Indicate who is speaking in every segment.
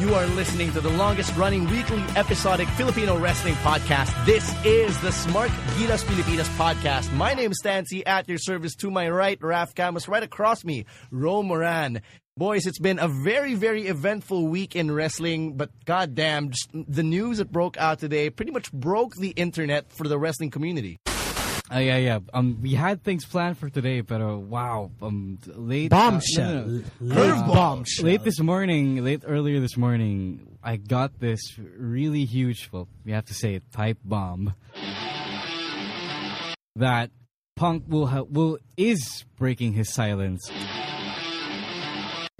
Speaker 1: You are listening to the longest running weekly episodic Filipino wrestling podcast. This is the Smart Gilas Pilipinas podcast. My name is Stancy at your service to my right, Raf Camus, right across me, Ro Moran. Boys, it's been a very, very eventful week in wrestling, but goddamn, just the news that broke out today pretty much broke the internet for the wrestling community.
Speaker 2: Uh, yeah, yeah. Um, we had things planned for today, but uh, wow, um, late
Speaker 3: Bombshell.
Speaker 2: Uh, no, no, no.
Speaker 3: Late
Speaker 2: Uh,
Speaker 3: bombshell.
Speaker 2: Late this morning, late earlier this morning, I got this really huge. Well, we have to say it, type bomb that Punk will ha- will is breaking his silence.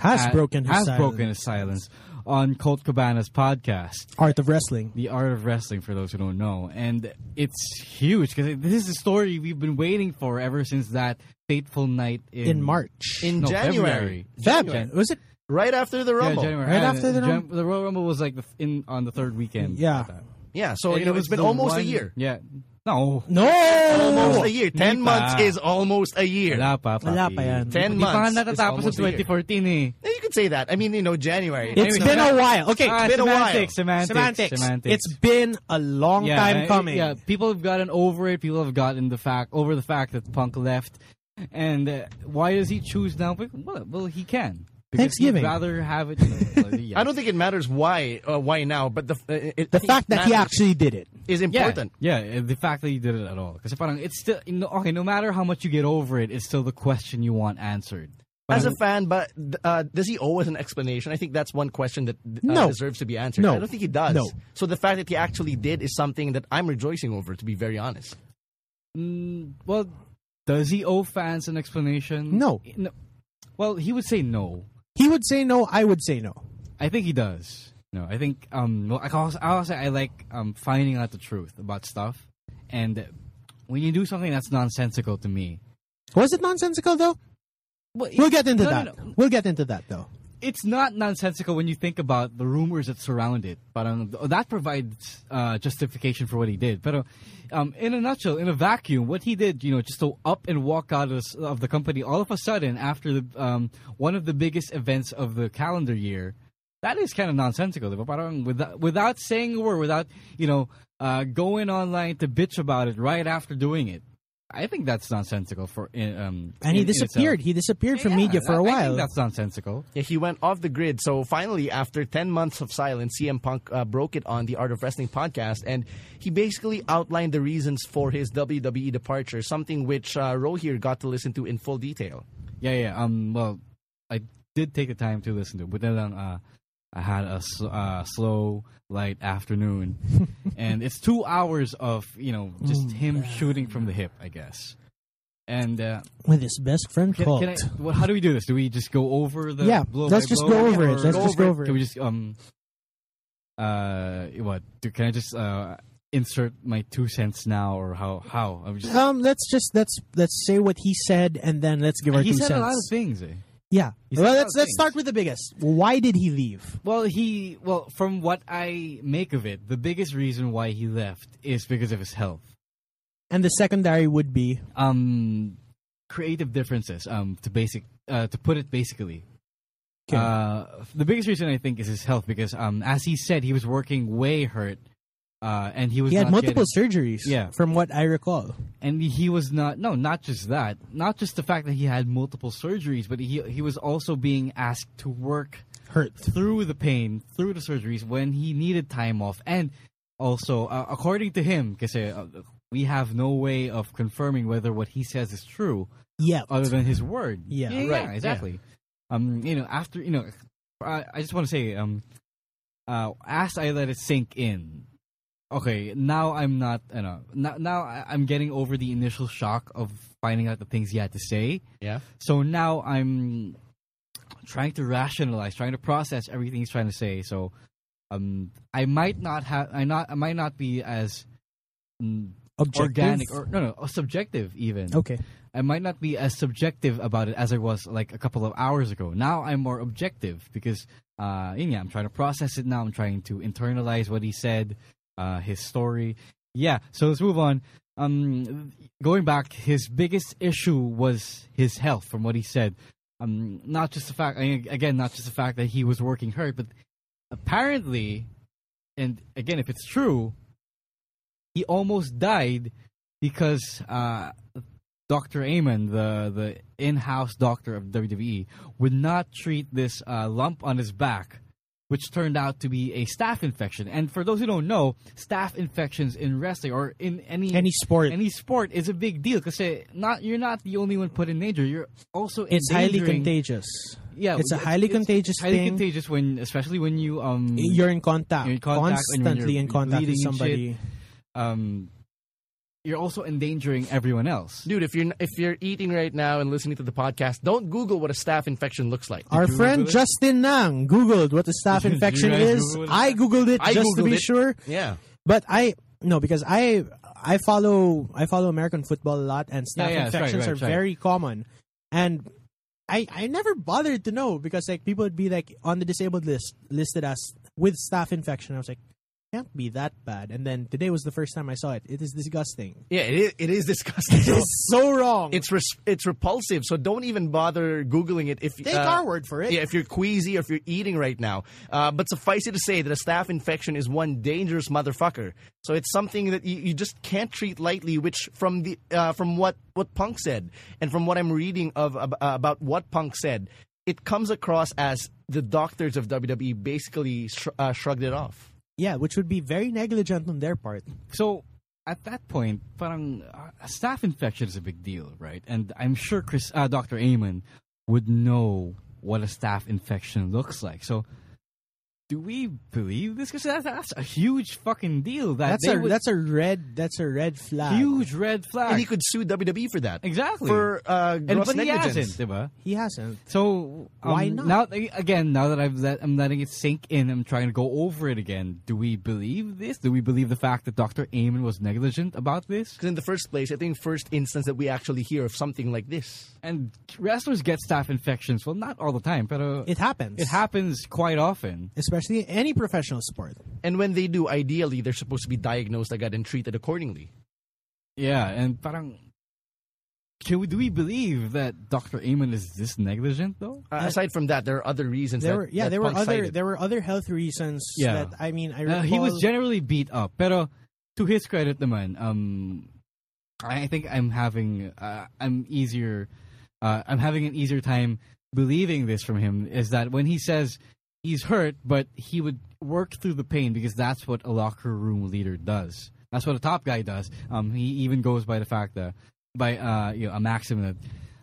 Speaker 3: has
Speaker 2: at-
Speaker 3: broken his
Speaker 2: has
Speaker 3: silence.
Speaker 2: broken his silence on Colt Cabana's podcast.
Speaker 3: Art of Wrestling.
Speaker 2: The Art of Wrestling, for those who don't know. And it's huge because this is a story we've been waiting for ever since that fateful night in,
Speaker 3: In March.
Speaker 1: In
Speaker 2: no,
Speaker 1: January.
Speaker 2: February.
Speaker 3: February. Was it?
Speaker 1: Right after the
Speaker 2: Yeah,
Speaker 1: Rumble.
Speaker 2: January.
Speaker 3: Right
Speaker 2: And
Speaker 3: after the
Speaker 2: Jam-
Speaker 3: Rumble?
Speaker 2: the Royal Rumble was like the, in on the third weekend.
Speaker 3: Yeah.
Speaker 1: Yeah, so
Speaker 2: And
Speaker 1: you
Speaker 2: it
Speaker 1: know,
Speaker 2: was
Speaker 1: it's been
Speaker 2: the
Speaker 1: almost a
Speaker 2: one-
Speaker 1: year.
Speaker 2: Yeah. No.
Speaker 3: No!
Speaker 1: Almost a year. Ten
Speaker 2: Hindi pa.
Speaker 1: months is almost a year.
Speaker 2: Wala pa, papi.
Speaker 3: Wala pa yan.
Speaker 1: Ten
Speaker 2: Di pa
Speaker 1: months. is
Speaker 2: natatapos
Speaker 1: almost
Speaker 2: sa
Speaker 1: a year.
Speaker 2: 2014 eh.
Speaker 1: Yeah, you could say that. I mean, you know, January.
Speaker 3: It's
Speaker 2: Anyway,
Speaker 3: been a
Speaker 2: semantics.
Speaker 3: while. Okay,
Speaker 2: Ah,
Speaker 3: it's been a while.
Speaker 2: semantics, semantics,
Speaker 3: Semantics.
Speaker 2: semantics.
Speaker 3: It's been a long time
Speaker 2: I-
Speaker 3: coming.
Speaker 2: Yeah, people have gotten over it. People have gotten the fact over the fact that Punk left, and uh, why does he choose now? Well, well he can. Because
Speaker 3: Thanksgiving.
Speaker 2: He'd rather have it. you know, yeah.
Speaker 1: I don't think it matters why uh, why now, but the uh, it,
Speaker 3: The fact that he
Speaker 1: matters
Speaker 3: actually did it.
Speaker 1: is
Speaker 2: Yeah,
Speaker 1: important.
Speaker 2: Yeah, and the fact that he did it at all. Because parang it's still you know, okay. No matter how much you get over it, it's still the question you want answered.
Speaker 1: As a fan, but uh, does he owe us an explanation? I think that's one question that uh,
Speaker 3: No.
Speaker 1: deserves to be answered.
Speaker 3: No.
Speaker 1: I don't think he does.
Speaker 3: No.
Speaker 1: So the fact that he actually did is something that I'm rejoicing over, to be very honest.
Speaker 2: Mm, well, does he owe fans an explanation?
Speaker 3: No.
Speaker 2: no. Well, he would say no.
Speaker 3: He would say no, I would say no.
Speaker 2: I think he does. No, I think um well I also, I also I like um finding out the truth about stuff and when you do something that's nonsensical to me.
Speaker 3: Was it nonsensical though? We'll get into
Speaker 2: No, no,
Speaker 3: that.
Speaker 2: no.
Speaker 3: We'll get into that though.
Speaker 2: It's not nonsensical when you think about the rumors that surround it, but um, that provides uh, justification for what he did. But um, in a nutshell, in a vacuum, what he did, you know, just to up and walk out of, of the company all of a sudden after the, um, one of the biggest events of the calendar year, that is kind of nonsensical. Diba? Parang without, without saying a word, without you know uh, going online to bitch about it right after doing it. I think that's nonsensical for in, um,
Speaker 3: And he
Speaker 2: in- in itself.
Speaker 3: disappeared. He disappeared from
Speaker 2: Yeah,
Speaker 3: media for
Speaker 2: I-
Speaker 3: a
Speaker 2: I
Speaker 3: while.
Speaker 2: think that's nonsensical.
Speaker 1: Yeah, he went off the grid. So finally, after 10 months of silence, CM Punk uh, broke it on the Art of Wrestling podcast. And he basically outlined the reasons for his WWE departure, something which uh, Ro here got to listen to in full detail.
Speaker 2: Yeah, yeah. Um, well, I did take the time to listen to it, but then uh, I had a s- uh, slow, light afternoon, and it's two hours of you know just him shooting from the hip, I guess. And uh,
Speaker 3: With his best friend
Speaker 2: can,
Speaker 3: Colt.
Speaker 2: can I? Well, how do we do this? Do we just go over the?
Speaker 3: Yeah,
Speaker 2: blow
Speaker 3: let's
Speaker 2: by
Speaker 3: just
Speaker 2: blow,
Speaker 3: go over it.
Speaker 2: or-
Speaker 3: Let's just go over
Speaker 2: Can
Speaker 3: it.
Speaker 2: we just um, uh, what? Do, can I just uh insert my two cents now, or how? How? I'm just.
Speaker 3: Um, let's just let's let's say what he said and then let's give our
Speaker 2: he
Speaker 3: two
Speaker 2: said
Speaker 3: cents.
Speaker 2: a lot of things. Eh?
Speaker 3: yeah.
Speaker 2: he said a
Speaker 3: Well,
Speaker 2: lot
Speaker 3: let's
Speaker 2: of
Speaker 3: let's
Speaker 2: things.
Speaker 3: start with the biggest. Why did he leave?
Speaker 2: Well, he well, from what I make of it, the biggest reason why he left is because of his health.
Speaker 3: And the secondary would be
Speaker 2: Um, creative differences. Um, to basic uh, to put it basically.
Speaker 3: Okay.
Speaker 2: Uh, the biggest reason I think is his health because um, as he said, he was working way hurt, uh, and he was
Speaker 3: he had
Speaker 2: not
Speaker 3: multiple
Speaker 2: getting-
Speaker 3: surgeries.
Speaker 2: Yeah.
Speaker 3: From what I recall.
Speaker 2: and he was not no not just that not just the fact that he had multiple surgeries but he he was also being asked to work
Speaker 3: Hurt.
Speaker 2: through the pain through the surgeries when he needed time off and also uh, according to him because uh, we have no way of confirming whether what he says is true
Speaker 3: Yeah.
Speaker 2: other than his word
Speaker 3: Yeah.
Speaker 1: Right, yeah.
Speaker 2: exactly um you know after you know i, I just want to say um uh as i let it sink in okay, now I'm not, you know, now, now I- I'm getting over the initial shock of finding out the things he had to say.
Speaker 1: Yeah.
Speaker 2: So now I'm trying to rationalize, trying to process everything he's trying to say. So um, I might not have, I not, I might not be as mm,
Speaker 3: Objective? Oh.
Speaker 2: organic or no, no, subjective even.
Speaker 3: Okay.
Speaker 2: I might not be as subjective about it as I was like a couple of hours ago. Now I'm more objective because uh, yun nga, I'm trying to process it now. I'm trying to internalize what he said, uh, his story. Yeah, so let's move on. Um, going back, his biggest issue was his health, from what he said. Um, not just the fact, I mean, again, not just the fact that he was working hard, but apparently, and again, if it's true, he almost died because uh, Dr. Amon, the, the in house doctor of WWE, would not treat this uh, lump on his back, which turned out to be a staph infection. And for those who don't know, staph infections in wrestling or in any
Speaker 3: Any sport.
Speaker 2: any sport is a big deal because not you're not the only one put in danger. You're also
Speaker 3: it's highly
Speaker 2: endangering-
Speaker 3: contagious.
Speaker 2: Yeah,
Speaker 3: it's a highly
Speaker 2: it's-
Speaker 3: contagious
Speaker 2: It's highly
Speaker 3: thing. Eh,
Speaker 2: contagious when, especially when you um
Speaker 3: You're in contact,
Speaker 2: You're in contact and when you're
Speaker 3: constantly in contact with
Speaker 2: bleeding and
Speaker 3: somebody.
Speaker 2: um you're also endangering everyone else.
Speaker 1: Dude, if you're if you're eating right now and listening to the podcast, don't Google what a staph infection looks like.
Speaker 3: Our
Speaker 2: you
Speaker 3: friend
Speaker 2: Google it?
Speaker 3: Justin Nang googled what a staph
Speaker 2: Did you
Speaker 3: infection
Speaker 2: guys
Speaker 3: is.
Speaker 2: Google it?
Speaker 3: I googled it
Speaker 1: I
Speaker 3: just to
Speaker 1: Googled
Speaker 3: be
Speaker 1: it.
Speaker 3: sure.
Speaker 1: yeah.
Speaker 3: But I no because I I follow I follow American football a lot and
Speaker 2: Yeah,
Speaker 3: staph
Speaker 2: yeah, that's right,
Speaker 3: infections
Speaker 2: right,
Speaker 3: are
Speaker 2: right.
Speaker 3: very common and I I never bothered to know because like people would be like on the disabled list listed as with staph infection I was like can't be that bad and then today was the first time I saw it it is disgusting
Speaker 1: Yeah, it is, it is disgusting. So
Speaker 3: it's so wrong
Speaker 1: it's res- it's repulsive. So don't even bother googling it. If
Speaker 3: take
Speaker 1: uh,
Speaker 3: our word for it
Speaker 1: Yeah, if you're queasy or if you're eating right now. Uh, but suffice it to say that a staph infection is one dangerous motherfucker. So it's something that you, you just can't treat lightly. Which from the uh, from what what Punk said and from what I'm reading of ab- uh, about what Punk said, it comes across as the doctors of WWE basically sh- uh, shrugged it off.
Speaker 3: yeah which would be very negligent on their part
Speaker 2: So at that point, parang uh, a staph infection is a big deal, right? And I'm sure Chris, uh, Dr. Amon would know what a staph infection looks like. So do we believe this? Because that's, that's a huge fucking deal. That
Speaker 3: that's
Speaker 2: they
Speaker 3: a
Speaker 2: would-
Speaker 3: that's a red that's a red flag
Speaker 2: huge red flag.
Speaker 1: And he could sue WWE for that.
Speaker 2: exactly.
Speaker 1: For uh, gross
Speaker 2: and, but he
Speaker 1: negligence.
Speaker 2: hasn't, diba?
Speaker 3: he hasn't
Speaker 2: So um,
Speaker 3: Why not?
Speaker 2: Now again, now that I've let, I'm letting it sink in, I'm trying to go over it again. Do we believe this? Do we believe the fact that Dr. Amon was negligent about this?
Speaker 1: Because in the first place, I think first instance that we actually hear of something like this.
Speaker 2: And wrestlers get staph infections. Well, not all the time, but uh,
Speaker 3: it happens
Speaker 2: it happens quite often.
Speaker 3: especially in any professional sport
Speaker 1: And when they do, ideally, they're supposed to be diagnosed again and treated accordingly.
Speaker 2: Yeah, and parang. Can we, do we believe that Dr. Amon is this negligent though?
Speaker 1: Uh, aside from that, there are other reasons.
Speaker 3: There
Speaker 1: that,
Speaker 3: were yeah,
Speaker 1: that
Speaker 3: there were
Speaker 1: Punk
Speaker 3: other
Speaker 1: cited.
Speaker 3: there were other health reasons
Speaker 2: Yeah.
Speaker 3: that I mean I recall
Speaker 2: Uh, he was generally beat up, pero to his credit naman, um, I I think I'm having, uh, I'm easier, uh, I'm having an easier time believing this from him. Is that when he says he's hurt, but he would work through the pain because that's what a locker room leader does. That's what a top guy does. Um, he even goes by the fact that by uh, you know, a maxim that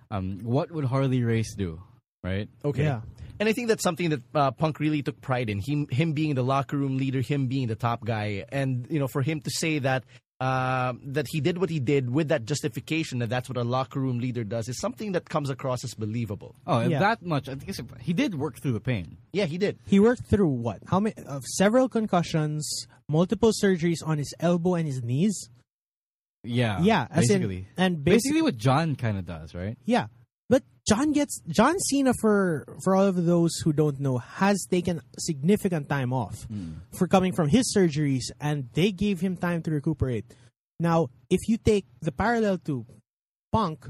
Speaker 2: um, what would Harley Race do, right?
Speaker 1: okay.
Speaker 3: Yeah.
Speaker 1: And I think that's something that uh, Punk really took pride in. Him, him being the locker room leader, him being the top guy, and you know, for him to say that uh, that he did what he did with that justification that that's what a locker room leader does is something that comes across as believable.
Speaker 2: Oh, and
Speaker 3: Yeah.
Speaker 2: that much. I think it's- he did work through the pain.
Speaker 1: Yeah, he did.
Speaker 3: he worked through what? How many of several concussions, multiple surgeries on his elbow and his knees?
Speaker 2: Yeah,
Speaker 3: yeah, as in-
Speaker 2: basically.
Speaker 3: and
Speaker 2: basically
Speaker 3: basically,
Speaker 2: what John kind of does, right?
Speaker 3: yeah. But John gets John Cena for for all of those who don't know has taken significant time off
Speaker 2: Hmm.
Speaker 3: for coming from his surgeries and they gave him time to recuperate. Now, if you take the parallel to Punk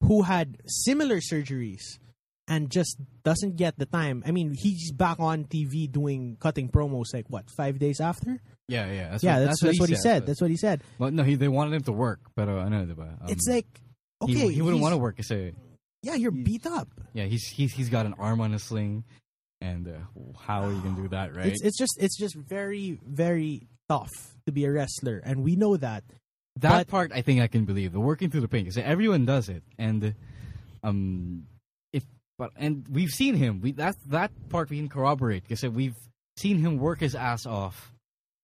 Speaker 3: who had similar surgeries and just doesn't get the time. I mean, he's back on TV doing cutting promos like what, 5 days after?
Speaker 2: Yeah, yeah, that's
Speaker 3: yeah,
Speaker 2: what,
Speaker 3: that's, that's, what he said.
Speaker 2: But-
Speaker 3: That's what he said.
Speaker 2: but no, he, they wanted him to work, but uh, I know, diba? Um,
Speaker 3: it's like okay,
Speaker 2: he, he wouldn't
Speaker 3: he's-
Speaker 2: want to work. So
Speaker 3: Yeah, you're beat up.
Speaker 2: yeah, he's he's he's got an arm on a sling, and uh, how are you gonna do that, right?
Speaker 3: It's it's just it's just very very tough to be a wrestler, and we know that.
Speaker 2: that
Speaker 3: but-
Speaker 2: part I think I can believe the working through the pain because everyone does it, and um, if but and we've uh, seen him. We that that part we can corroborate because we've seen him work his ass off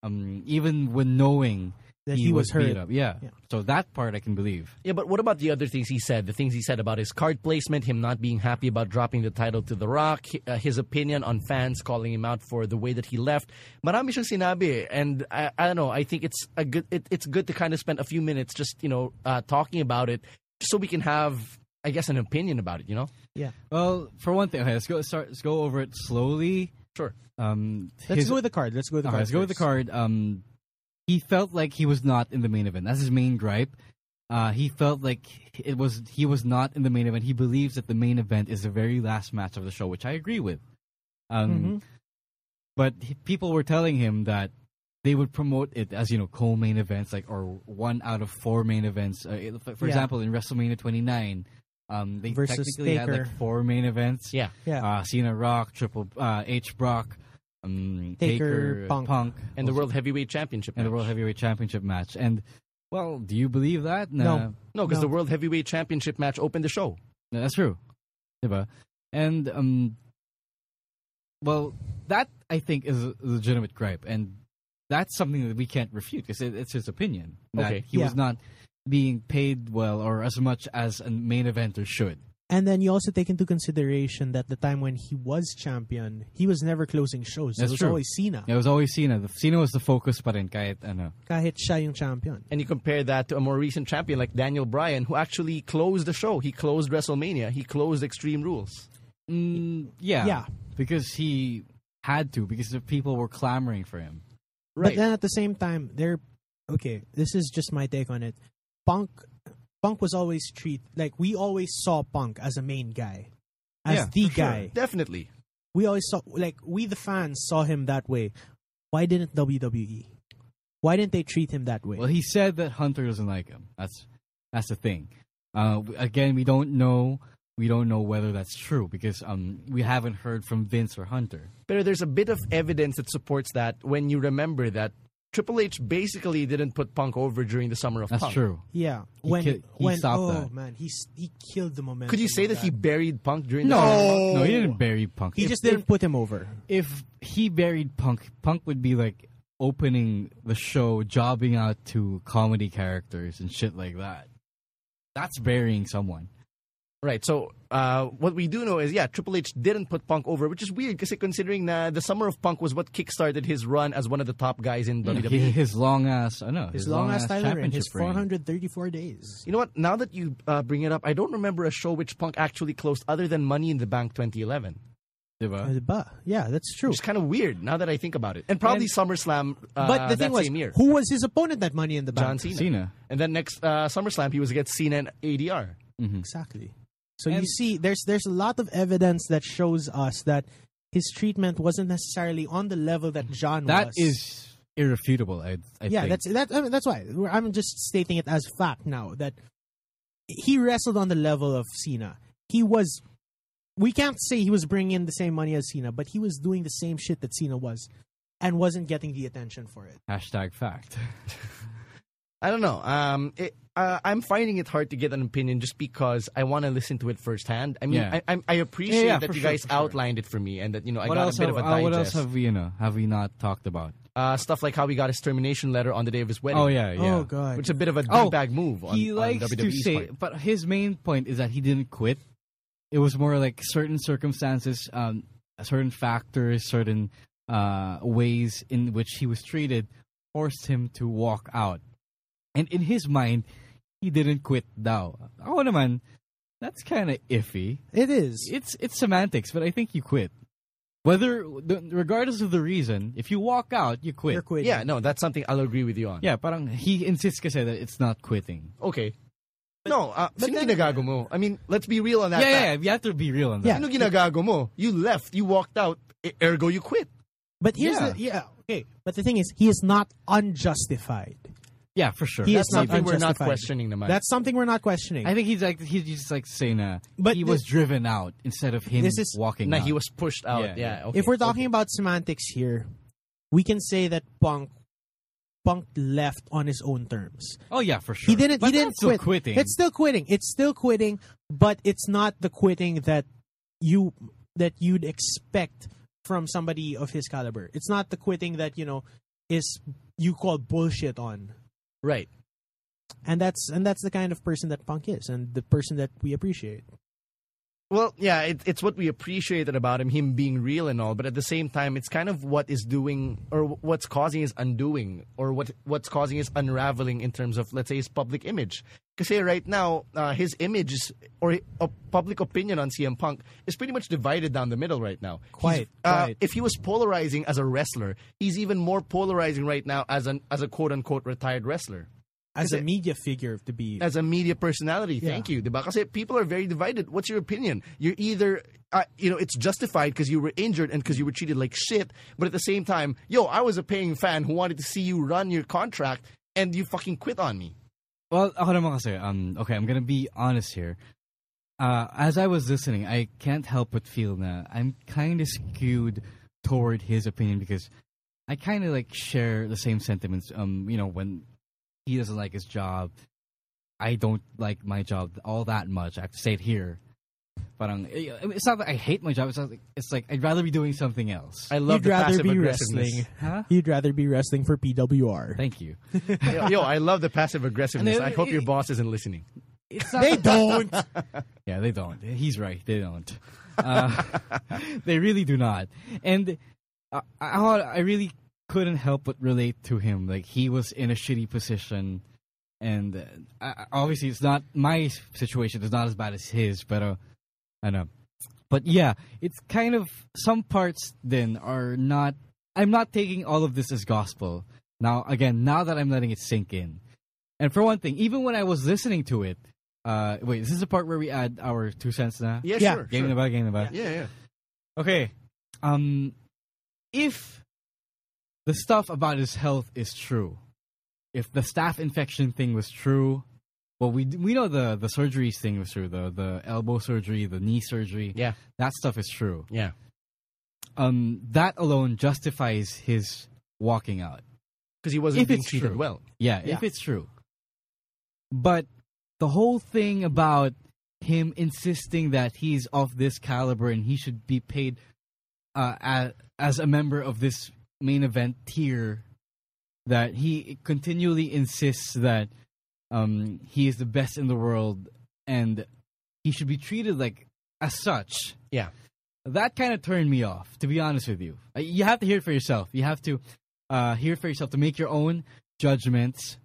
Speaker 2: um, even when knowing
Speaker 3: That he was
Speaker 2: beat
Speaker 3: hurt.
Speaker 2: up. Yeah.
Speaker 3: Yeah.
Speaker 2: So that part I can believe.
Speaker 1: Yeah, but what about the other things he said? The things he said about his card placement, him not being happy about dropping the title to The Rock, hi- uh, his opinion on fans calling him out for the way that he left. Marami siyang sinabi, and I, I don't know. I think it's a good. It, it's good to kind of spend a few minutes just you know uh, talking about it, so we can have, I guess, an opinion about it. You know,
Speaker 3: Yeah.
Speaker 2: Well, for one thing, okay, let's go start. Let's go over it slowly.
Speaker 1: sure.
Speaker 2: Um,
Speaker 3: Let's
Speaker 2: his-
Speaker 3: go with the card. Let's go with the
Speaker 2: All
Speaker 3: card.
Speaker 2: right, let's go with the card.
Speaker 3: first.
Speaker 2: Um, he felt like he was not in the main event. That's his main gripe. Uh, he felt like it was he was not in the main event. He believes that the main event is the very last match of the show, which I agree with. Um,
Speaker 3: Mhm.
Speaker 2: But he- people were telling him that they would promote it as you know co-main events, like or one out of four main events. Uh, it- for for
Speaker 3: Yeah.
Speaker 2: example, in WrestleMania 29, um, they
Speaker 3: Versus
Speaker 2: technically had
Speaker 3: Taker.
Speaker 2: like four main events.
Speaker 1: Yeah.
Speaker 3: Yeah.
Speaker 2: Uh, Cena, Rock, Triple uh, H, Brock, um,
Speaker 3: Taker,
Speaker 2: Taker,
Speaker 3: Punk.
Speaker 1: And the
Speaker 2: also-
Speaker 1: World Heavyweight Championship.
Speaker 2: and the
Speaker 1: match.
Speaker 2: World Heavyweight Championship match. And well, do you believe that?
Speaker 3: No.
Speaker 2: Nah.
Speaker 1: no, because
Speaker 3: No.
Speaker 1: the World Heavyweight Championship match opened the show.
Speaker 2: No, that's true. Diba? And um well, that I think is a legitimate gripe and that's something that we can't refute because it, it's his opinion that
Speaker 1: Okay.
Speaker 2: he was
Speaker 3: Yeah.
Speaker 2: not being paid well or as much as a main eventer should.
Speaker 3: And then you also take into consideration that the time when he was champion, he was never closing shows.
Speaker 2: That's
Speaker 3: it was
Speaker 2: true.
Speaker 3: always Cena.
Speaker 2: It was always Cena. The, Cena was the focus pa rin kahit ano.
Speaker 3: Kahit siya yung champion.
Speaker 1: and you compare that to a more recent champion like Daniel Bryan, who actually closed the show. He closed WrestleMania. He closed Extreme Rules.
Speaker 2: Mm, yeah.
Speaker 3: Yeah.
Speaker 2: Because he had to because the people were clamoring for him.
Speaker 3: But then at the same time, they're okay. This is just my take on it. Punk, Punk was always treat like we always saw Punk as a main guy, as
Speaker 2: Yeah,
Speaker 3: the
Speaker 1: For sure.
Speaker 3: guy.
Speaker 1: Definitely.
Speaker 3: We always saw like we the fans saw him that way. Why didn't WWE? Why didn't they treat him that way?
Speaker 2: Well, he said that Hunter doesn't like him. That's that's the thing. Uh, w- again, we don't know. We don't know whether that's true because um, we haven't heard from Vince or Hunter.
Speaker 1: But there's a bit of evidence that supports that when you remember that Triple H basically didn't put Punk over during the summer of
Speaker 2: That's
Speaker 1: Punk.
Speaker 2: true.
Speaker 3: yeah,
Speaker 2: He
Speaker 3: when
Speaker 2: ki- he
Speaker 3: when
Speaker 2: stopped
Speaker 3: oh
Speaker 2: that.
Speaker 3: man, he s- he killed the momentum.
Speaker 1: Could you say
Speaker 3: of
Speaker 1: that he buried Punk during the summer? of
Speaker 2: no, he didn't bury Punk.
Speaker 3: he
Speaker 2: If-
Speaker 3: just didn't put him over?
Speaker 2: If, if he buried Punk, Punk would be like opening the show, jobbing out to comedy characters and shit like that. That's burying someone.
Speaker 1: Right. So uh, what we do know is, yeah, Triple H didn't put Punk over, which is weird because considering na the summer of Punk was what kickstarted his run as one of the top guys in E. WWE.
Speaker 2: His, his long ass, I know,
Speaker 3: His, long ass Tyler and
Speaker 2: championship
Speaker 3: his
Speaker 2: reign.
Speaker 3: 434 days.
Speaker 1: You know what? Now that you uh, bring it up, I don't remember a show which Punk actually closed other than Money in the Bank 2011.
Speaker 2: Diba?
Speaker 3: But Uh, yeah, that's true.
Speaker 1: Which is kind of weird now that I think about it. And probably
Speaker 3: And-
Speaker 1: SummerSlam uh,
Speaker 3: but the
Speaker 1: that
Speaker 3: thing was,
Speaker 1: same year.
Speaker 3: who was his opponent that Money in the Bank?
Speaker 1: John Cena.
Speaker 2: Cena.
Speaker 1: And then next uh, SummerSlam, he was against Cena and ADR.
Speaker 3: Exactly. So you
Speaker 2: And-
Speaker 3: see, there's there's a lot of evidence that shows us that his treatment wasn't necessarily on the level that John
Speaker 2: That
Speaker 3: was.
Speaker 2: is irrefutable. I, I
Speaker 3: yeah,
Speaker 2: think.
Speaker 3: that's that. I mean, that's why we're- I'm just stating it as fact now that he wrestled on the level of Cena. He was. We can't say he was bringing in the same money as Cena, but he was doing the same shit that Cena was, and wasn't getting the attention for it.
Speaker 2: hashtag fact.
Speaker 1: I don't know. Um, it, uh, I'm finding it hard to get an opinion just because I want to listen to it firsthand. I mean,
Speaker 2: Yeah.
Speaker 1: I, I, I appreciate
Speaker 2: Yeah, yeah,
Speaker 1: that
Speaker 2: for
Speaker 1: you
Speaker 2: sure,
Speaker 1: guys
Speaker 2: for sure.
Speaker 1: outlined it for me and that, you know, I
Speaker 2: what
Speaker 1: got
Speaker 2: else?
Speaker 1: a bit
Speaker 2: have,
Speaker 1: of a
Speaker 2: uh,
Speaker 1: digest.
Speaker 2: what else have we, you know have we not talked about?
Speaker 1: uh, stuff like how he got his termination letter on the day of his wedding.
Speaker 2: Oh yeah, yeah.
Speaker 3: Oh god,
Speaker 1: Which is a bit of a
Speaker 2: Oh,
Speaker 1: bag move on,
Speaker 2: he
Speaker 1: on
Speaker 2: likes to
Speaker 1: WWE's
Speaker 2: say,
Speaker 1: part.
Speaker 2: but his main point is that he didn't quit. It was more like certain circumstances, um, certain factors, certain uh, ways in which he was treated forced him to walk out. And in his mind, he didn't quit. Now, oh man, that's kind of iffy.
Speaker 3: it is.
Speaker 2: it's it's semantics, but I think you quit. Whether the, regardless of the reason, if you walk out, you quit.
Speaker 3: You're quitting.
Speaker 1: Yeah, no, that's something I'll agree with you on.
Speaker 2: Yeah, parang he insists kasi that it's not quitting.
Speaker 1: Okay. No, uh,
Speaker 3: but
Speaker 1: sino
Speaker 3: then-
Speaker 1: ginagago mo? I mean, let's be real on that.
Speaker 2: yeah,
Speaker 1: fact.
Speaker 2: yeah, you have to be real on that.
Speaker 3: Yeah.
Speaker 1: Ano ginagago mo? You left, you walked out, e- ergo you quit.
Speaker 3: But here's
Speaker 2: Yeah.
Speaker 3: the yeah okay. But the thing is, he is not unjustified.
Speaker 2: Yeah, for sure.
Speaker 3: He
Speaker 2: That's
Speaker 3: is not
Speaker 1: something we're not
Speaker 3: unjustified.
Speaker 1: questioning naman.
Speaker 3: That's something we're not questioning.
Speaker 2: I think he's like he's just like saying uh,
Speaker 3: But
Speaker 2: he
Speaker 3: thi-
Speaker 2: was driven out instead of him
Speaker 3: This is-
Speaker 2: walking.
Speaker 1: Nah,
Speaker 2: out.
Speaker 1: he was pushed out. Yeah.
Speaker 2: Yeah, yeah.
Speaker 1: okay,
Speaker 3: if we're talking about semantics here, we can say that Punk Punk left on his own terms.
Speaker 2: Oh yeah, for sure.
Speaker 3: He didn't.
Speaker 2: But
Speaker 3: he didn't
Speaker 2: that's still
Speaker 3: quit.
Speaker 2: quitting.
Speaker 3: It's still quitting. It's still quitting. But it's not the quitting that you that you'd expect from somebody of his caliber. It's not the quitting that you know is you call bullshit on.
Speaker 1: Right.
Speaker 3: And that's and that's the kind of person that Punk is and the person that we appreciate.
Speaker 1: Well, yeah, it, it's what we appreciated about him, him being real and all. But at the same time, it's kind of what is doing or what's causing his undoing or what what's causing his unraveling in terms of, let's say, his public image. Because right now, uh, his image is, or uh, public opinion on CM Punk is pretty much divided down the middle right now. He's-
Speaker 3: Quite,
Speaker 1: uh,
Speaker 3: quite.
Speaker 1: If he was polarizing as a wrestler, he's even more polarizing right now as an as a quote unquote retired wrestler.
Speaker 3: As
Speaker 1: Kasi-
Speaker 3: a media figure to be
Speaker 1: as a media personality.
Speaker 3: Yeah.
Speaker 1: Thank you, diba? Kasi people are very divided. What's your opinion? You're either, uh, you know, it's justified because you were injured and because you were treated like shit. But at the same time, yo, I was a paying fan who wanted to see you run your contract, and you fucking quit on me.
Speaker 2: Well, ako naman kasi, um, okay, I'm gonna be honest here. Uh, as I was listening, I can't help but feel na I'm kind of skewed toward his opinion because I kind of like share the same sentiments. Um, you know, when he doesn't like his job, I don't like my job all that much. I have to say it here. Parang, eh, I mean, it's not that I hate my job. It's, not like, it's like I'd rather be doing something else.
Speaker 1: I love
Speaker 3: You'd
Speaker 1: the
Speaker 3: rather
Speaker 1: passive
Speaker 3: be
Speaker 1: aggressiveness.
Speaker 3: wrestling.
Speaker 2: Huh?
Speaker 3: You'd rather be wrestling for PWR.
Speaker 2: Thank you.
Speaker 1: yo, yo, I love the passive aggressiveness.
Speaker 2: And
Speaker 1: I
Speaker 2: then-
Speaker 1: hope your boss isn't listening.
Speaker 2: It's not
Speaker 3: They don't.
Speaker 2: Yeah, they don't. He's right. They don't. Uh, they really do not. And I, I, I really couldn't help but relate to him. Like he was in a shitty position, and uh, I- I- obviously it's not my s- situation. is not as bad as his, but uh, I know. But yeah, it's kind of some parts then are not. I'm not taking all of this as gospel. Now again, now that I'm letting it sink in, and for one thing, even when I was listening to it, uh, wait, is this the part where we add our two cents now?
Speaker 1: Yeah,
Speaker 3: Yeah.
Speaker 1: sure.
Speaker 2: Game
Speaker 1: sure.
Speaker 2: in the bag, game in the bag.
Speaker 1: Yeah, yeah.
Speaker 2: Okay. Um, if the stuff about his health is true, if the staph infection thing was true, well, we we know the the surgeries thing was true, the the elbow surgery, the knee surgery,
Speaker 1: Yeah,
Speaker 2: that stuff is true.
Speaker 1: yeah.
Speaker 2: Um, that alone justifies his walking out.
Speaker 1: Because he wasn't
Speaker 2: If
Speaker 1: being
Speaker 2: it's
Speaker 1: treated
Speaker 2: true.
Speaker 1: well.
Speaker 2: Yeah, if it's true. But the whole thing about him insisting that he's of this caliber and he should be paid uh, as, as a member of this main event tier, that he continually insists that um, he is the best in the world and he should be treated like as such.
Speaker 1: Yeah.
Speaker 2: That kind of turned me off, to be honest with you. Uh, You have to hear it for yourself. You have to uh, hear it for yourself to make your own judgments.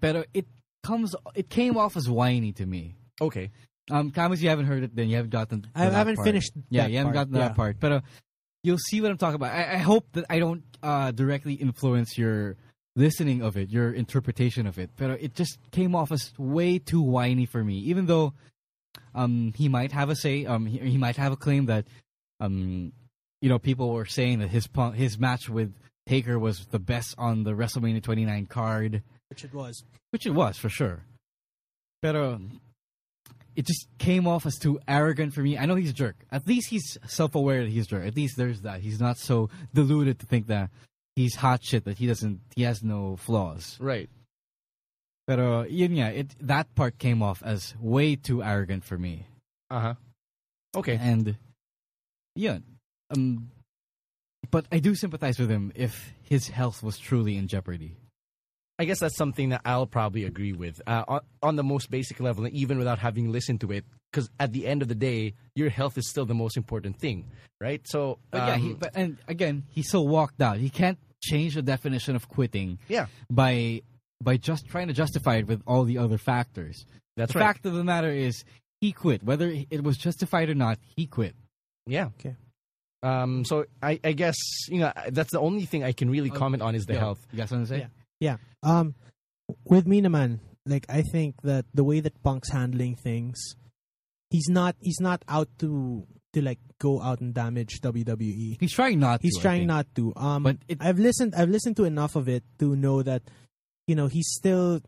Speaker 2: But it comes, it came off as whiny to me.
Speaker 1: Okay.
Speaker 2: Um, Kamis, you haven't heard it, then you haven't gotten. to
Speaker 3: I
Speaker 2: that
Speaker 3: haven't
Speaker 2: part.
Speaker 3: finished
Speaker 2: Yeah,
Speaker 3: that
Speaker 2: you haven't
Speaker 3: part,
Speaker 2: gotten to that
Speaker 3: yeah.
Speaker 2: part. But uh, you'll see what I'm talking about. I, I hope that I don't uh, directly influence your listening of it, your interpretation of it. But uh, it just came off as way too whiny for me. Even though um, he might have a say, um, he, he might have a claim that, um, you know, people were saying that his punk, his match with Taker was the best on the WrestleMania 29 card
Speaker 3: Which it was.
Speaker 2: which it was for sure. Pero it just came off as too arrogant for me. I know he's a jerk. At least he's self-aware that he's a jerk. At least there's that. He's not so deluded to think that he's hot shit that he doesn't he has no flaws.
Speaker 1: Right.
Speaker 2: Pero yun nga, it that part came off as way too arrogant for me.
Speaker 1: Uh huh. Okay.
Speaker 2: And yeah, um but I do sympathize with him if his health was truly in jeopardy.
Speaker 1: I guess that's something that I'll probably agree with uh, on, on the most basic level, and even without having listened to it, because at the end of the day, your health is still the most important thing, right? So,
Speaker 2: But yeah, he,
Speaker 1: um,
Speaker 2: but and again, he still walked out. He can't change the definition of quitting
Speaker 1: yeah,
Speaker 2: by by just trying to justify it with all the other factors.
Speaker 1: that's
Speaker 2: the
Speaker 1: right.
Speaker 2: fact of the matter is, he quit. Whether it was justified or not, he quit.
Speaker 1: Yeah.
Speaker 3: Okay.
Speaker 1: Um, so I, I guess you know that's the only thing I can really
Speaker 2: Oh,
Speaker 1: comment on is the
Speaker 2: Yeah.
Speaker 1: health.
Speaker 2: You got something to say?
Speaker 3: Yeah. Um, with me naman, like I think that the way that Punk's handling things, he's not he's not out to to like go out and damage WWE.
Speaker 2: He's trying not.
Speaker 3: He's
Speaker 2: to, I
Speaker 3: trying
Speaker 2: think.
Speaker 3: not to. Um,
Speaker 2: But it-
Speaker 3: I've listened I've listened to enough of it to know that you know he still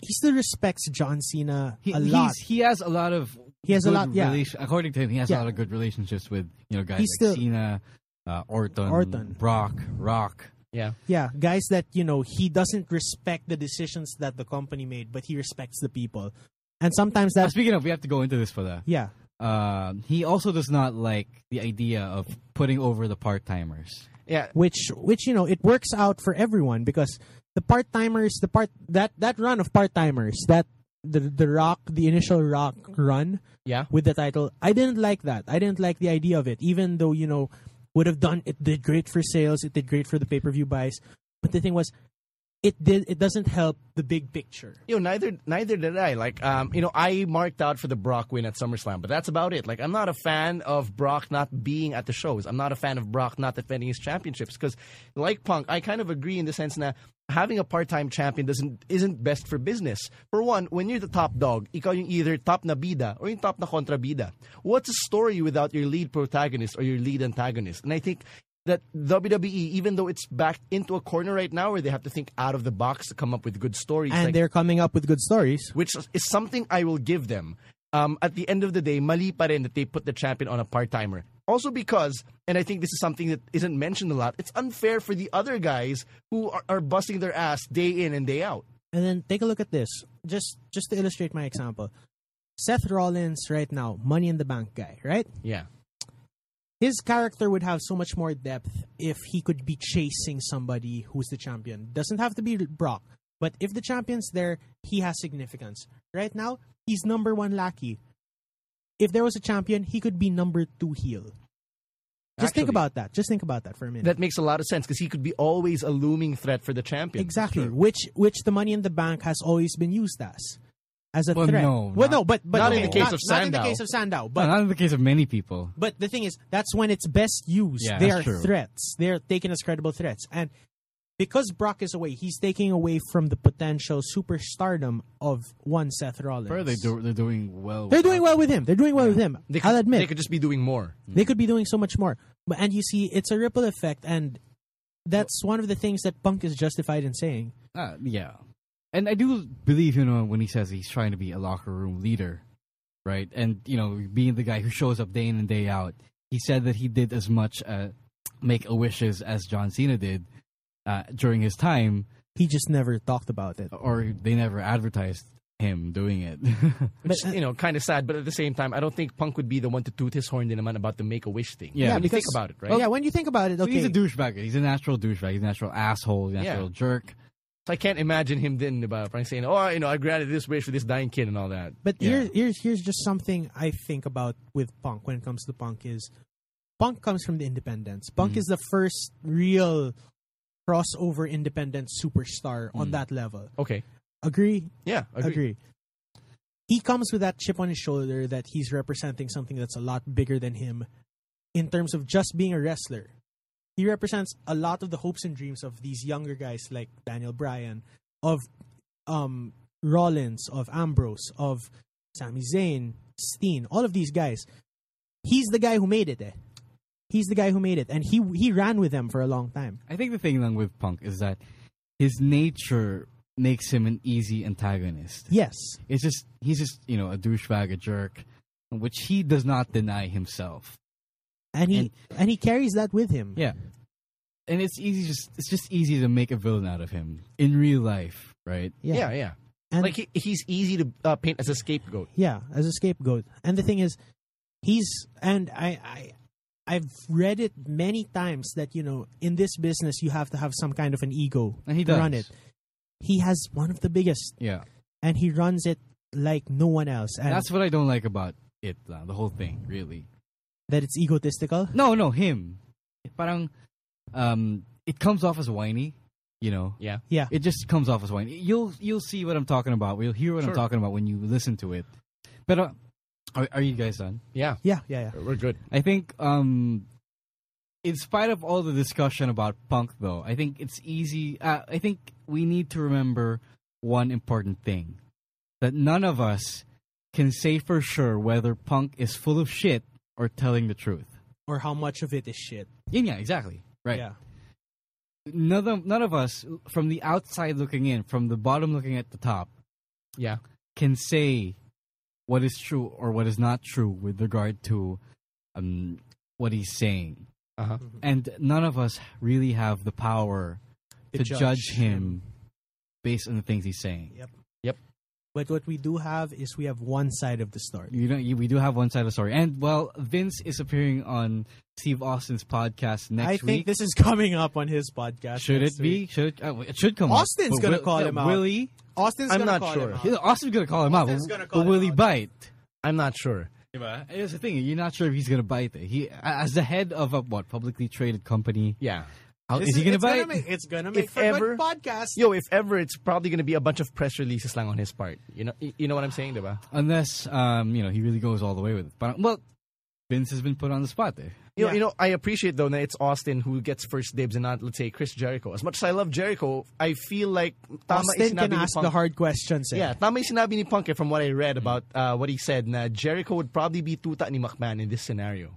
Speaker 3: he still respects John Cena
Speaker 2: He,
Speaker 3: a lot.
Speaker 2: he's- he has a lot of.
Speaker 3: He has a
Speaker 2: good
Speaker 3: lot- yeah.
Speaker 2: relation- according to him, he has a
Speaker 3: Yeah.
Speaker 2: lot of good relationships with you know guys
Speaker 3: He's
Speaker 2: like
Speaker 3: still-
Speaker 2: Cena, uh, Orton,
Speaker 3: Orton.
Speaker 2: Brock, Rock.
Speaker 1: Yeah.
Speaker 3: Yeah, guys that you know he doesn't respect the decisions that the company made, but he respects the people, and sometimes
Speaker 2: Now,
Speaker 3: that's
Speaker 2: speaking of, we have to go into this for that.
Speaker 3: yeah.
Speaker 2: um, he also does not like the idea of putting over the part timers.
Speaker 1: Yeah,
Speaker 3: which which you know it works out for everyone because the part timers the part that that run of part timers that the the rock the initial rock run
Speaker 1: Yeah.
Speaker 3: with the title I didn't like that I didn't like the idea of it even though you know would have done it did great for sales it did great for the pay per view buys but the thing was it did it doesn't help the big picture
Speaker 1: you know, neither neither did I. Like, um, you know, I marked out for the Brock win at SummerSlam, but that's about it. Like, I'm not a fan of Brock not being at the shows. I'm not a fan of Brock not defending his championships because, like Punk, I kind of agree in the sense that having a part-time champion doesn't isn't best for business. For one, when you're the top dog, ikaw yung either top na bida or yung top na kontrabida. What's a story without your lead protagonist or your lead antagonist? And I think that WWE, even though it's backed into a corner right now where they have to think out of the box to come up with good stories,
Speaker 3: and
Speaker 1: like-
Speaker 3: they're coming up with good stories
Speaker 1: which is something I will give them. Um, at the end of the day, mali pa rin that they put the champion on a part-timer. Also because, and I think this is something that isn't mentioned a lot, it's unfair for the other guys who are, are busting their ass day in and day out.
Speaker 3: And then take a look at this. Just just to illustrate my example. Seth Rollins right now, Money in the Bank guy, right?
Speaker 1: Yeah.
Speaker 3: His character would have so much more depth if he could be chasing somebody who's the champion. Doesn't have to be Brock, but if the champion's there, he has significance. Right now, he's number 1 lackey. If there was a champion, he could be number 2 heel. Just think
Speaker 1: Actually-
Speaker 3: about that. Just think about that for a minute.
Speaker 1: That makes a lot of sense because he could be always a looming threat for the champion.
Speaker 3: Exactly. Which which the money in the bank has always been used as as a
Speaker 2: Well,
Speaker 3: threat.
Speaker 2: no,
Speaker 3: well,
Speaker 2: not-
Speaker 3: no, but but
Speaker 1: not
Speaker 2: in the
Speaker 1: case of
Speaker 3: not in the
Speaker 1: Sandow.
Speaker 3: case of Sandow,
Speaker 2: But
Speaker 3: but
Speaker 2: not in the case of many people.
Speaker 3: but the thing is, that's when it's best used.
Speaker 2: Yeah,
Speaker 3: they
Speaker 2: that's
Speaker 3: are
Speaker 2: true.
Speaker 3: threats. They are taken as credible threats, and because Brock is away, he's taking away from the potential superstardom of one Seth Rollins.
Speaker 2: They do, they're doing well.
Speaker 3: They're doing
Speaker 2: without
Speaker 3: well with him. They're doing well with him.
Speaker 1: They could,
Speaker 3: I'll admit
Speaker 1: They could just be doing more.
Speaker 3: they could be doing so much more. But and you see, it's a ripple effect, and that's one of the things that Punk is justified in saying.
Speaker 2: Uh, yeah, and I do believe you know when he says he's trying to be a locker room leader, right? And you know, being the guy who shows up day in and day out. He said that he did as much uh, make a wishes as John Cena did uh, during his time,
Speaker 3: He just never talked about it.
Speaker 2: or they never advertised him doing it.
Speaker 1: Which,
Speaker 3: uh,
Speaker 1: you know, kind of sad, but at the same time, I don't think Punk would be the one to toot his horn in a man about the make a wish thing.
Speaker 2: Yeah.
Speaker 1: When
Speaker 2: Yeah,
Speaker 1: you think about it, right?
Speaker 3: Oh, Yeah, when you think about it,
Speaker 2: So
Speaker 3: okay.
Speaker 2: He's a douchebag. He's a natural douchebag. He's a natural asshole. He's a natural jerk.
Speaker 1: So I can't imagine him then about saying, "Oh, you know, I granted this wish for this dying kid and all that."
Speaker 3: but
Speaker 2: Yeah.
Speaker 3: here's here's here's just something I think about with punk when it comes to punk is punk comes from the independents. Punk is the first real crossover independent superstar on that level.
Speaker 1: Okay.
Speaker 3: Agree?
Speaker 1: Yeah.
Speaker 3: Agree.
Speaker 1: Agree.
Speaker 3: He comes with that chip on his shoulder that he's representing something that's a lot bigger than him in terms of just being a wrestler. He represents a lot of the hopes and dreams of these younger guys like Daniel Bryan, of um, Rollins, of Ambrose, of Sami Zayn, Steen, all of these guys. He's the guy who made it. Eh. He's the guy who made it, and he he ran with them for a long time.
Speaker 2: I think the thing then with Punk is that his nature makes him an easy antagonist.
Speaker 3: Yes,
Speaker 2: It's just he's just you know a douchebag, a jerk, which he does not deny himself.
Speaker 3: and he and, he carries that with him.
Speaker 2: Yeah, and it's easy just it's just easy to make a villain out of him in real life, right?
Speaker 3: yeah.
Speaker 1: Yeah. Yeah.
Speaker 3: And-
Speaker 1: like he, he's easy to uh, paint as a scapegoat.
Speaker 3: Yeah, as a scapegoat. And the thing is, he's and I, I I've read it many times that you know in this business you have to have some kind of an ego
Speaker 2: And he
Speaker 3: to
Speaker 2: does.
Speaker 3: run it. He has one of the biggest,
Speaker 2: Yeah,
Speaker 3: and he runs it like no one else, and
Speaker 2: that's what I don't like about it, uh, the whole thing, really.
Speaker 3: that it's egotistical.
Speaker 2: No, no, him. Parang, um, it comes off as whiny, you know.
Speaker 1: Yeah.
Speaker 3: Yeah,
Speaker 2: It just comes off as whiny. You'll you'll see what I'm talking about. You'll hear what
Speaker 1: Sure.
Speaker 2: I'm talking about when you listen to it. But uh, are, are you guys done?
Speaker 1: Yeah.
Speaker 3: yeah, yeah, yeah.
Speaker 1: We're good.
Speaker 2: I think, um, in spite of all the discussion about punk, though, I think it's easy. Uh, I think we need to remember one important thing that none of us can say for sure whether punk is full of shit or telling the truth.
Speaker 3: Or how much of it is shit.
Speaker 2: Yeah, yeah, exactly. Right.
Speaker 3: Yeah,
Speaker 2: None of, none of us, from the outside looking in, from the bottom looking at the top,
Speaker 1: Yeah.
Speaker 2: can say what is true or what is not true with regard to um, what he's saying.
Speaker 1: Uh huh.
Speaker 2: And none of us really have the power to, judge, him based on the things he's saying.
Speaker 3: Yep.
Speaker 1: Yep.
Speaker 3: But what we do have is we have one side of the story.
Speaker 2: You know, you, we do have one side of the story, and well, Vince is appearing on Steve Austin's podcast next
Speaker 3: I
Speaker 2: week.
Speaker 3: think this is coming up on his podcast.
Speaker 2: should
Speaker 3: next
Speaker 2: it be?
Speaker 3: week.
Speaker 2: Should it, uh, it should come?
Speaker 3: Austin's
Speaker 2: up. But
Speaker 3: gonna
Speaker 2: will-
Speaker 3: call
Speaker 2: yeah,
Speaker 3: him out.
Speaker 2: Will he?
Speaker 3: Austin's
Speaker 1: I'm
Speaker 3: gonna
Speaker 1: not
Speaker 3: call
Speaker 1: sure.
Speaker 3: him out.
Speaker 2: Yeah, Austin's gonna call him out.
Speaker 3: Austin's
Speaker 2: but-
Speaker 3: gonna
Speaker 2: but
Speaker 3: call him
Speaker 2: will he
Speaker 3: out.
Speaker 2: bite?
Speaker 1: I'm not sure.
Speaker 2: Diba? Here's the thing: you're not sure if he's gonna bite. It. He, as the head of a what publicly traded company,
Speaker 1: Yeah.
Speaker 2: how,
Speaker 3: This
Speaker 2: is he gonna
Speaker 3: it's
Speaker 2: bite?
Speaker 3: make, it's gonna make
Speaker 1: If
Speaker 3: for a
Speaker 1: ever-
Speaker 3: good podcast.
Speaker 1: Yo, if ever, it's probably gonna be a bunch of press releases lang on his part. You know, you know what I'm saying, diba?
Speaker 2: Unless, um, you know, he really goes all the way with it. But well, Vince has been put on the spot there.
Speaker 1: You know,
Speaker 3: Yeah.
Speaker 1: you know, I appreciate though that it's Austin who gets first dibs and not let's say Chris Jericho. As much as I love Jericho, I feel like tama
Speaker 3: Austin
Speaker 1: yung sinabi
Speaker 3: can
Speaker 1: ni
Speaker 3: ask
Speaker 1: Punk-
Speaker 3: the hard questions. eh.
Speaker 1: Yeah, tama yung sinabi ni Punk eh, from what I read about uh, what he said na Jericho would probably be tuta ni McMahon in this scenario.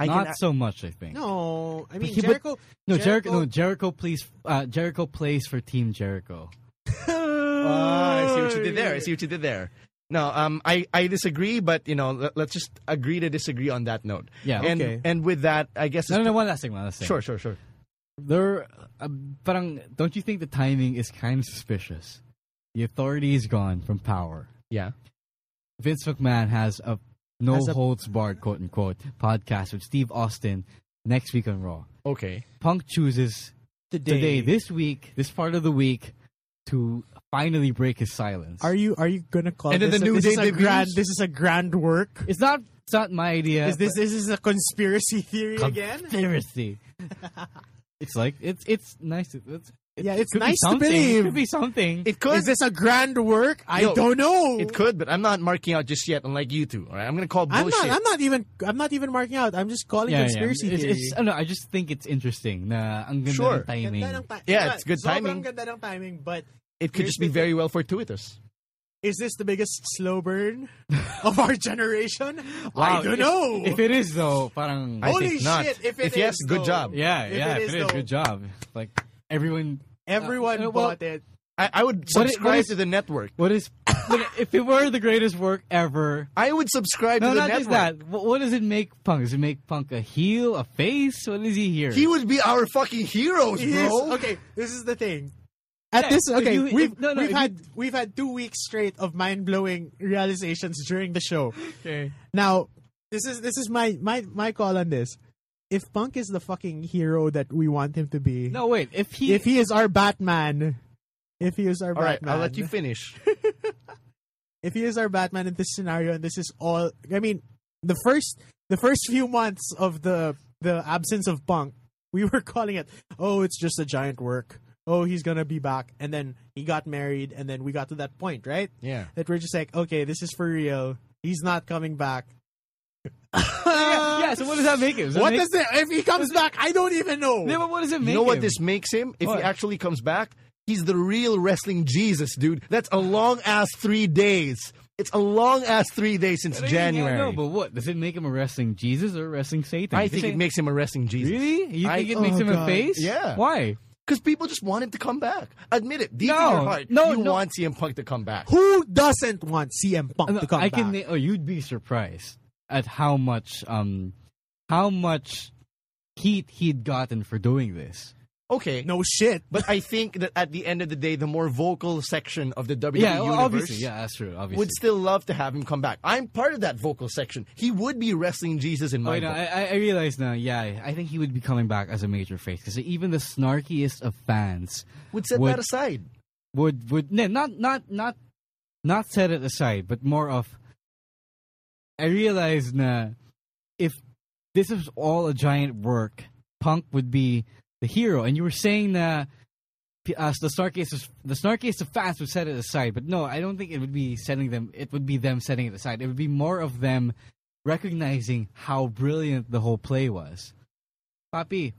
Speaker 1: I
Speaker 2: Not
Speaker 1: can,
Speaker 2: so much, I think.
Speaker 3: No, I mean
Speaker 2: he- but-
Speaker 3: Jericho.
Speaker 2: No, Jericho. No, Jericho plays. Uh, Jericho plays for Team Jericho.
Speaker 1: Ah, I see what you did there. I see what you did there. No, um, I, I disagree, but you know, let, us just agree to disagree on that note.
Speaker 2: Yeah,
Speaker 1: and,
Speaker 3: okay.
Speaker 1: And with that, I guess.
Speaker 2: No,
Speaker 1: it's-
Speaker 2: no, no. One last thing. One last thing.
Speaker 1: Sure, sure, sure.
Speaker 2: There, uh, parang, don't you think the timing is kind of suspicious? The authority is gone from power.
Speaker 1: Yeah.
Speaker 2: Vince McMahon has a no
Speaker 3: Has a-
Speaker 2: holds barred quote unquote podcast with Steve Austin next week on Raw.
Speaker 1: Okay.
Speaker 2: Punk chooses
Speaker 3: Today,
Speaker 2: today, this week, this part of the week, to finally break his silence.
Speaker 3: are you are you gonna call
Speaker 1: And then
Speaker 3: this?
Speaker 1: the
Speaker 3: a-
Speaker 1: New
Speaker 3: this
Speaker 1: Day
Speaker 3: is a
Speaker 1: debuts?
Speaker 3: grand. This is a grand work.
Speaker 2: it's not. It's not my idea.
Speaker 3: Is this this is a conspiracy theory
Speaker 2: but
Speaker 3: again?
Speaker 2: conspiracy? it's like it's it's nice. To, it's, it
Speaker 3: Yeah, it's
Speaker 2: could be
Speaker 3: nice to
Speaker 2: something. It
Speaker 3: believe.
Speaker 2: could be something.
Speaker 1: It could.
Speaker 3: Is this a grand work? I
Speaker 1: Yo,
Speaker 3: don't know.
Speaker 1: it could, but I'm not marking out just yet, unlike you two. All right, I'm gonna call
Speaker 3: I'm
Speaker 1: bullshit.
Speaker 3: not. I'm not even. I'm not even marking out. I'm just calling conspiracy
Speaker 2: It's-
Speaker 3: theory.
Speaker 2: It's, oh, I, don't know, I just think it's interesting. Na ang ganda
Speaker 1: Sure.
Speaker 2: ng timing.
Speaker 3: Ganda ng ti-
Speaker 1: Yeah,
Speaker 3: diba?
Speaker 1: it's good
Speaker 3: Sobrang
Speaker 1: timing.
Speaker 3: ganda ng timing, but
Speaker 1: it could just be very well fortuitous.
Speaker 3: is this the biggest slow burn of our generation?
Speaker 2: Wow,
Speaker 3: I don't
Speaker 2: if-
Speaker 3: know.
Speaker 2: If it is though, parang
Speaker 1: I
Speaker 3: Holy
Speaker 1: think not.
Speaker 3: shit, if it
Speaker 1: yes,
Speaker 3: is,
Speaker 1: good
Speaker 3: though.
Speaker 1: job.
Speaker 2: yeah,
Speaker 3: if
Speaker 2: yeah. If it
Speaker 3: it is,
Speaker 2: is,
Speaker 3: though.
Speaker 2: good job. Like everyone.
Speaker 3: Everyone
Speaker 2: Uh, well,
Speaker 3: bought it.
Speaker 1: I, I would
Speaker 2: What i- what
Speaker 1: subscribe
Speaker 2: is-
Speaker 1: to the network.
Speaker 2: What is if it were the greatest work ever?
Speaker 1: I would subscribe
Speaker 2: No,
Speaker 1: to the
Speaker 2: not
Speaker 1: network.
Speaker 2: just that. What, what does it make Punk? Does it make Punk a heel, a face? What is he here?
Speaker 1: He would be our fucking heroes,
Speaker 3: He
Speaker 1: bro.
Speaker 3: is- okay, this is the thing. At this,
Speaker 2: if
Speaker 3: okay,
Speaker 2: you- if-
Speaker 3: we've
Speaker 2: no, no, if
Speaker 3: we've
Speaker 2: you-
Speaker 3: had we've had two weeks straight of mind blowing realizations during the show.
Speaker 2: okay.
Speaker 3: Now, this is this is my my my call on this. If Punk is the fucking hero that we want him to be,
Speaker 2: No, wait. If he,
Speaker 3: if he is our Batman, if he is our
Speaker 1: All right,
Speaker 3: Batman,
Speaker 1: I'll let you finish.
Speaker 3: if he is our Batman in this scenario, and this is all, I mean, the first the first few months of the the absence of Punk, we were calling it, oh, it's just a giant work. Oh, he's gonna be back, and then he got married, and then we got to that point, right?
Speaker 1: Yeah.
Speaker 3: That we're just like, okay, this is for real. He's not coming back.
Speaker 2: yeah. So what does that make him? Does that
Speaker 3: What
Speaker 2: make,
Speaker 3: does it? If he comes back, I don't even know.
Speaker 2: Yeah, but what does it make?
Speaker 1: You know what
Speaker 2: him?
Speaker 1: this makes him? If
Speaker 2: What?
Speaker 1: he actually comes back, he's the real wrestling Jesus, dude. That's a long ass three days. It's a long ass three days since
Speaker 2: I mean,
Speaker 1: January.
Speaker 2: I know, but what does it make him a wrestling Jesus or a wrestling Satan?
Speaker 1: I
Speaker 2: Is
Speaker 1: think
Speaker 2: it-
Speaker 1: it makes him a wrestling Jesus.
Speaker 2: Really? You
Speaker 1: I-
Speaker 2: think it makes
Speaker 3: Oh,
Speaker 2: him a
Speaker 3: God.
Speaker 2: face?
Speaker 1: Yeah.
Speaker 2: Why?
Speaker 1: Because people just want him to come back. Admit it. Deep
Speaker 2: No.
Speaker 1: in your heart,
Speaker 2: No,
Speaker 1: you
Speaker 2: no.
Speaker 1: want CM Punk to come back.
Speaker 3: Who doesn't want CM Punk to come
Speaker 2: I
Speaker 3: back?
Speaker 2: can. na- Oh, you'd be surprised at how much, um, how much heat he'd gotten for doing this.
Speaker 1: Okay.
Speaker 3: no shit.
Speaker 1: But I think that at the end of the day, the more vocal section of the WWE
Speaker 2: yeah, well,
Speaker 1: universe
Speaker 2: obviously. Yeah, that's true. Obviously.
Speaker 1: would still love to have him come back. I'm part of that vocal section. He would be wrestling Jesus in
Speaker 2: Oh,
Speaker 1: my
Speaker 2: you know,
Speaker 1: book.
Speaker 2: I, I- I realize now. Yeah, I think he would be coming back as a major face because even the snarkiest of fans
Speaker 1: would set
Speaker 2: would-
Speaker 1: that aside.
Speaker 2: would would no, not not not not set it aside, but more of I realize na if this is all a giant work, Punk would be the hero. And you were saying that uh, the snarkiest of- the snarkiest of fans would set it aside, but no, I don't think it would be setting them. It would be them setting it aside. It would be more of them recognizing how brilliant the whole play was. Papi,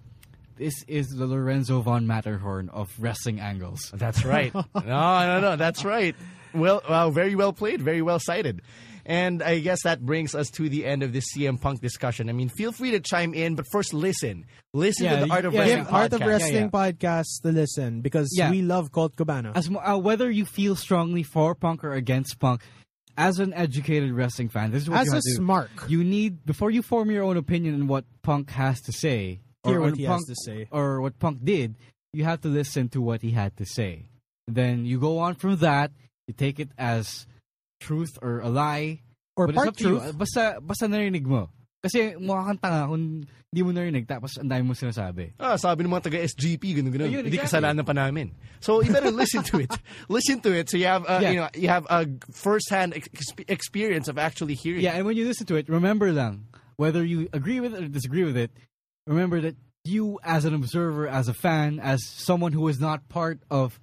Speaker 2: this is the Lorenzo von Matterhorn of wrestling angles.
Speaker 1: That's right. no, no, no. That's right. Well, wow, very well played. Very well cited. And I guess that brings us to the end of this CM Punk discussion. I mean, feel free to chime in, but first listen. Listen
Speaker 2: Yeah,
Speaker 1: to the Art of
Speaker 2: yeah,
Speaker 1: Wrestling
Speaker 3: Give Art of
Speaker 1: podcast.
Speaker 3: Wrestling podcast to listen because
Speaker 2: Yeah.
Speaker 3: we love Colt Cabana.
Speaker 2: as mo- uh, whether you feel strongly for punk or against punk as an educated wrestling fan this is what
Speaker 3: As
Speaker 2: you
Speaker 3: a
Speaker 2: have to do.
Speaker 3: smark.
Speaker 2: you need before you form your own opinion on what punk has to say
Speaker 3: Hear what
Speaker 2: on
Speaker 3: he has
Speaker 2: punk,
Speaker 3: to say.
Speaker 2: or what punk did you have to listen to what he had to say then you go on from that You take it as truth or a lie.
Speaker 3: Or
Speaker 2: but it's
Speaker 3: part
Speaker 2: up to you.
Speaker 3: truth.
Speaker 2: Basta, basta narinig mo. Kasi mukha kang tanga kung hindi mo narinig tapos ang dami mo sinasabi.
Speaker 1: Ah, sabi ng mga taga-SGP, ganun, ganun.
Speaker 2: Ayun,
Speaker 1: Hindi
Speaker 2: exactly.
Speaker 1: kasalanan pa namin. So, you better listen to it. Listen to it so you have, uh,
Speaker 2: Yeah.
Speaker 1: you know, you have a first-hand ex- experience of actually hearing
Speaker 2: Yeah, and when you listen to it, remember lang, whether you agree with it or disagree with it, remember that you as an observer, as a fan, as someone who is not part of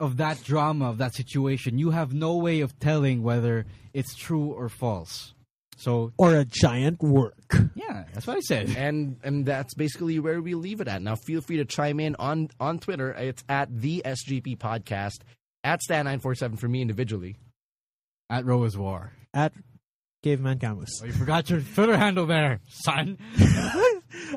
Speaker 2: of that drama, of that situation, you have no way of telling whether it's true or false. So
Speaker 3: or a giant work.
Speaker 2: yeah, that's what I said.
Speaker 1: and and that's basically where we leave it at. Now, feel free to chime in on on Twitter. It's at the SGP Podcast at Stan nine four seven for me individually.
Speaker 2: At Roa's War.
Speaker 3: at Caveman Camus.
Speaker 2: Oh, you forgot your Twitter handle there, son.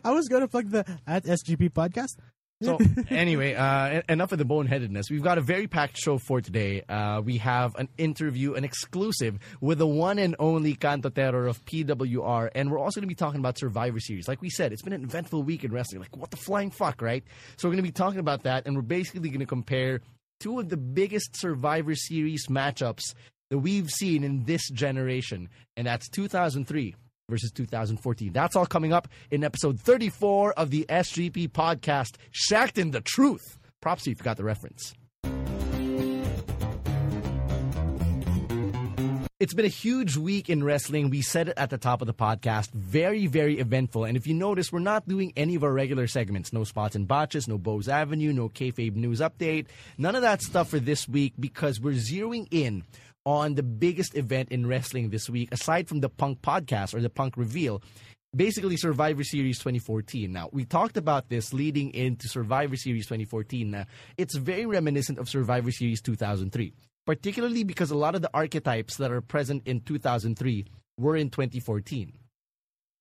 Speaker 3: I was gonna plug the at SGP podcast.
Speaker 1: So anyway, uh, en- enough of the boneheadedness. We've got a very packed show for today. Uh, we have an interview, an exclusive with the one and only Canto Terror of PWR, and we're also going to be talking about Survivor Series. Like we said, it's been an eventful week in wrestling. Like what the flying fuck, right? So we're going to be talking about that, and we're basically going to compare two of the biggest Survivor Series matchups that we've seen in this generation, and that's 2003 versus 2014. That's all coming up in episode 34 of the SGP podcast, Shacked in the Truth. Props to you if you got the reference. It's been a huge week in wrestling. We said it at the top of the podcast. Very, very eventful. And if you notice, we're not doing any of our regular segments. No spots and botches, no Bose Avenue, no kayfabe news update. None of that stuff for this week because we're zeroing in on the biggest event in wrestling this week, aside from the Punk podcast or the Punk reveal. Basically, Survivor Series 2014. Now, we talked about this leading into Survivor Series 2014. Now, it's very reminiscent of Survivor Series 2003 particularly because a lot of the archetypes that are present in 2003 were in 2014.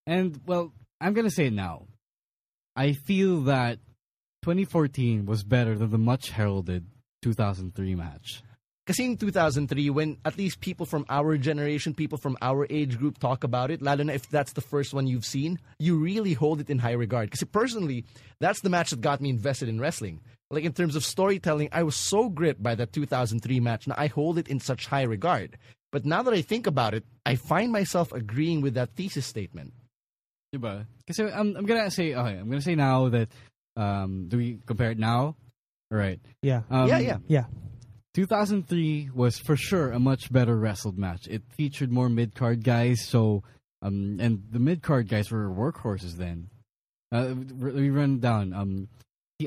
Speaker 2: And well, I'm gonna say it now. I feel that 2014 was better than the much heralded 2003 match.
Speaker 1: Kasi in 2003, when at least people from our generation, people from our age group talk about it, lalo na if that's the first one you've seen, you really hold it in high regard. Kasi personally, that's the match that got me invested in wrestling. Like in terms of storytelling, I was so gripped by that 2003 match. Now I hold it in such high regard. But now that I think about it, I find myself agreeing with that thesis statement.
Speaker 2: Diba? Kasi I'm, I'm gonna say, okay, I'm gonna say now that, um, do we compare it now? All right.
Speaker 3: Yeah,
Speaker 2: Um,
Speaker 1: yeah, yeah.
Speaker 3: yeah.
Speaker 2: 2003 was for sure a much better wrestled match. It featured more mid card guys, so um, and the mid card guys were workhorses then. Uh, let me run down. Um,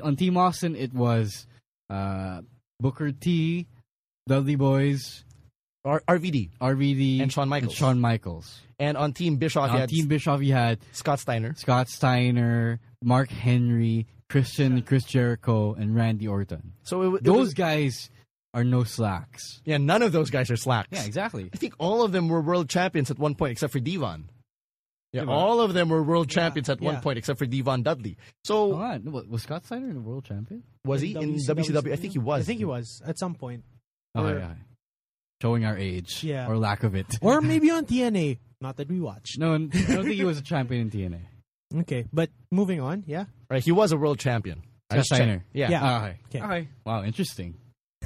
Speaker 2: on Team Austin, it was uh, Booker T, Dudley Boys,
Speaker 1: R- RVD.
Speaker 2: RVD,
Speaker 1: And Shawn Michaels.
Speaker 2: And Shawn Michaels.
Speaker 1: And on Team Bischoff, you
Speaker 2: On
Speaker 1: had
Speaker 2: Team Bischoff, you had
Speaker 1: Scott Steiner.
Speaker 2: Scott Steiner, Mark Henry, Christian, Chris Jericho, and Randy Orton.
Speaker 1: So it, wa- it was-
Speaker 2: Those guys are no slacks.
Speaker 1: Yeah, none of those guys are slacks.
Speaker 2: exactly.
Speaker 1: I think all of them were world champions at one point, except for Devon. Yeah,
Speaker 2: Yeah, but-
Speaker 1: all of them were world champions at one
Speaker 3: yeah.
Speaker 1: point, except for Devon Dudley. So
Speaker 2: Hold on. Wa- Was Scott Steiner the world champion?
Speaker 1: was he in WCW? I think he was.
Speaker 3: I think he was at some point,
Speaker 2: Oh,
Speaker 3: Or-
Speaker 2: yeah. Showing our age
Speaker 3: Yeah.
Speaker 2: or lack of it.
Speaker 3: or maybe on TNA. Not that we watch.
Speaker 2: No, I don't think he was a champion in TNA.
Speaker 3: Okay, but moving on. Yeah,
Speaker 1: Right, he was a world champion. I
Speaker 2: Scott
Speaker 1: just checked.
Speaker 2: Steiner.
Speaker 1: Yeah.
Speaker 3: Yeah.
Speaker 2: Ah, okay.
Speaker 3: Okay.
Speaker 2: Okay. Wow, interesting.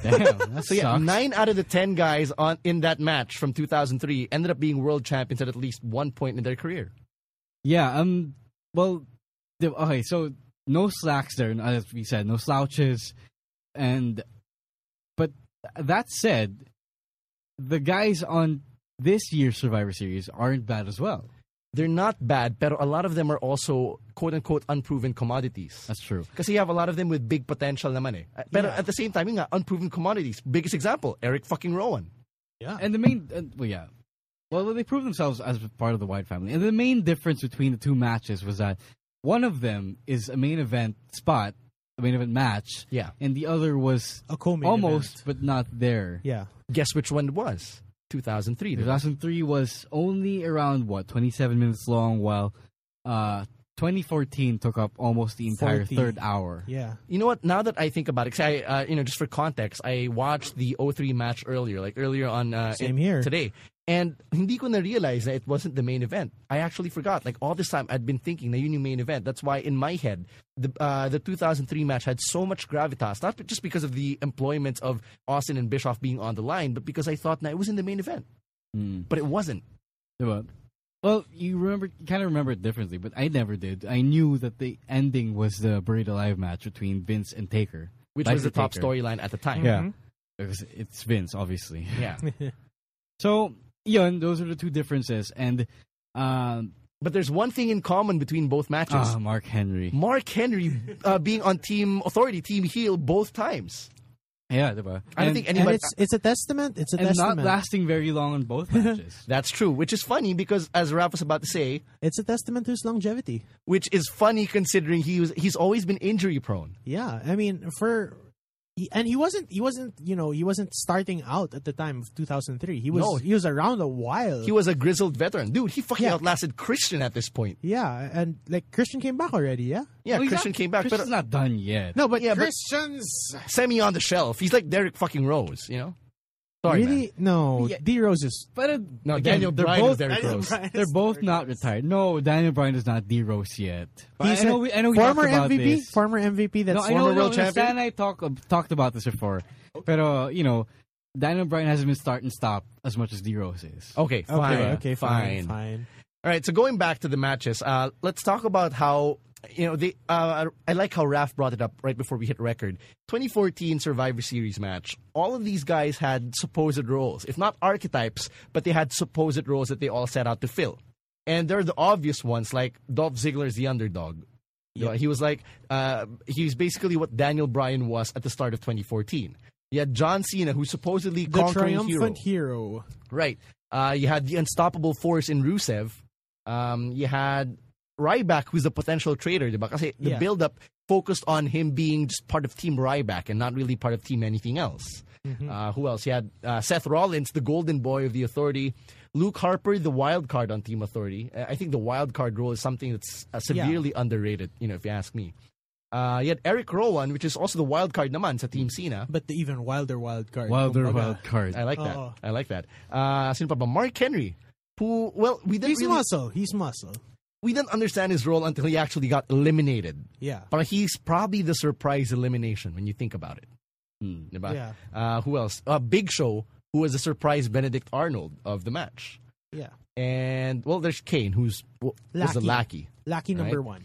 Speaker 2: Damn, that
Speaker 1: So yeah,
Speaker 2: sucks.
Speaker 1: nine out of the ten guys on in that match from 2003 ended up being world champions at at least one point in their career.
Speaker 2: Yeah, um, well, the- okay, so no slacks there, as we said, no slouches, and but that said, the guys on this year's Survivor Series aren't bad as well.
Speaker 1: They're not bad, but a lot of them are also quote unquote unproven commodities.
Speaker 2: That's true.
Speaker 1: Kasi you have a lot of them with big potential naman eh. But
Speaker 3: Yeah.
Speaker 1: at the same time, yun nga, unproven commodities. Biggest example, Eric fucking Rowan.
Speaker 3: yeah.
Speaker 2: And the main, uh, well, yeah, well, they proved themselves as part of the Wyatt family. And the main difference between the two matches was that one of them is a main event spot, a main event match,
Speaker 1: Yeah.
Speaker 2: and the other was
Speaker 3: a co
Speaker 2: almost but not there.
Speaker 3: Yeah,
Speaker 1: Guess which one it was? 2003.
Speaker 2: The 2003 was only around what 27 minutes long, while uh, 2014 took up almost the entire
Speaker 3: 40.
Speaker 2: third hour.
Speaker 3: Yeah.
Speaker 1: You know what? Now that I think about it, 'cause I, uh, you know, just for context, I watched the 03 match earlier, like earlier on uh,
Speaker 3: Same
Speaker 1: in-
Speaker 3: here.
Speaker 1: today. And hindi ko na-realize that it wasn't the main event. I actually forgot. Like all this time, I'd been thinking na yun yung main event. That's why in my head, the uh, the 2003 match had so much gravitas. Not just because of the employment of Austin and Bischoff being on the line, but because I thought na it was in the main event.
Speaker 2: Mm.
Speaker 1: But it wasn't.
Speaker 2: Diba? Well, you remember, you kind of remember it differently, but I never did. I knew that the ending was the Buried Alive match between Vince and Taker.
Speaker 1: Which
Speaker 2: Like
Speaker 1: was the
Speaker 2: the
Speaker 1: top
Speaker 2: Taker.
Speaker 1: storyline at the time.
Speaker 2: Yeah. Because it's Vince, obviously.
Speaker 1: Yeah.
Speaker 2: So, yun, those are the two differences. And, um,
Speaker 1: But there's one thing in common between both matches.
Speaker 2: ah, Mark Henry.
Speaker 1: Mark Henry uh, being on team authority, team heel both times.
Speaker 2: Yeah, diba?
Speaker 1: I don't
Speaker 2: And-
Speaker 1: think
Speaker 3: and
Speaker 1: anybody.
Speaker 3: it's it's a testament. It's a
Speaker 2: And
Speaker 3: testament.
Speaker 2: not lasting very long on both matches.
Speaker 1: that's true, which is funny because as Raph was about to say,
Speaker 3: it's a testament to his longevity.
Speaker 1: which is funny considering he was he's always been injury prone.
Speaker 3: Yeah, I mean for. he- And he wasn't. He wasn't. You know, he wasn't starting out at the time of 2003. He was.
Speaker 1: No.
Speaker 3: He was around a while.
Speaker 1: He was a grizzled veteran, dude. He fucking
Speaker 3: Yeah.
Speaker 1: outlasted Christian at this point.
Speaker 3: yeah, and like Christian came back already. Yeah.
Speaker 1: Yeah,
Speaker 2: Well, he's
Speaker 1: Christian
Speaker 2: not-
Speaker 1: came back,
Speaker 2: Christian's
Speaker 1: but
Speaker 2: not done yet.
Speaker 3: No, but
Speaker 1: Yeah, but-
Speaker 3: Christians.
Speaker 1: semi on the shelf. He's like Derek fucking Rose, you know. Sorry, man.
Speaker 3: really? No.
Speaker 2: Yeah.
Speaker 3: D Rose is.
Speaker 2: But uh,
Speaker 1: No,
Speaker 2: again,
Speaker 1: Daniel
Speaker 2: they're
Speaker 1: Bryan
Speaker 2: both,
Speaker 1: is Derrick Rose.
Speaker 2: They're both not retired. No, Daniel Bryan is not D Rose yet. But
Speaker 3: He's
Speaker 2: I know
Speaker 3: a
Speaker 2: we, I know we
Speaker 3: former
Speaker 2: talked about
Speaker 3: MVP.
Speaker 2: This.
Speaker 3: Former MVP. That's
Speaker 2: no, I know,
Speaker 1: former
Speaker 2: no,
Speaker 1: world
Speaker 2: no,
Speaker 1: champion?
Speaker 2: Stan and I talk, talked about this before. But, uh, you know, Daniel Bryan hasn't been start and stop as much as D Rose is.
Speaker 1: Okay, fine.
Speaker 3: Okay. Okay. Fine.
Speaker 1: fine.
Speaker 3: Fine.
Speaker 1: All right, so going back to the matches, uh, let's talk about how you know they. Uh, I like how Raf brought it up right before we hit record. 2014 Survivor Series match. All of these guys had supposed roles, if not archetypes, but they had supposed roles that they all set out to fill. And they're the obvious ones, like Dolph Ziggler's the underdog. You know, he was like uh, he was basically what Daniel Bryan was at the start of 2014. You had John Cena, who's supposedly
Speaker 3: The
Speaker 1: conquering hero.
Speaker 3: triumphant hero.
Speaker 1: Right. Uh, you had the unstoppable force in Rusev. Um, you had Ryback, who's a potential traitor, diba? Kasi the
Speaker 3: Yeah.
Speaker 1: build-up focused on him being just part of Team Ryback and not really part of Team anything else. Uh, who else? You had uh, Seth Rollins, the golden boy of the Authority. Luke Harper, the wild card on Team Authority. Uh, I think the wild card role is something that's uh, severely underrated, you know, if you ask me. Uh, you had Eric Rowan, which is also the wild card naman sa Team Cena.
Speaker 3: But the even wilder wild card.
Speaker 2: Wilder
Speaker 3: kumbaga.
Speaker 2: wild card.
Speaker 1: I like that.
Speaker 3: Oo.
Speaker 1: I like that. Uh, sino pa ba? Mark Henry, who, well, we didn't
Speaker 3: He's
Speaker 1: really,
Speaker 3: muscle. He's muscle.
Speaker 1: we didn't understand his role until he actually got eliminated.
Speaker 3: Yeah.
Speaker 1: But he's probably the surprise elimination when you think about it.
Speaker 2: Hmm.
Speaker 1: Diba?
Speaker 3: Yeah.
Speaker 1: Uh, who else? Uh, Big Show, who was the surprise Benedict Arnold of the match.
Speaker 3: Yeah.
Speaker 1: And, well, there's Kane, who's w- was a lackey.
Speaker 3: Lackey. Lucky number
Speaker 1: Right.
Speaker 3: one.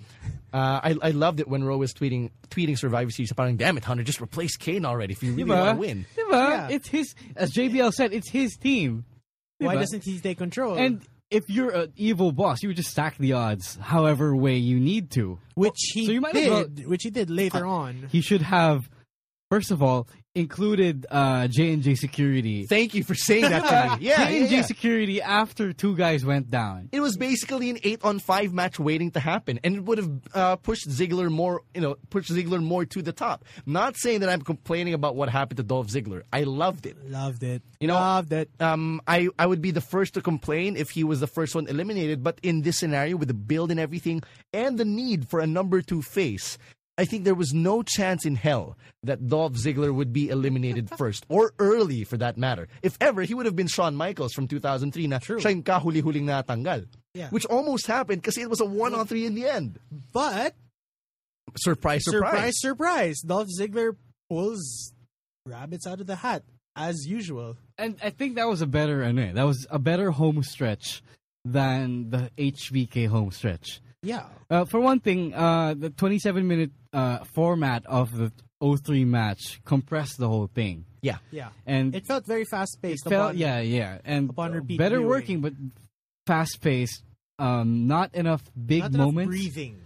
Speaker 1: Uh, I, I loved it when Rowe was tweeting tweeting Survivor Series. Parang, damn it, Hunter, just replace Kane already if you really
Speaker 2: Diba?
Speaker 1: want to win.
Speaker 2: Diba?
Speaker 3: Yeah.
Speaker 2: It's his, as JBL said, it's his team.
Speaker 3: Why
Speaker 2: Diba?
Speaker 3: doesn't he take control?
Speaker 2: And if you're an evil boss, you would just stack the odds however way you need to.
Speaker 3: which he
Speaker 2: So you might as
Speaker 3: did.
Speaker 2: well-
Speaker 3: which he did later on.
Speaker 2: Uh, He should have, first of all, included uh, J&J Security.
Speaker 1: Thank you for saying that to me. Yeah, yeah,
Speaker 2: J&J
Speaker 1: yeah.
Speaker 2: Security after two guys went down.
Speaker 1: it was basically an eight on five match waiting to happen, and it would have uh, pushed Ziggler more, you know, pushed Ziggler more to the top. Not saying that I'm complaining about what happened to Dolph Ziggler. I loved it.
Speaker 3: Loved it.
Speaker 1: You know-
Speaker 3: Loved it.
Speaker 1: Um, I I would be the first to complain if he was the first one eliminated, but in this scenario with the build and everything, and the need for a number two face. I think there was no chance in hell that Dolph Ziggler would be eliminated first, or early for that matter. If ever, he would have been Shawn Michaels from 2003 na siya yung kahuli-huling natanggal.
Speaker 3: Yeah.
Speaker 1: Which almost happened because it was a one on three in the end.
Speaker 3: But
Speaker 1: Surprise, surprise.
Speaker 3: surprise, surprise, Dolph Ziggler pulls rabbits out of the hat as usual.
Speaker 2: And I think that was a better ano, eh, that was a better home stretch than the HBK home stretch.
Speaker 3: Yeah.
Speaker 2: Uh, for one thing, uh, the 27 minute uh, format of the 03 match compressed the whole thing.
Speaker 1: Yeah.
Speaker 3: Yeah.
Speaker 2: And
Speaker 3: It felt very fast paced.
Speaker 2: felt yeah, yeah, and
Speaker 3: upon repeat
Speaker 2: better
Speaker 3: viewing.
Speaker 2: working, but fast paced. Um, not enough big moments.
Speaker 3: breathing.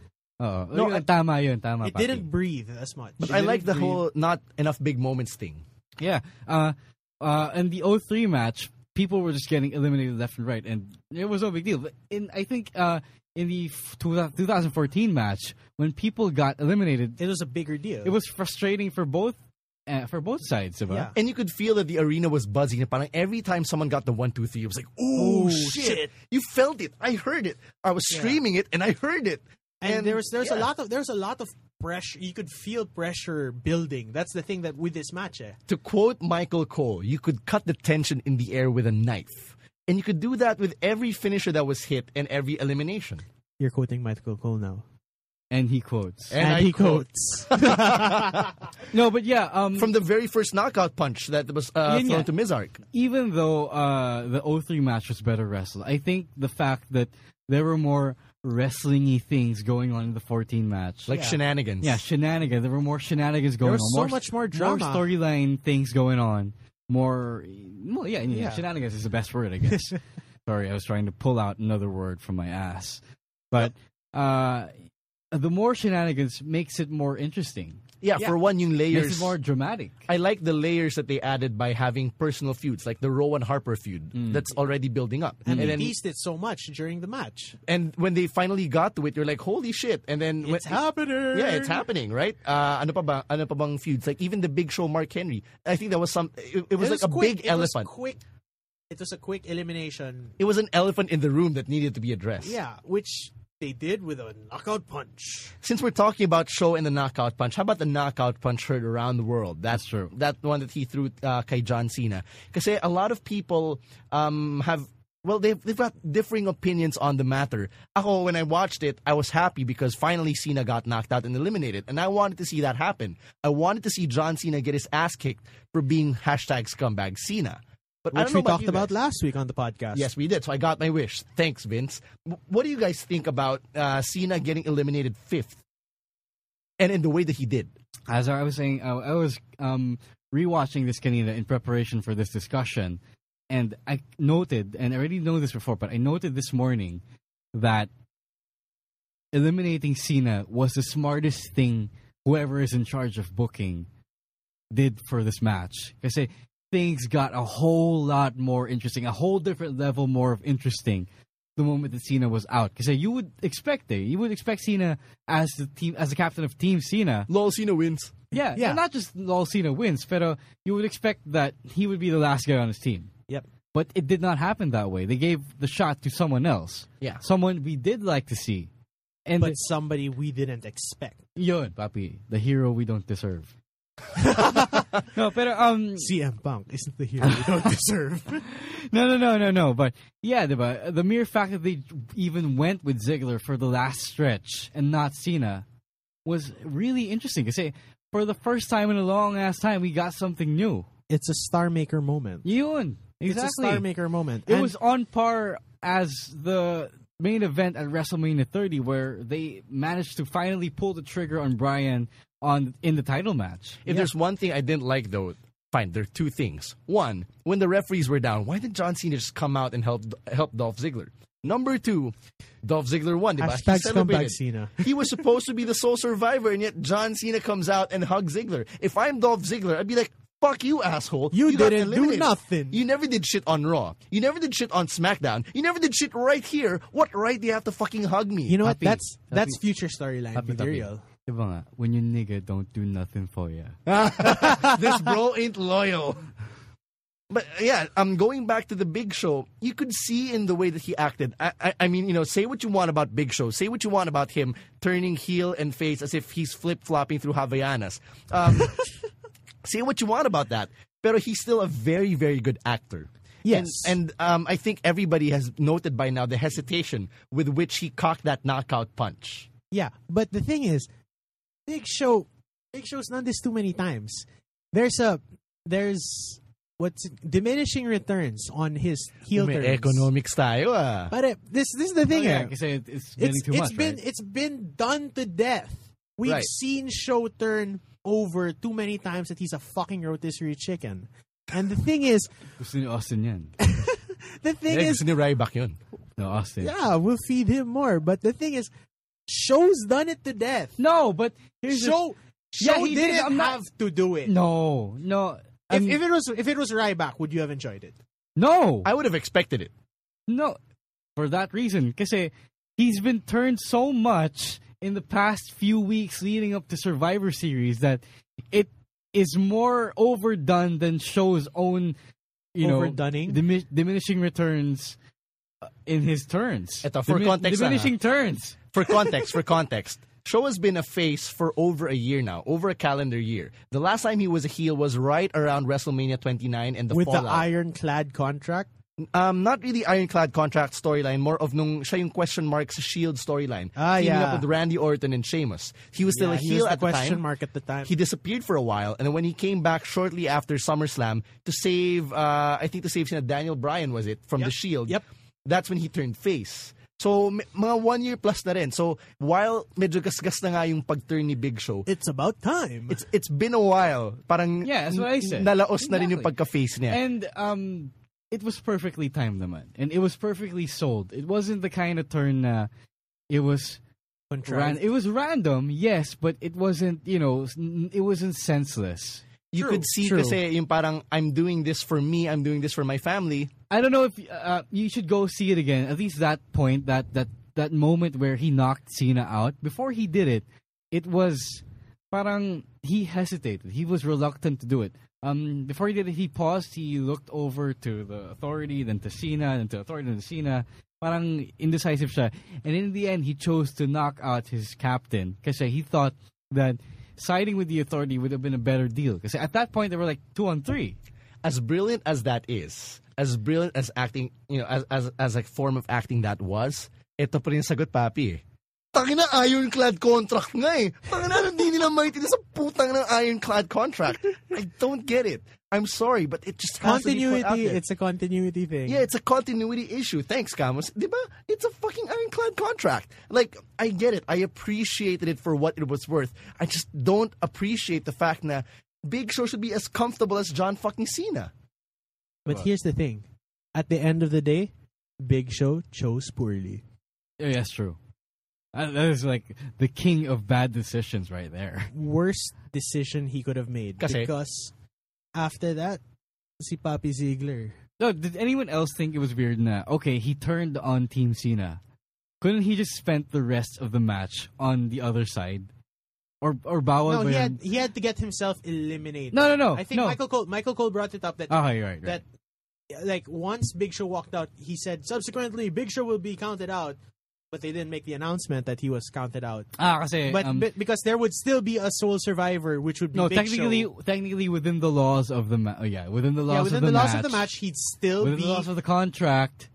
Speaker 2: Oo.
Speaker 1: No,
Speaker 2: Yun,
Speaker 1: I-
Speaker 2: tama yun, tama,
Speaker 3: It
Speaker 2: Papi.
Speaker 3: didn't breathe as much.
Speaker 1: But I like the
Speaker 2: Didn't
Speaker 1: whole not enough big moments thing.
Speaker 2: Yeah. Uh, uh, and the 03 match, people were just getting eliminated left and right, and it was no big deal. But in I think uh, in the f- two- 2014 match, when people got eliminated,
Speaker 3: it was a bigger deal.
Speaker 2: it was frustrating for both uh, for both sides, diba?
Speaker 3: Yeah.
Speaker 1: And you could feel that the arena was buzzing. And parang every time someone got the one, two, three, it was like, oh,
Speaker 3: Oh,
Speaker 1: shit.
Speaker 3: shit.
Speaker 1: You felt it. I heard it. I was streaming it and I heard it.
Speaker 3: and,
Speaker 1: And,
Speaker 3: there was there's a
Speaker 1: yeah.
Speaker 3: lot of there's a lot of pressure. You could feel pressure building. That's the thing that with this match, eh.
Speaker 1: To quote Michael Cole, you could cut the tension in the air with a knife. And you could do that with every finisher that was hit and every elimination.
Speaker 3: You're quoting Michael Cole now,
Speaker 2: And he quotes.
Speaker 1: And I
Speaker 3: he
Speaker 1: quote-
Speaker 3: quotes.
Speaker 2: No, but yeah, um,
Speaker 1: From the very first knockout punch that was uh,
Speaker 2: Yun
Speaker 1: thrown
Speaker 2: nga.
Speaker 1: to Mizark.
Speaker 2: even though uh, the 03 match was better wrestled, I think the fact that there were more wrestlingy things going on in the 14 match,
Speaker 1: Like shenanigans.
Speaker 2: yeah, shenanigans. There were more shenanigans going
Speaker 3: was
Speaker 2: on.
Speaker 3: so
Speaker 2: more,
Speaker 3: much more drama.
Speaker 2: storyline things going on. More, well, yeah, yeah,
Speaker 3: Yeah.
Speaker 2: shenanigans is the best word, I guess. Sorry, I was trying to pull out another word from my ass, but uh, the more shenanigans makes it more interesting.
Speaker 1: Yeah,
Speaker 3: Yeah.
Speaker 1: for one, yung layers.
Speaker 2: Makes it more dramatic.
Speaker 1: I like the layers that they added by having personal feuds, like the Rowan Harper feud that's already building up.
Speaker 3: and they
Speaker 1: then,
Speaker 3: teased it so much during the match.
Speaker 1: and when they finally got to it, you're like, holy shit. And then when-
Speaker 3: It's happening.
Speaker 1: Yeah, it's happening, right? Uh, ano pa ba? Ano pa bang feuds? Like even the Big Show Mark Henry. I think that was some. It, it was like a
Speaker 3: quick.
Speaker 1: big
Speaker 3: it was
Speaker 1: elephant.
Speaker 3: quick. It was a quick elimination.
Speaker 1: it was an elephant in the room that needed to be addressed.
Speaker 3: Yeah, which they did with a knockout punch.
Speaker 1: Since we're talking about show and the knockout punch, how about the knockout punch heard around the world? That's,
Speaker 2: true.
Speaker 1: That one that he threw uh, kay John Cena. Kasi a lot of people um, have, well, they've, they've got differing opinions on the matter. Ako, when I watched it, I was happy because finally Cena got knocked out and eliminated. And I wanted to see that happen. I wanted to see John Cena get his ass kicked for being hashtag scumbag Cena. But I don't
Speaker 3: Which
Speaker 1: know
Speaker 3: we
Speaker 1: about
Speaker 3: talked
Speaker 1: you
Speaker 3: about
Speaker 1: guys.
Speaker 3: last week on the podcast.
Speaker 1: Yes, we did. So I got my wish. Thanks, Vince. W- What do you guys think about uh, Cena getting eliminated fifth? And in the way that he did.
Speaker 2: as I was saying, uh, I, I was um, rewatching this kanina in preparation for this discussion, and I noted, and I already know this before, but I noted this morning that eliminating Cena was the smartest thing whoever is in charge of booking did for this match. I say things got a whole lot more interesting, a whole different level more of interesting the moment that Cena was out. Because you would expect it. You would expect Cena as the team as the captain of Team Cena
Speaker 1: Lol, Cena wins.
Speaker 2: yeah,
Speaker 3: Yeah.
Speaker 2: yeah. Not just Lol Cena wins, pero you would expect that he would be the last guy on his team.
Speaker 3: Yep.
Speaker 2: But it did not happen that way. They gave the shot to someone else.
Speaker 1: Yeah.
Speaker 2: Someone we did like to see. And
Speaker 3: But somebody we didn't expect.
Speaker 2: yun, papi, the hero we don't deserve. no, pero um
Speaker 3: CM Punk isn't the hero we don't deserve.
Speaker 2: no no no no no, but yeah, diba, the mere fact that they even went with Ziggler for the last stretch and not Cena was really interesting. Kasi for the first time in a long ass time we got something new.
Speaker 3: It's a star maker moment.
Speaker 2: Yun. Exactly.
Speaker 3: It's a star maker moment.
Speaker 2: It
Speaker 3: And
Speaker 2: was on par as the main event at WrestleMania 30, where they managed to finally pull the trigger on Bryan on in the title match.
Speaker 1: If there's one thing I didn't like, though, fine, there are two things. One, when the referees were down, why did John Cena just come out and help help Dolph Ziggler? Number two, Dolph Ziggler won. Diba? he
Speaker 3: Hashtag scumbag
Speaker 1: celebrated.
Speaker 3: Cena.
Speaker 1: He was supposed to be the sole survivor, and yet John Cena comes out and hugs Ziggler. If I'm Dolph Ziggler, I'd be like, fuck you, asshole.
Speaker 3: You
Speaker 1: got
Speaker 3: didn't do
Speaker 1: eliminated.
Speaker 3: nothing."
Speaker 1: You never did shit on Raw. You never did shit on SmackDown. You never did shit right here. What right do you have to fucking hug me?
Speaker 3: You know what?
Speaker 2: Happy.
Speaker 3: That's that's
Speaker 2: Happy.
Speaker 3: future storyline material.
Speaker 2: Diba nga, when you nigga don't do nothing for you.
Speaker 1: this bro ain't loyal. But uh, yeah, um, going back to the Big Show, you could see in the way that he acted. I, I, I mean, you know, say what you want about Big Show, say what you want about him turning heel and face as if he's flip flopping through Havaianas. Um, say what you want about that, but he's still a very, very good actor.
Speaker 3: Yes.
Speaker 1: and, and um, I think everybody has noted by now the hesitation with which he cocked that knockout punch.
Speaker 3: Yeah, but the thing is, Big Show, Big Show's done this too many times. There's a there's what's it- diminishing returns on his heel turns.
Speaker 1: economics tayo ah.
Speaker 3: But it, this this is the thing. eh.
Speaker 2: kasi it- it's getting
Speaker 3: it's
Speaker 2: too
Speaker 3: it's
Speaker 2: much,
Speaker 3: been
Speaker 2: right?
Speaker 3: it's been done to death. We've
Speaker 1: Right.
Speaker 3: seen Show turn over too many times that he's a fucking rotisserie chicken. And the thing is,
Speaker 2: Gusto ni Austin yan.
Speaker 3: the thing
Speaker 1: Eh,
Speaker 3: is,
Speaker 1: gusto ni Ryback yun.
Speaker 2: No, Austin.
Speaker 3: yeah, we'll feed him more. But the thing is, Show's done it to death.
Speaker 2: No, but here's the-
Speaker 3: Show,
Speaker 2: Yeah,
Speaker 3: Show
Speaker 2: he did.
Speaker 3: didn't
Speaker 2: I'm not-
Speaker 3: have to do it.
Speaker 2: No, no.
Speaker 3: If,
Speaker 2: I'm-
Speaker 3: if it was if it was Ryback, would you have enjoyed it?
Speaker 2: no,
Speaker 1: I would have expected it.
Speaker 2: no. For that reason, kasi he's been turned so much in the past few weeks leading up to Survivor Series that it is more overdone than show's own, you know,
Speaker 3: Overdunning?
Speaker 2: dimi- diminishing returns uh, in his turns.
Speaker 1: Ito, for context, ah.
Speaker 2: Diminishing turns.
Speaker 1: For context, for context, Show has been a face for over a year now, over a calendar year. The last time he was a heel was right around WrestleMania 29 and the
Speaker 3: with
Speaker 1: fallout.
Speaker 3: the ironclad contract.
Speaker 1: um, not really ironclad contract storyline, more of nung siya yung question mark sa Shield storyline.
Speaker 3: Ah,
Speaker 1: teaming
Speaker 3: yeah.
Speaker 1: up with Randy Orton and Sheamus. He was still
Speaker 3: Yeah,
Speaker 1: a
Speaker 3: he
Speaker 1: heel
Speaker 3: was the
Speaker 1: at the
Speaker 3: question
Speaker 1: time.
Speaker 3: mark at the time.
Speaker 1: He disappeared for a while, and then when he came back shortly after SummerSlam to save, uh, I think to save sina Daniel Bryan was it from the Shield.
Speaker 3: yep.
Speaker 1: That's when he turned face. So, m- mga one year plus na rin. So, while medyo gasgas na nga yung pag-turn ni Big Show,
Speaker 3: It's about time.
Speaker 1: it's, it's been a while. Parang
Speaker 2: Yeah, that's what I said.
Speaker 1: nalaos na rin yung
Speaker 2: Exactly.
Speaker 1: pagka-face niya.
Speaker 2: And um, it was perfectly timed naman. And it was perfectly sold. It wasn't the kind of turn na it was ran-
Speaker 3: contract.
Speaker 2: it was random, yes, but it wasn't, you know, s- n- it wasn't senseless.
Speaker 1: you
Speaker 3: True,
Speaker 1: could see
Speaker 3: true.
Speaker 1: kasi yung parang I'm doing this for me, I'm doing this for my family.
Speaker 2: I don't know if uh, you should go see it again. At least that point, that that that moment where he knocked Cena out. Before he did it, it was parang he hesitated. He was reluctant to do it. Um, before he did it, he paused. He looked over to the authority, then to Cena, then to authority, then to Cena. Parang indecisive siya. And in the end, he chose to knock out his captain kasi he thought that siding with the authority would have been a better deal. Kasi at that point, they were like two on three.
Speaker 1: As brilliant as that is, as brilliant as acting, you know, as as as a form of acting that was, ito pa rin yung sagot, papi. eh. Tangina ironclad contract nga eh. Tangina, hindi nila maitin sa putang ng ironclad contract. I don't get it. I'm sorry, but it just has to be put out
Speaker 3: continuity.
Speaker 1: there.
Speaker 3: It's a continuity thing.
Speaker 1: Yeah, it's a continuity issue. Thanks, Camus. Diba? It's a fucking ironclad contract. Like, I get it. I appreciated it for what it was worth. I just don't appreciate the fact that Big Show should be as comfortable as John fucking Cena.
Speaker 3: But here's the thing. At the end of the day, Big Show chose poorly.
Speaker 2: Yeah, that's true. That that is like the king of bad decisions right there.
Speaker 3: Worst decision he could have made.
Speaker 1: Kasi-
Speaker 3: Because after that, si Papi Ziegler.
Speaker 2: No, did anyone else think it was weird? Nah. Okay, he turned on Team Cena. Couldn't he just spend the rest of the match on the other side? Or or bawal
Speaker 3: No,
Speaker 2: ba
Speaker 3: he
Speaker 2: yun?
Speaker 3: had he had to get himself eliminated.
Speaker 2: No, no, no,
Speaker 3: I think
Speaker 2: no.
Speaker 3: Michael Cole Michael Cole brought it up that
Speaker 2: Oh, right, right.
Speaker 3: that like once Big Show walked out, he said subsequently Big Show will be counted out, but they didn't make the announcement that he was counted out.
Speaker 2: ah, kasi,
Speaker 3: But,
Speaker 2: um,
Speaker 3: but because there would still be a sole survivor, which would be
Speaker 2: no,
Speaker 3: Big
Speaker 2: technically,
Speaker 3: Show.
Speaker 2: technically within the laws of the match. Oh, yeah, within the laws
Speaker 3: yeah, within
Speaker 2: of the,
Speaker 3: the
Speaker 2: match.
Speaker 3: loss of the match, he'd still
Speaker 2: Within
Speaker 3: be
Speaker 2: the laws of the contract.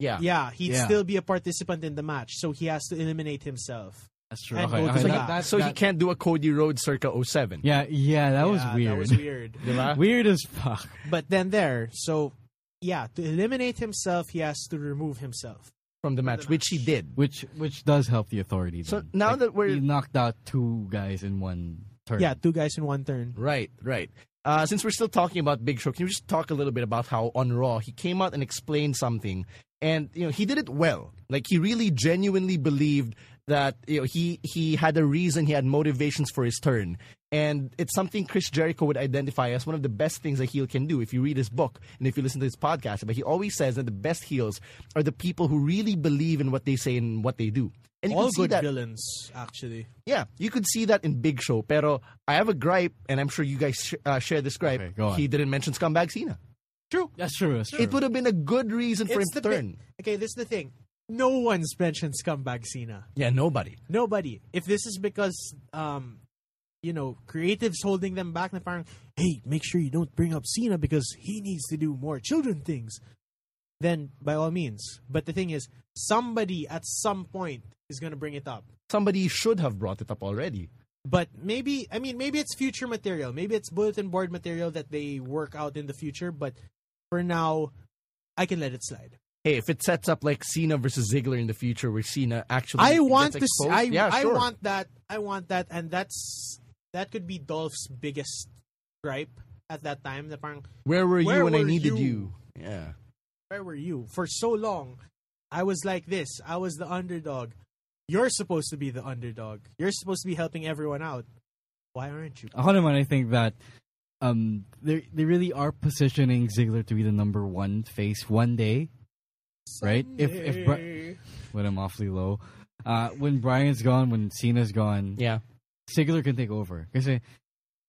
Speaker 1: Yeah.
Speaker 3: yeah, he'd
Speaker 2: Yeah.
Speaker 3: still be a participant in the match, so he has to eliminate himself.
Speaker 2: That's true.
Speaker 3: And
Speaker 2: Okay,
Speaker 3: both
Speaker 2: okay,
Speaker 3: of
Speaker 2: that-
Speaker 3: them.
Speaker 2: that-
Speaker 1: So he
Speaker 2: that-
Speaker 1: can't do a Cody Rhodes circa 07.
Speaker 2: Yeah, yeah, that was
Speaker 3: Yeah,
Speaker 2: weird.
Speaker 3: That was weird.
Speaker 1: Diba?
Speaker 2: Weird as fuck.
Speaker 3: but then there, so yeah, to eliminate himself, he has to remove himself.
Speaker 1: From the match, which he did.
Speaker 2: which which does help the authority.
Speaker 1: So
Speaker 2: then.
Speaker 1: now
Speaker 2: Like,
Speaker 1: that we're-
Speaker 2: he knocked out two guys in one turn.
Speaker 3: Yeah, two guys in one turn.
Speaker 1: Right, right. Uh, since we're still talking about Big Show, can you just talk a little bit about how on Raw he came out and explained something, and you know he did it well. Like he really genuinely believed that you know he he had a reason, he had motivations for his turn, and it's something Chris Jericho would identify as one of the best things a heel can do. If you read his book and if you listen to his podcast, but he always says that the best heels are the people who really believe in what they say and what they do. And you
Speaker 3: All
Speaker 1: can see
Speaker 3: good
Speaker 1: that
Speaker 3: villains, actually.
Speaker 1: yeah, you could see that in Big Show. Pero I have a gripe, and I'm sure you guys sh- uh, share this gripe.
Speaker 2: Okay, go on.
Speaker 1: he didn't mention Scumbag Cena. True.
Speaker 2: that's true. That's true.
Speaker 1: It would have been a good reason for him to
Speaker 3: the
Speaker 1: turn.
Speaker 3: bit- okay, this is the thing. No one's mentioned scumbag Cena.
Speaker 1: Yeah, nobody.
Speaker 3: Nobody. If this is because, um, you know, creatives holding them back, na parang, hey, make sure you don't bring up Cena because he needs to do more children things. Then by all means. But the thing is, somebody at some point is gonna bring it up.
Speaker 1: Somebody should have brought it up already.
Speaker 3: But maybe, I mean, maybe it's future material. Maybe it's bulletin board material that they work out in the future. But for now, I can let it slide.
Speaker 1: Hey, if it sets up like Cena versus Ziggler in the future, where Cena actually
Speaker 3: I want to.
Speaker 1: gets
Speaker 3: See,
Speaker 1: exposed,
Speaker 3: I
Speaker 1: yeah,
Speaker 3: I
Speaker 1: sure.
Speaker 3: want that. I want that, and that's that could be Dolph's biggest gripe at that time. The parang,
Speaker 1: Where were you
Speaker 3: Where
Speaker 1: when I
Speaker 3: were
Speaker 1: needed you?
Speaker 3: you?
Speaker 1: Yeah.
Speaker 3: where were you for so long? I was like this. I was the underdog. You're supposed to be the underdog. You're supposed to be helping everyone out. Why aren't you?
Speaker 2: Ako naman, I think that um, they they really are positioning Ziggler to be the number one face one day, right? If if Bri-
Speaker 3: Someday.
Speaker 2: when I'm awfully low, uh, when Brian's gone, when Cena's gone,
Speaker 1: Yeah.
Speaker 2: Ziggler can take over. Because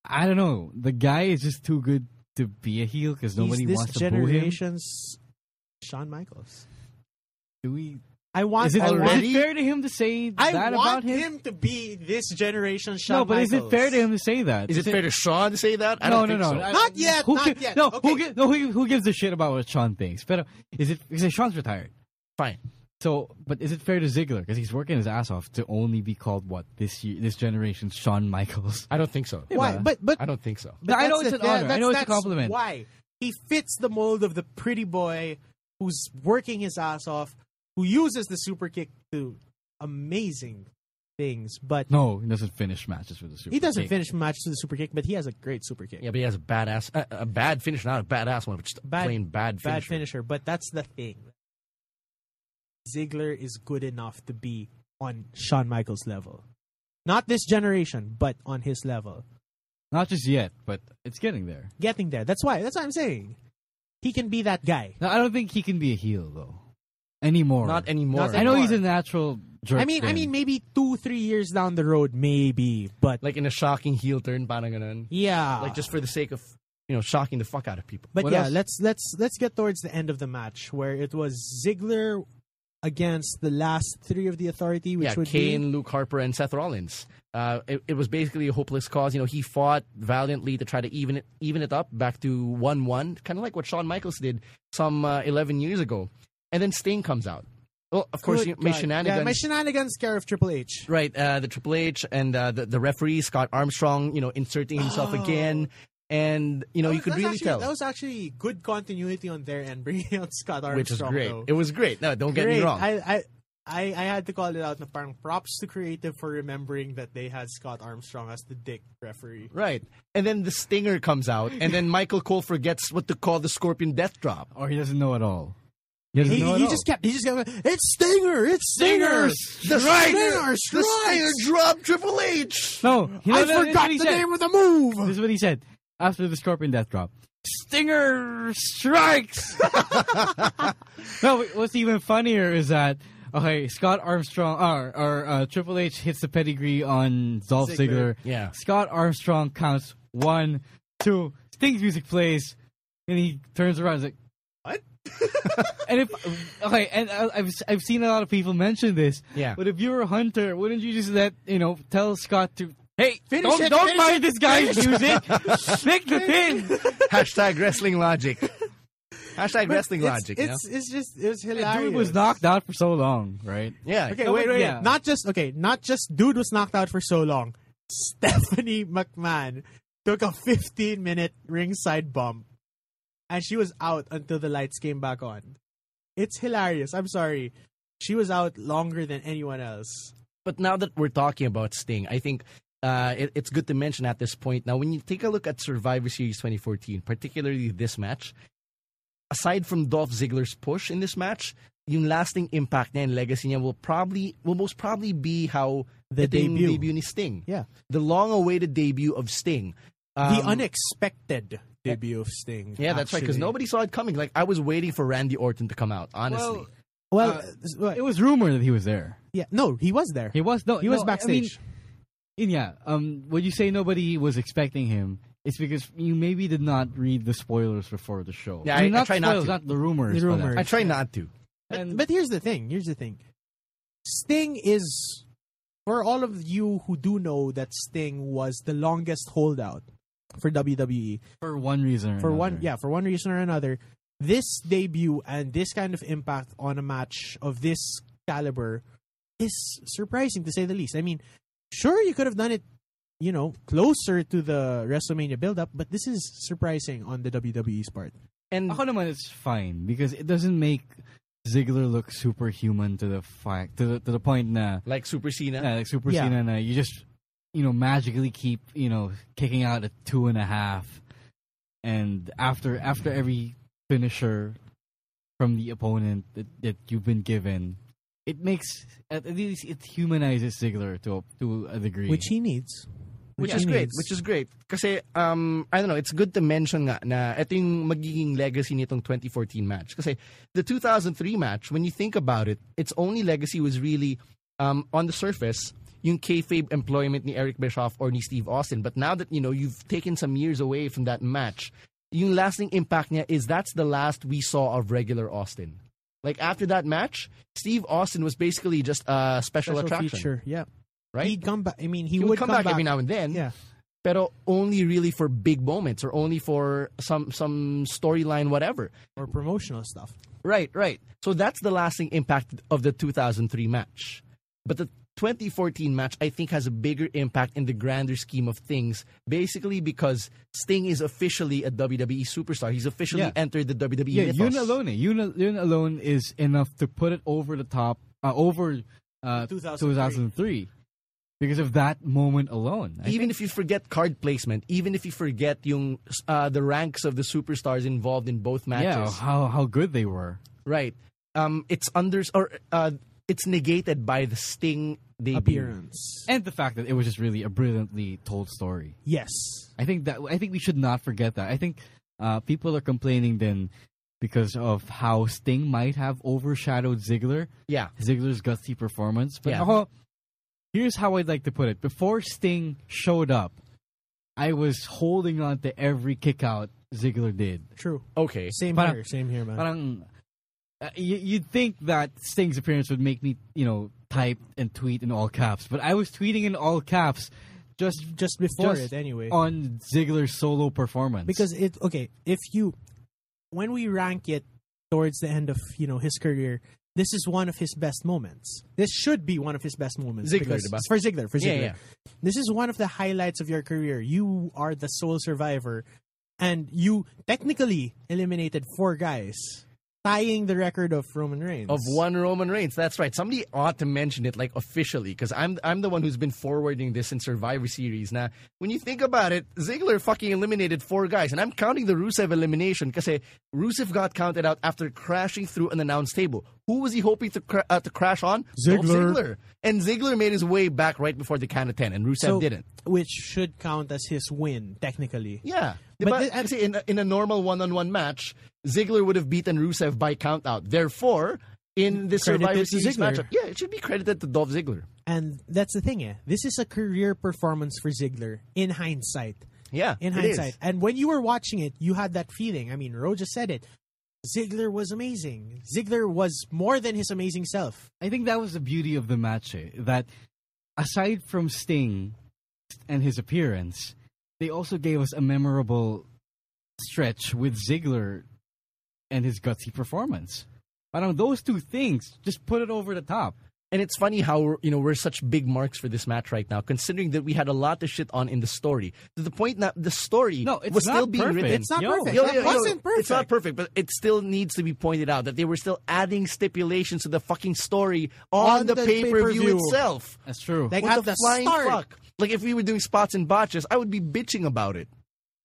Speaker 2: I don't know, the guy is just too good to be a heel because nobody
Speaker 3: He's this
Speaker 2: wants to boo him.
Speaker 3: generation's Shawn Michaels.
Speaker 2: Do we?
Speaker 3: I want
Speaker 2: Is it
Speaker 3: I want-
Speaker 1: already?
Speaker 2: fair to him to say
Speaker 3: I
Speaker 2: that about
Speaker 3: want
Speaker 2: him?
Speaker 3: him to be this generation's Shawn
Speaker 2: no, but is it
Speaker 3: Michaels.
Speaker 2: fair to him to say that?
Speaker 1: Is it fair to Sean to say that? I
Speaker 2: no,
Speaker 1: don't
Speaker 2: no,
Speaker 1: think
Speaker 2: no,
Speaker 1: so.
Speaker 2: I-
Speaker 3: Not yet,
Speaker 2: Who
Speaker 3: not
Speaker 2: gi-
Speaker 3: yet.
Speaker 2: No,
Speaker 3: Okay.
Speaker 2: who, gi- no who, who gives a shit about what Sean thinks? But uh, is it because Sean's retired?
Speaker 1: Fine.
Speaker 2: So, but is it fair to Ziggler because he's working his ass off to only be called what this year, this generation's Shawn Michaels?
Speaker 1: I don't think so.
Speaker 3: Why?
Speaker 2: Yeah.
Speaker 3: But but
Speaker 1: I don't think so.
Speaker 3: But
Speaker 2: I know
Speaker 3: that's
Speaker 2: it's an
Speaker 3: the thing-
Speaker 2: honor. I
Speaker 3: that's-
Speaker 2: know it's a
Speaker 3: that's
Speaker 2: compliment.
Speaker 3: Why he fits the mold of the pretty boy who's working his ass off, who uses the super kick to do amazing things, but
Speaker 2: No, he doesn't finish matches with the Super.
Speaker 3: he doesn't
Speaker 2: Kick.
Speaker 3: finish matches with the super kick. But he has a great super kick,
Speaker 1: Yeah, but he has a badass, a, a bad finish, not a badass one, but just a
Speaker 3: Bad-
Speaker 1: plain bad
Speaker 3: bad
Speaker 1: finish.
Speaker 3: finisher. But that's the thing. Ziggler is good enough to be on Shawn Michaels level, not this generation, but on his level.
Speaker 2: Not just yet, but it's getting there.
Speaker 3: Getting there. That's why. That's what I'm saying. He can be that guy.
Speaker 2: Now, I don't think he can be a heel though anymore.
Speaker 1: Not anymore.
Speaker 3: Not
Speaker 2: I know
Speaker 3: anymore.
Speaker 2: he's a natural jerk.
Speaker 3: I mean, I
Speaker 2: then.
Speaker 3: mean, maybe two, three years down the road, maybe. But
Speaker 1: Like in a shocking heel turn, parang ganun.
Speaker 3: yeah,
Speaker 1: Like just for the sake of, you know, shocking the fuck out of people.
Speaker 3: But
Speaker 2: What
Speaker 3: yeah,
Speaker 2: else?
Speaker 3: let's let's let's get towards the end of the match where it was Ziggler against the last three of the Authority, which
Speaker 1: yeah,
Speaker 3: would
Speaker 1: Kane,
Speaker 3: be
Speaker 1: Luke Harper, and Seth Rollins. Uh, it, it was basically a hopeless cause. You know, he fought valiantly to try to even it, even it up back to one-one, kind of like what Shawn Michaels did some uh, eleven years ago. And then Sting comes out. Well, of course,
Speaker 3: Good
Speaker 1: you my
Speaker 3: God.
Speaker 1: shenanigans.
Speaker 3: Yeah, my shenanigans care of Triple H.
Speaker 1: Right, uh, the Triple H and uh, the the referee Scott Armstrong, you know, inserting himself
Speaker 3: Oh.
Speaker 1: again, and you know, you
Speaker 3: That was-
Speaker 1: could
Speaker 3: that's
Speaker 1: really
Speaker 3: actually-
Speaker 1: tell,
Speaker 3: that was actually good continuity on their end, bringing out Scott Armstrong.
Speaker 1: which is great.
Speaker 3: though.
Speaker 1: It was great. No, don't get
Speaker 3: Great.
Speaker 1: me wrong.
Speaker 3: I, I I I had to call it out. Na parang props to creative for remembering that they had Scott Armstrong as the dick referee.
Speaker 1: right, and then the stinger comes out, and then Michael Cole forgets what to call the Scorpion Death Drop.
Speaker 2: or he doesn't know at all. He doesn't
Speaker 3: He,
Speaker 2: know at
Speaker 3: he
Speaker 2: all.
Speaker 3: just kept. He just kept. It's Stinger. It's Stinger.
Speaker 1: The
Speaker 3: Stinger.
Speaker 1: stinger, the stinger
Speaker 3: strikes!"
Speaker 1: drop Triple H.
Speaker 2: No, you know,
Speaker 3: I
Speaker 2: that- that's
Speaker 3: forgot
Speaker 2: what he
Speaker 3: the
Speaker 2: said.
Speaker 3: name of the move.
Speaker 2: This is what he said after the Scorpion Death Drop. Stinger strikes. no, wait, what's even funnier is that okay, Scott Armstrong or, or uh, Triple H hits the pedigree on Dolph Ziggler.
Speaker 3: Ziggler.
Speaker 1: Yeah.
Speaker 2: Scott Armstrong counts one, two. Sting's music plays, and he turns around. And is like,
Speaker 3: What?
Speaker 2: and if okay, and I- I've I've seen a lot of people mention this.
Speaker 1: Yeah.
Speaker 2: But if you were a hunter, wouldn't you just let you know tell Scott to hey
Speaker 3: Finish
Speaker 2: don't
Speaker 3: it,
Speaker 2: don't
Speaker 3: finish
Speaker 2: mind this guy's music, stick the pin.
Speaker 1: Hashtag wrestling logic. Hashtag wrestling
Speaker 3: it's,
Speaker 1: logic. you know?
Speaker 3: It's it's just it was hilarious.
Speaker 2: Dude was knocked out for so long, right?
Speaker 1: yeah.
Speaker 3: Okay,
Speaker 2: No,
Speaker 3: wait,
Speaker 2: but
Speaker 3: wait.
Speaker 2: yeah.
Speaker 3: Not just okay. Not just dude was knocked out for so long. Stephanie McMahon took a 15 minute ringside bump, and she was out until the lights came back on. It's hilarious. I'm sorry. She was out longer than anyone else.
Speaker 1: uh,
Speaker 3: The
Speaker 1: dating
Speaker 3: debut.
Speaker 1: ni Sting,
Speaker 3: Yeah.
Speaker 1: the long-awaited debut of Sting.
Speaker 3: the
Speaker 1: Um,
Speaker 3: unexpected debut of Sting.
Speaker 1: Yeah, that's right. Because
Speaker 3: actually.
Speaker 1: nobody saw it coming. Like I was waiting for Randy Orton to come out. Honestly,
Speaker 2: Well,
Speaker 3: Well,
Speaker 2: Uh,
Speaker 3: s- well,
Speaker 2: It was rumor that he was there.
Speaker 3: yeah. No, he was there.
Speaker 2: He was no,
Speaker 3: He was
Speaker 2: no, I
Speaker 3: backstage.
Speaker 2: mean, yeah, um, when you say nobody was expecting him, it's because you maybe did not read the spoilers before the show.
Speaker 1: Yeah,
Speaker 2: I, mean,
Speaker 1: I- I
Speaker 2: not
Speaker 1: try not
Speaker 2: spoilers,
Speaker 1: to.
Speaker 2: not the rumors.
Speaker 3: The
Speaker 2: but, uh,
Speaker 3: rumors.
Speaker 1: I try not to.
Speaker 3: But,
Speaker 2: And-
Speaker 3: but here's the thing. Here's the thing. Sting is for all of you who do know that Sting was the longest holdout for WWE
Speaker 2: for one reason, or
Speaker 3: for one
Speaker 2: another.
Speaker 3: yeah for one reason or another. This debut and this kind of impact on a match of this caliber is surprising to say the least. I mean, sure you could have done it, you know, closer to the WrestleMania build-up, but this is surprising on the WWE's part.
Speaker 1: And
Speaker 2: Ako naman, it's fine because it doesn't make Ziggler look superhuman to the fact to the, to the point na
Speaker 1: like Super Cena,
Speaker 2: yeah, like Super
Speaker 3: Yeah.
Speaker 2: Cena na you just you know magically keep you know kicking out at two and a half, and after after every finisher from the opponent that, that you've been given, it makes at least it humanizes Ziggler to a, to a degree.
Speaker 3: which he needs.
Speaker 1: Which
Speaker 3: he
Speaker 1: is great,
Speaker 3: needs.
Speaker 1: which is great. Kasi, um, I don't know, it's good to mention nga na ito yung magiging legacy nitong 2014 match. Kasi the 2003 match, when you think about it, its only legacy was really, um, on the surface, yung kayfabe employment ni Eric Bischoff or ni Steve Austin. But now that, you know, you've taken some years away from that match, yung lasting impact niya is that's the last we saw of regular Austin. Like after that match, Steve Austin was basically just a special, attraction,
Speaker 3: feature. Yeah,
Speaker 1: right?
Speaker 3: he'd come back. I mean, he,
Speaker 1: He would, come, back, every now and then,
Speaker 3: Yeah,
Speaker 1: pero only really for big moments or only for some some storyline, whatever.
Speaker 3: or promotional stuff.
Speaker 1: Right, right. So that's the lasting impact of the 2003 match. But the 2014 match, I think, has a bigger impact in the grander scheme of things, basically because Sting is officially a WWE superstar. He's officially
Speaker 2: Yeah.
Speaker 1: entered the WWE
Speaker 2: yeah,
Speaker 1: mythos.
Speaker 2: Yun alone, eh. Yun, al- Yun alone is enough to put it over the top, uh, over uh,
Speaker 3: 2003.
Speaker 2: 2003. Because of that moment alone. I
Speaker 1: even if you forget card placement, even if you forget yung, uh, the ranks of the superstars involved in both matches,
Speaker 2: Yeah, how how good they were.
Speaker 1: right? Um, it's under or uh, it's negated by the Sting debut.
Speaker 3: Appearance.
Speaker 2: And the fact that it was just really a brilliantly told story.
Speaker 3: Yes.
Speaker 2: I think that I think we should not forget that. I think uh, people are complaining then because of how Sting might have overshadowed Ziggler,
Speaker 1: Yeah,
Speaker 2: Ziggler's gutsy performance. But
Speaker 1: Yeah.
Speaker 2: ako, here's how I'd like to put it: before Sting showed up, I was holding on to every kick out Ziggler did.
Speaker 3: True.
Speaker 1: okay.
Speaker 3: Same
Speaker 2: Parang-
Speaker 3: here. Same here, man.
Speaker 2: Parang, uh, you, you'd think that Sting's appearance would make me, you know, type and tweet in all caps, but I was tweeting in all caps just
Speaker 3: just before
Speaker 2: just
Speaker 3: it, anyway.
Speaker 1: Oh,
Speaker 2: on Ziggler's solo performance
Speaker 3: because it okay if you when we rank it towards the end of you know his career this is one of his best moments this should be one of his best moments
Speaker 1: Ziggler,
Speaker 3: because-
Speaker 1: diba?
Speaker 3: for Ziggler for Ziggler
Speaker 1: Yeah, yeah.
Speaker 3: this is one of the highlights of your career you are the sole survivor and you technically eliminated four guys tying the record of Roman Reigns
Speaker 1: of one Roman Reigns. That's right. Somebody ought to mention it like officially because I'm I'm the one who's been forwarding this in Survivor Series. Now, when you think about it, Ziggler fucking eliminated four guys, and I'm counting the Rusev elimination because Rusev got counted out after crashing through an announce table. Who was he hoping to cra- uh, to crash on? Dolph
Speaker 3: Ziggler.
Speaker 1: Ziggler. And Ziggler made his way back right before the count of ten, and Rusev
Speaker 3: so,
Speaker 1: didn't.
Speaker 3: which should count as his win technically
Speaker 1: Yeah.
Speaker 3: But
Speaker 1: But,
Speaker 3: the-
Speaker 1: in, in a normal one on one match, Ziggler would have beaten Rusev by count out. Therefore, in this
Speaker 3: Credit
Speaker 1: Survivor
Speaker 3: it to
Speaker 1: Series
Speaker 3: Ziggler.
Speaker 1: matchup, yeah, it should be credited to Dolph Ziggler.
Speaker 3: and that's the thing eh this is a career performance for Ziggler in hindsight
Speaker 1: Yeah.
Speaker 3: in
Speaker 1: it is.
Speaker 3: hindsight. And when you were watching it, you had that feeling. I mean, Roja said it. Ziggler was amazing. Ziggler was more than his amazing self.
Speaker 2: I think that was the beauty of the match eh, that aside from Sting and his appearance, they also gave us a memorable stretch with Ziggler and his gutsy performance. Parang those two things just put it over the top.
Speaker 1: And it's funny how you know we're such big marks for this match right now, considering that we had a lot to shit on in the story. To the point that the story
Speaker 2: No, it's
Speaker 1: was
Speaker 2: not
Speaker 1: still being
Speaker 2: perfect.
Speaker 1: written.
Speaker 3: It's not
Speaker 2: Yo,
Speaker 3: perfect.
Speaker 1: Yo,
Speaker 3: That
Speaker 1: yo, yo,
Speaker 3: wasn't perfect.
Speaker 1: It's not perfect, but it still needs to be pointed out that they were still adding stipulations to the fucking story on,
Speaker 3: On
Speaker 1: the,
Speaker 3: the
Speaker 1: pay-per-view,
Speaker 3: pay-per-view.
Speaker 1: itself.
Speaker 2: That's true.
Speaker 3: Like
Speaker 1: What
Speaker 3: at the,
Speaker 1: flying
Speaker 3: start,
Speaker 1: fuck? Like if we were doing spots and botches, I would be bitching about it.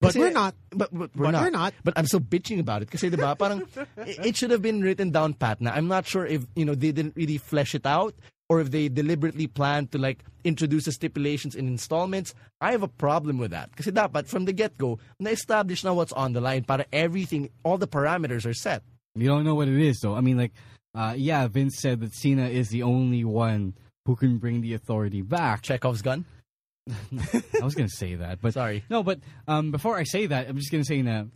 Speaker 3: but
Speaker 1: Kasi-
Speaker 3: we're not.
Speaker 1: But, but, we're,
Speaker 3: But
Speaker 1: not.
Speaker 3: we're not.
Speaker 1: But I'm still bitching about it. Kasi diba, parang it it should have been written down pat na. I'm not sure if, you know, they didn't really flesh it out or if they deliberately planned to like introduce the stipulations in installments. I have a problem with that. Kasi dapat from the get-go, na-establish na what's on the line para everything, all the parameters are set.
Speaker 2: You don't know what it is, though. I mean, like, uh, yeah, Vince said that Cena is the only one who can bring the authority back.
Speaker 1: Chekhov's gun.
Speaker 2: I was gonna say that, but
Speaker 1: Sorry.
Speaker 2: No, but um, before I say that, I'm just gonna say that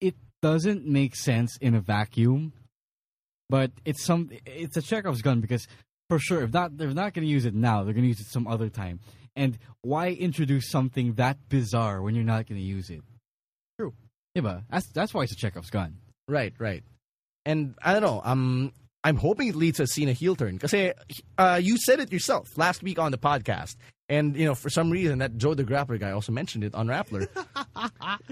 Speaker 2: it doesn't make sense in a vacuum. But it's some it's a Chekhov's gun because for sure if not they're not gonna use it now, they're gonna use it some other time. And why introduce something that bizarre when you're not gonna use it?
Speaker 1: True.
Speaker 2: Yeah, but that's that's why it's a Chekhov's gun.
Speaker 1: Right, right. And I don't know. Um, I'm hoping it leads to a Cena heel turn because uh, you said it yourself last week on the podcast. And you know, for some reason, that Joe the Grappler guy also mentioned it on Rappler.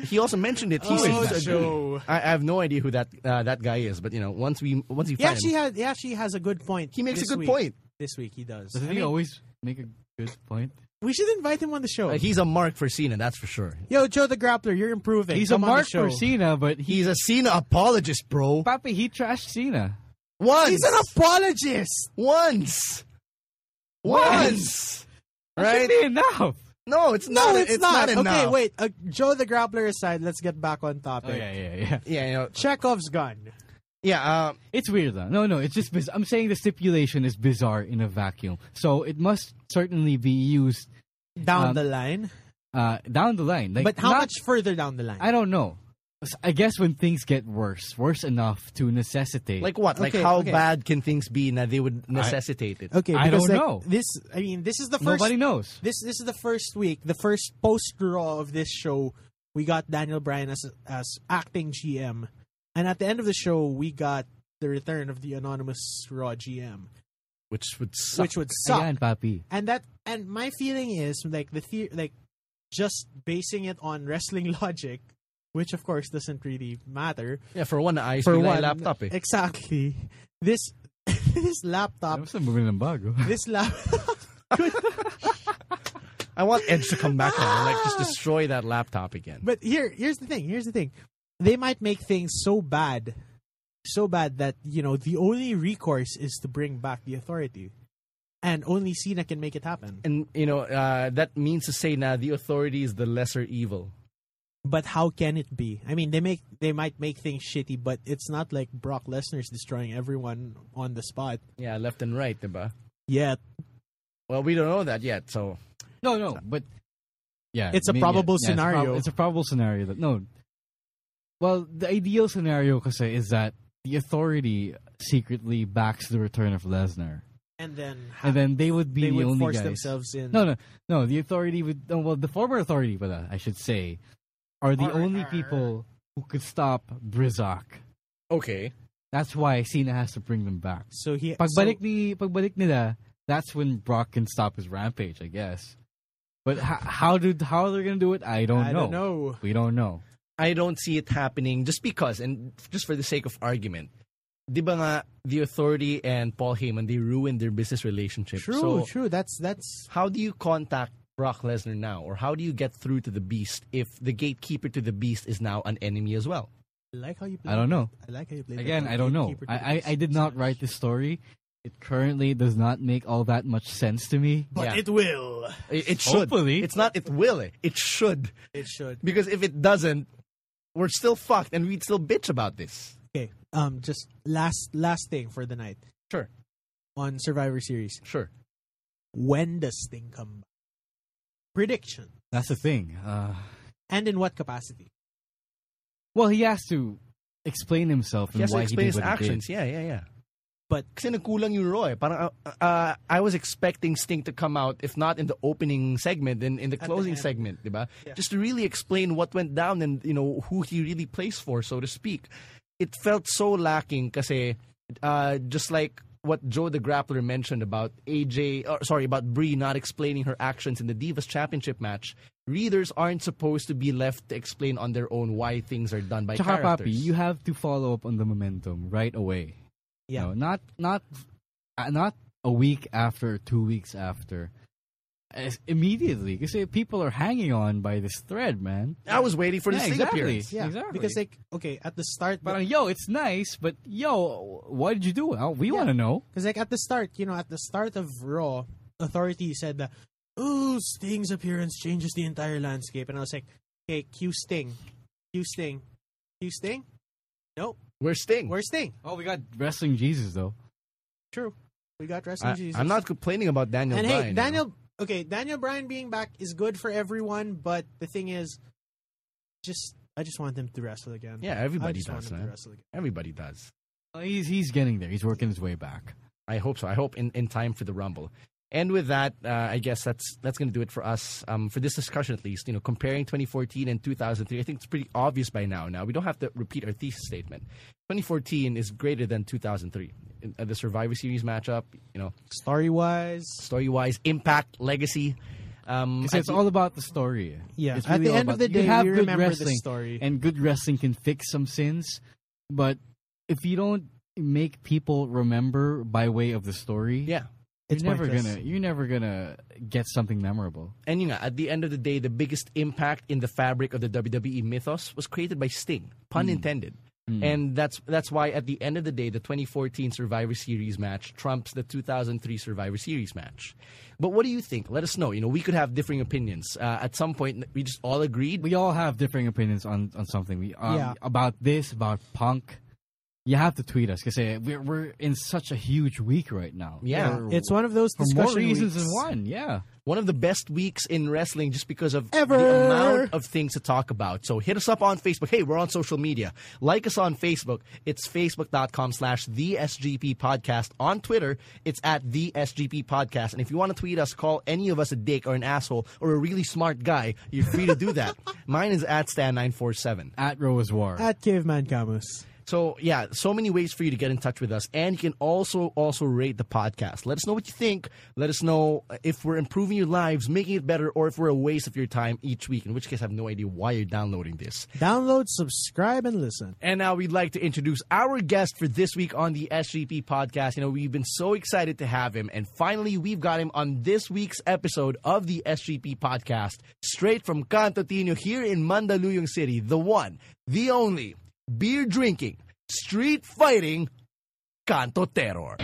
Speaker 1: he also mentioned it. He
Speaker 3: Oh,
Speaker 1: seems to
Speaker 3: Joe.
Speaker 1: agree. I, I have no idea who that uh, that guy is, but you know, once we once you
Speaker 3: He
Speaker 1: find
Speaker 3: actually,
Speaker 1: him,
Speaker 3: has, he actually has a good point.
Speaker 1: he makes a
Speaker 3: this
Speaker 1: good
Speaker 3: week.
Speaker 1: point.
Speaker 3: This week, he does.
Speaker 2: Doesn't
Speaker 3: I
Speaker 2: he
Speaker 3: mean,
Speaker 2: always make a good point?
Speaker 3: we should invite him on the show.
Speaker 1: Uh, he's a mark for Cena, that's for sure.
Speaker 3: Yo, Joe the Grappler, you're improving.
Speaker 2: He's
Speaker 3: Come
Speaker 2: a
Speaker 3: on the
Speaker 2: mark for
Speaker 3: show.
Speaker 2: Cena, but he
Speaker 1: He's a Cena apologist, bro.
Speaker 2: Papi, he trashed Cena.
Speaker 1: Once,
Speaker 3: He's an apologist.
Speaker 1: once, once.
Speaker 2: Once.
Speaker 1: Right?
Speaker 2: Should be enough.
Speaker 1: No, it's
Speaker 3: No,
Speaker 1: not.
Speaker 3: it's, not.
Speaker 1: enough.
Speaker 3: Okay, wait. Uh, Joe the Grappler aside, let's get back on topic.
Speaker 2: Oh yeah, yeah, yeah.
Speaker 1: Yeah, you know,
Speaker 3: Chekhov's gun.
Speaker 1: yeah. Um,
Speaker 2: It's weird though. No, no, it's just biz- I'm saying the stipulation is bizarre in a vacuum. So it must certainly be used
Speaker 3: Down
Speaker 2: Um,
Speaker 3: the line.
Speaker 2: uh, down the line. Like,
Speaker 3: but how
Speaker 2: not-
Speaker 3: much further down the line?
Speaker 2: I don't know. I guess when things get worse, worse enough to necessitate.
Speaker 1: Like what? like
Speaker 3: Okay,
Speaker 1: how
Speaker 3: okay.
Speaker 1: bad can things be that they would necessitate it?
Speaker 3: Okay,
Speaker 2: I
Speaker 3: because
Speaker 2: don't
Speaker 3: like,
Speaker 2: know.
Speaker 3: This, I mean, this is the first.
Speaker 2: nobody knows.
Speaker 3: This this is the first week, the first post draw of this show. We got Daniel Bryan as as acting GM, and at the end of the show, we got the return of the anonymous Raw GM,
Speaker 1: Which would suck.
Speaker 3: which would suck.
Speaker 2: Ayan, papi.
Speaker 3: And that and my feeling is like the, the like just basing it on wrestling logic, which of course doesn't really matter.
Speaker 1: yeah, for one, ayos
Speaker 3: For
Speaker 1: nila yung
Speaker 3: one,
Speaker 1: laptop eh.
Speaker 3: exactly this this laptop,
Speaker 2: Ano sa movie ng bago?
Speaker 3: this laptop.
Speaker 1: I want Edge to come back now and like just destroy that laptop again.
Speaker 3: But here, here's the thing. Here's the thing. They might make things so bad, so bad that you know the only recourse is to bring back the authority, and only Cena can make it happen.
Speaker 1: and you know uh, that means to say now the authority is the lesser evil.
Speaker 3: But how can it be? I mean, they make they might make things shitty, but it's not like Brock Lesnar's destroying everyone on the spot
Speaker 1: Yeah, left and right, diba?
Speaker 3: yet.
Speaker 1: Well, we don't know that yet, so
Speaker 2: No, no, but yeah,
Speaker 3: It's a
Speaker 2: may-
Speaker 3: probable
Speaker 2: yeah, yeah, it's a prob-
Speaker 3: scenario.
Speaker 2: It's a, probable scenario that no. Well, the ideal scenario, kasi, is that the authority secretly backs the return of Lesnar,
Speaker 3: And then
Speaker 2: and then they would be
Speaker 3: they
Speaker 2: the
Speaker 3: would
Speaker 2: only
Speaker 3: force
Speaker 2: guys.
Speaker 3: themselves in.
Speaker 2: No, no, no. The authority would. oh, Well, the former authority, but I should say, are the
Speaker 3: Arr,
Speaker 2: only
Speaker 3: arr.
Speaker 2: people who could stop Brizak.
Speaker 1: okay.
Speaker 2: That's why Cena has to bring them back.
Speaker 3: So he
Speaker 2: Pagbalik ni pagbalik nila, that's when Brock can stop his rampage, I guess. But ho- how do how they're gonna do it? I
Speaker 3: so-
Speaker 2: don't
Speaker 3: I
Speaker 2: know.
Speaker 3: don't know.
Speaker 2: We don't know.
Speaker 1: I don't see it happening just because and just for the sake of argument. Diba nga, the authority and Paul Heyman they ruined their business relationship. so
Speaker 3: True, true. That's that's
Speaker 1: how do you contact Brock Lesnar now or how do you get through to the beast if the gatekeeper to the beast is now an enemy as well?
Speaker 3: I like how you. Played
Speaker 2: I don't know.
Speaker 3: I like how you played.
Speaker 2: Again, I don't know. I, I I did not write this story. It currently does not make all that much sense to me.
Speaker 3: but
Speaker 1: Yeah.
Speaker 3: it will.
Speaker 1: It, it should.
Speaker 2: Hopefully.
Speaker 1: It's not it will. eh. It should.
Speaker 3: It should.
Speaker 1: Because if it doesn't, we're still fucked and we'd still bitch about this.
Speaker 3: Okay. Um. Just last last thing for the night
Speaker 1: Sure,
Speaker 3: on Survivor Series.
Speaker 1: sure.
Speaker 3: When does Sting come back? Prediction.
Speaker 2: That's the thing. Uh,
Speaker 3: And in what capacity?
Speaker 2: well, he has to explain himself and
Speaker 1: He has to
Speaker 2: why
Speaker 1: explain
Speaker 2: he did
Speaker 1: his
Speaker 2: what
Speaker 1: actions.
Speaker 2: he
Speaker 1: Yeah, yeah, yeah.
Speaker 3: But
Speaker 1: Kasi nagkulang yung Raw eh. Parang, uh, uh, I was expecting Sting to come out, if not in the opening segment, then in the
Speaker 3: At the
Speaker 1: closing
Speaker 3: end.
Speaker 1: segment, di ba?
Speaker 3: Yeah.
Speaker 1: Just to really explain what went down and, you know, who he really plays for, so to speak. It felt so lacking kasi, uh, just like what Joe the Grappler mentioned about AJ, or sorry, about Brie not explaining her actions in the Divas Championship match, readers aren't supposed to be left to explain on their own why things are done by
Speaker 2: did. Tsaka,
Speaker 1: characters.
Speaker 2: papi, you have to follow up on the momentum right away.
Speaker 3: yeah.
Speaker 2: No, not not uh, not a week after, two weeks after. As immediately, because people are hanging on by this thread, man.
Speaker 1: I was waiting for the
Speaker 2: Yeah,
Speaker 1: Sting
Speaker 2: exactly.
Speaker 1: appearance.
Speaker 3: yeah.
Speaker 2: exactly.
Speaker 3: Because like okay, at the start,
Speaker 2: But yo, it's nice, but yo, why did you do it? Oh, we want to know.
Speaker 3: Because like at the start, you know, at the start of Raw, Authority said that, "Oh, Sting's appearance changes the entire landscape," and I was like, "Okay, cue Sting, cue Sting, cue Sting." Nope,
Speaker 1: Where's Sting?
Speaker 3: where's Sting?
Speaker 2: Oh, we got wrestling Jesus though.
Speaker 3: True, we got
Speaker 1: I,
Speaker 3: wrestling. Jesus.
Speaker 1: am not complaining about Daniel.
Speaker 3: And
Speaker 1: Bryan,
Speaker 3: hey,
Speaker 1: you
Speaker 3: Daniel. Okay, Daniel Bryan being back is good for everyone, but the thing is, just I just want them to wrestle again.
Speaker 1: know? Yeah, everybody
Speaker 3: I just want
Speaker 1: does.
Speaker 3: them to
Speaker 1: Man.
Speaker 3: wrestle again.
Speaker 1: Everybody does.
Speaker 2: Uh, He's he's getting there. He's working his way back.
Speaker 1: I hope so. I hope in, in time for the Rumble. And with that, uh, I guess that's that's going to do it for us um, for this discussion at least. You know, comparing 2014 and 2003, I think it's pretty obvious by now. Now we don't have to repeat our thesis statement. 2014 is greater than 2003. In, uh, the Survivor Series matchup, you know,
Speaker 3: Story wise,
Speaker 1: story wise, impact, legacy. Um,
Speaker 2: 'Cause
Speaker 1: I
Speaker 2: it's
Speaker 1: think-
Speaker 2: all about the story.
Speaker 3: Mm, Yeah,
Speaker 2: It's
Speaker 3: at the
Speaker 2: all
Speaker 3: end of the
Speaker 2: about- you
Speaker 3: day,
Speaker 2: have
Speaker 3: we
Speaker 2: good
Speaker 3: remember the
Speaker 2: wrestling,
Speaker 3: story.
Speaker 2: and good wrestling can fix some sins. But if you don't make people remember by way of the story,
Speaker 1: yeah.
Speaker 3: it's
Speaker 2: you're never
Speaker 3: pointless.
Speaker 2: gonna you're never gonna get something memorable.
Speaker 1: And you know, at the end of the day, the biggest impact in the fabric of the WWE mythos was created by Sting, pun intended. And that's that's why at the end of the day, the 2014 Survivor Series match trumps the 2003 Survivor Series match. But what do you think? Let us know. You know, we could have differing opinions. Uh, at some point, we just all agreed.
Speaker 2: We all have differing opinions on on something. We um,
Speaker 3: Yeah.
Speaker 2: about this, about Punk, you have to tweet us because we're we're in such a huge week right now.
Speaker 1: Yeah.
Speaker 2: For-
Speaker 3: It's one of those
Speaker 2: for more
Speaker 3: discussion
Speaker 2: reasons
Speaker 3: weeks.
Speaker 2: than one. Yeah.
Speaker 1: one of the best weeks in wrestling just because of
Speaker 3: Ever.
Speaker 1: the amount of things to talk about. So hit us up on Facebook. Hey, we're on social media. Like us on Facebook. It's facebook.com slash the SGP podcast. On Twitter, it's at the SGP podcast. And if you want to tweet us, call any of us a dick or an asshole or a really smart guy, you're free to do that. Mine is at Stan947.
Speaker 2: At Rose War.
Speaker 3: At Caveman Camus.
Speaker 1: So yeah, so many ways for you to get in touch with us, and you can also also rate the podcast. Let us know what you think. Let us know if we're improving your lives, making it better, or if we're a waste of your time each week. In which case, I have no idea why you're downloading this.
Speaker 3: Download, subscribe, and listen.
Speaker 1: And now we'd like to introduce our guest for this week on the SGP podcast. You know, we've been so excited to have him, and finally, we've got him on this week's episode of the SGP podcast, straight from Cantotino here in Mandaluyong City. The one, the only, beer drinking, street fighting, Canto Terror.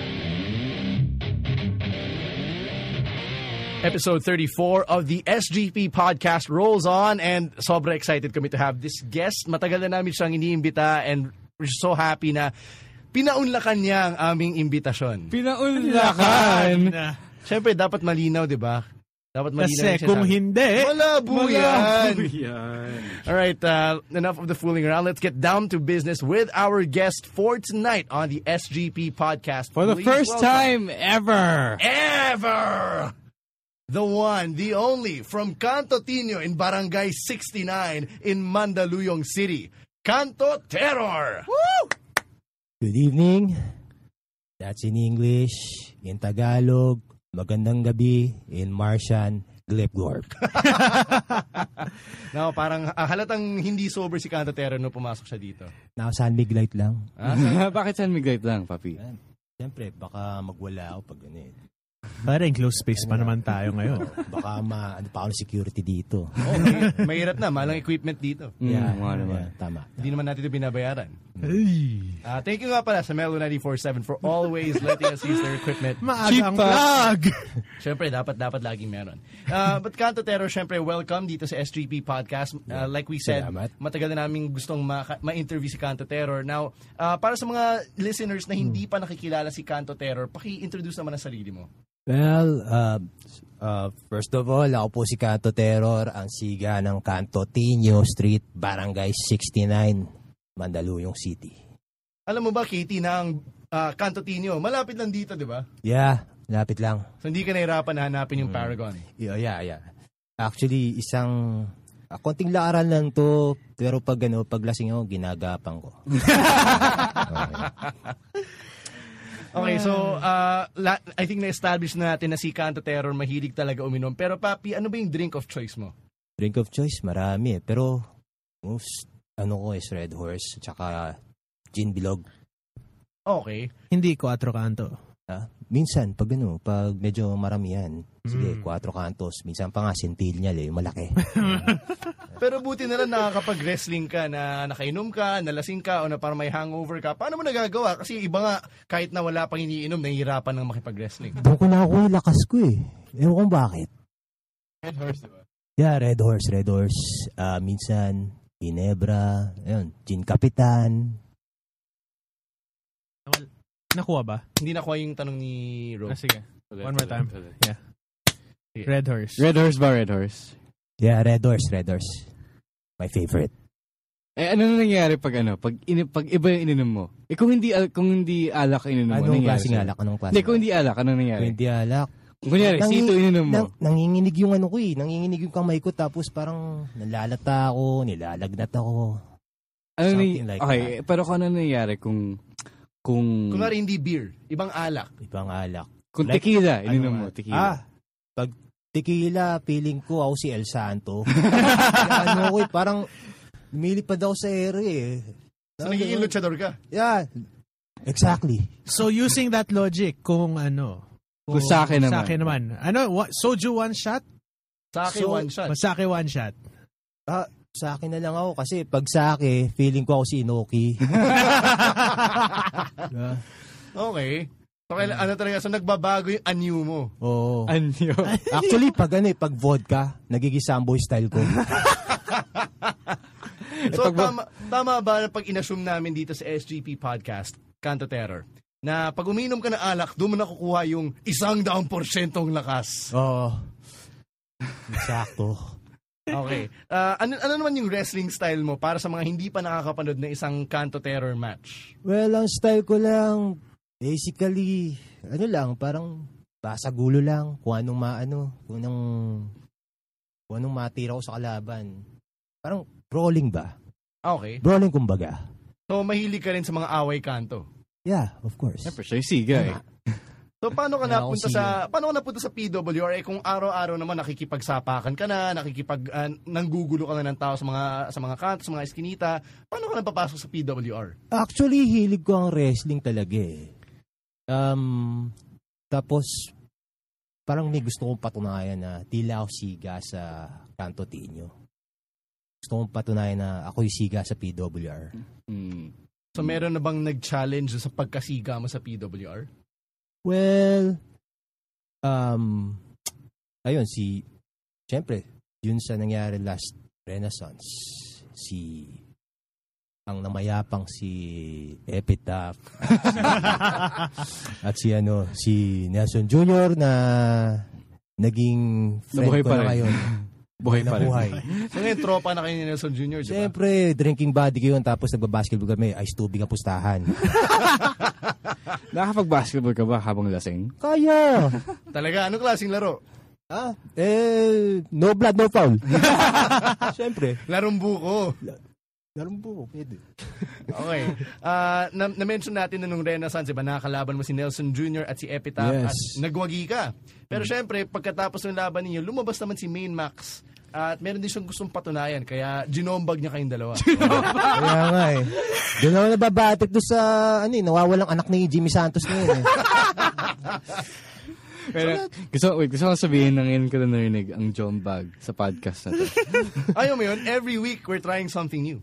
Speaker 1: Episode 34 of the SGP podcast rolls on and sobra excited kami to have this guest. Matagal na namin siyang iniimbita and we're so happy na pinaunlakan niya ang aming imbitasyon.
Speaker 2: Pinaunlakan.
Speaker 1: Siyempre, dapat malinaw, di ba? Dapat malinaw
Speaker 3: Kasi
Speaker 1: yung
Speaker 3: kung
Speaker 1: sinasabi.
Speaker 3: hindi,
Speaker 1: Malabo yan!
Speaker 2: Pinaunlakan.
Speaker 1: All right, uh, enough of the fooling around. Let's get down to business with our guest for tonight on the SGP podcast.
Speaker 2: For the
Speaker 1: Please
Speaker 2: first
Speaker 1: welcome-
Speaker 2: time ever.
Speaker 1: ever. The one, the only, from Cantotino in Barangay 69 in Mandaluyong City. Canto Terror!
Speaker 4: Good evening. That's in English, in Tagalog, magandang gabi, in Martian, Glipgorp.
Speaker 1: Now, parang ah, halatang hindi sober si Canto Terror nung pumasok siya dito.
Speaker 4: Nakasanmig light lang.
Speaker 2: Uh-huh. Bakit saan migrate lang, papi?
Speaker 4: Siyempre, baka magwala ako pag ano eh.
Speaker 3: parang close space pa naman tayo ngayon.
Speaker 4: Baka ma, ano pa ako ng security dito.
Speaker 1: Oh, may- mahirap na, malang equipment dito.
Speaker 3: mm,
Speaker 4: Yeah,
Speaker 2: mga naman.
Speaker 4: yeah, tama.
Speaker 1: Hindi naman natin ito binabayaran. Ah, thank you nga pala sa Melo 947 for always letting us use their equipment.
Speaker 3: Maaga ang plug!
Speaker 1: Siyempre, dapat, dapat laging meron. Uh, but Kanto Terror, siyempre, welcome dito sa SGP Podcast. Uh, like we said,
Speaker 4: Salamat.
Speaker 1: matagal na namin gustong maka- ma-interview si Kanto Terror. Now, uh, para sa mga listeners na hindi pa nakikilala si Kanto Terror, paki-introduce naman ang sarili mo.
Speaker 4: Well, uh, uh, first of all, ako po si Canto Terror, ang siga ng Canto Tino Street, Barangay 69, Mandaluyong City.
Speaker 1: Alam mo ba, Katie, na ang uh, Kanto Tino, malapit lang dito, di ba?
Speaker 4: Yeah, lapit lang.
Speaker 1: So, hindi ka nahirapan na hanapin yung Paragon.
Speaker 4: Yeah, yeah, yeah. Actually, isang ah, konting laaran lang to, pero pag ano, pag lasing ako, ginagapang ko.
Speaker 1: Okay, so, uh, la- I think na-establish na natin na si Kanto Terror mahilig talaga uminom. Pero, Papi, ano ba yung drink of choice mo?
Speaker 4: Drink of choice, marami eh. Pero, moves, ano ko is Red Horse, tsaka Gin Bilog.
Speaker 1: Okay.
Speaker 3: Hindi, 4 kanto.
Speaker 4: Ah, minsan, pag ano, pag medyo maramihan, sige,
Speaker 2: Hmm.
Speaker 4: 4 cuatro cantos. Minsan pa nga, centennial eh, yung malaki.
Speaker 1: Pero buti na lang nakakapag-wrestling ka na nakainom ka, nalasing ka, o na parang may hangover ka. Paano mo nagagawa? Kasi iba nga, kahit na wala pang iniinom, nahihirapan ng makipag-wrestling.
Speaker 4: Doon ko na ako yung lakas ko eh. Ewan kong bakit.
Speaker 2: Red horse, diba?
Speaker 4: Yeah, Red Horse, Red Horse. Ah, minsan, Ginebra, ayun, Gin Kapitan,
Speaker 3: Nakuha ba? Ah,
Speaker 1: Hindi nakuha yung tanong ni Ro.
Speaker 3: sige. One more time. Yeah. Red Horse.
Speaker 2: Red horse ba, red horse?
Speaker 4: Yeah, Red Horse, Red Horse. My favorite.
Speaker 2: Eh, ano na nangyari pag ano? Pag, ini, pag iba yung ininom mo? Eh, kung hindi, al- kung hindi alak ang ininom mo,
Speaker 4: Anong
Speaker 2: nangyari
Speaker 4: klaseng
Speaker 2: sa'yo?
Speaker 4: alak? Anong klaseng
Speaker 2: Hindi, kung hindi alak, ano nangyari?
Speaker 4: Hindi alak.
Speaker 2: Kung kunyari,
Speaker 4: Nangi-
Speaker 2: sito ininom mo.
Speaker 4: nang- nanginginig yung ano ko eh. Nanginginig yung kamay ko tapos parang nalalata ako, nilalagnat ako.
Speaker 2: ano nangy-
Speaker 4: something like
Speaker 2: okay, pero kung ano nangyari kung, kung,
Speaker 1: Kung nga hindi beer, ibang alak.
Speaker 4: Ibang alak.
Speaker 2: kung
Speaker 4: like,
Speaker 2: tequila,
Speaker 4: ano
Speaker 2: ininom
Speaker 4: nga?
Speaker 2: mo, tequila.
Speaker 4: Ah, pag tequila, feeling ko ako si El Santo. ano ko eh, parang lumilipad ako sa ere eh.
Speaker 3: Ah,
Speaker 1: So, nagiging luchador ka.
Speaker 4: Yeah. Exactly.
Speaker 3: So using that logic, kung ano,
Speaker 2: Kung sa akin naman.
Speaker 3: Sa akin naman. Ano, wa- soju one shot?
Speaker 1: Sa akin,
Speaker 4: So,
Speaker 1: one shot.
Speaker 3: Masake one shot.
Speaker 4: Ah, sa akin na lang ako kasi pag sa akin, feeling ko ako si Inoki.
Speaker 1: Okay. So, kaila-
Speaker 3: Ah.
Speaker 1: ano talaga? So, nagbabago yung anyo mo.
Speaker 4: Oo.
Speaker 2: Anyo.
Speaker 4: Actually, pag ano eh, pag vodka, nagiging samboy style ko.
Speaker 1: So tama, tama ba na pag inassume namin dito sa SGP podcast, Kanto Terror, na pag uminom ka ng alak, doon mo nakukuha yung isang daang porsyentong lakas.
Speaker 4: Oo. Exacto.
Speaker 1: Okay. Ah, ano, ano naman yung wrestling style mo para sa mga hindi pa nakakapanood na isang Kanto Terror match?
Speaker 4: well, ang style ko lang, basically, ano lang, parang basa gulo lang, kung anong maano, kung anong, kung anong matira ko sa kalaban. Parang brawling ba?
Speaker 1: Ah, Okay.
Speaker 4: Brawling kumbaga.
Speaker 1: So mahilig ka rin sa mga away kanto.
Speaker 4: Yeah, of course.
Speaker 2: Siyempre, siya yung siga eh.
Speaker 4: Tama.
Speaker 1: So paano ka
Speaker 4: Kaya ako
Speaker 1: napunta sa paano ka napunta sa PWR eh kung araw-araw naman nakikipagsapakan ka na, nakikipag ah, nanggugulo ka na ng tao sa mga sa mga kanto, sa mga eskinita, paano ka napapasok sa PWR?
Speaker 4: Actually, hilig ko ang wrestling talaga eh. Um, tapos, parang may gusto kong patunayan na tila ako siga sa Kanto Tino. Gusto kong patunayan na ako yung siga sa PWR.
Speaker 1: So meron na bang nag-challenge sa pagkasiga mo sa PWR?
Speaker 4: Well, um, ayun, si, syempre, yun sa nangyari last Renaissance, si, ang namayapang si Epitaph, at si, ano, si Nelson Jr. na naging friend
Speaker 2: Nabuhay
Speaker 4: ko
Speaker 2: pa
Speaker 4: na
Speaker 2: rin.
Speaker 4: ngayon.
Speaker 2: Buhay pa rin.
Speaker 4: Nabuhay.
Speaker 1: So ngayon, tropa na kayo ni Nelson Jr., di ba?
Speaker 4: Siyempre, drinking buddy ko yun, tapos nagbabasketball kami, ice tubig ang pustahan.
Speaker 5: Nakakapag-basketball ka ba habang lasing?
Speaker 4: Kaya!
Speaker 1: Talaga, anong klaseng laro?
Speaker 4: Ah, eh, no blood, no foul. Siyempre.
Speaker 1: Larong buko.
Speaker 4: Ganun po, pwede.
Speaker 1: Okay. Ah, na- na-mention natin na nung Renaissance, iba, nakakalaban mo si Nelson Jr. at si Epitaph
Speaker 5: Yes.
Speaker 1: at nagwagi ka. Pero syempre, pagkatapos ng laban ninyo, lumabas naman si Main Max at meron din siyang gustong patunayan, kaya ginombag niya kayong dalawa.
Speaker 4: Kaya nga eh. Doon ako nababatik doon sa, ano eh, nawawalang anak ni Jimmy Santos ngayon eh.
Speaker 5: Pero, gusto, wait, gusto ko sabihin na ngayon ko na narinig ang John Bag sa podcast na to.
Speaker 1: Ayaw mo yun, every week we're trying something new.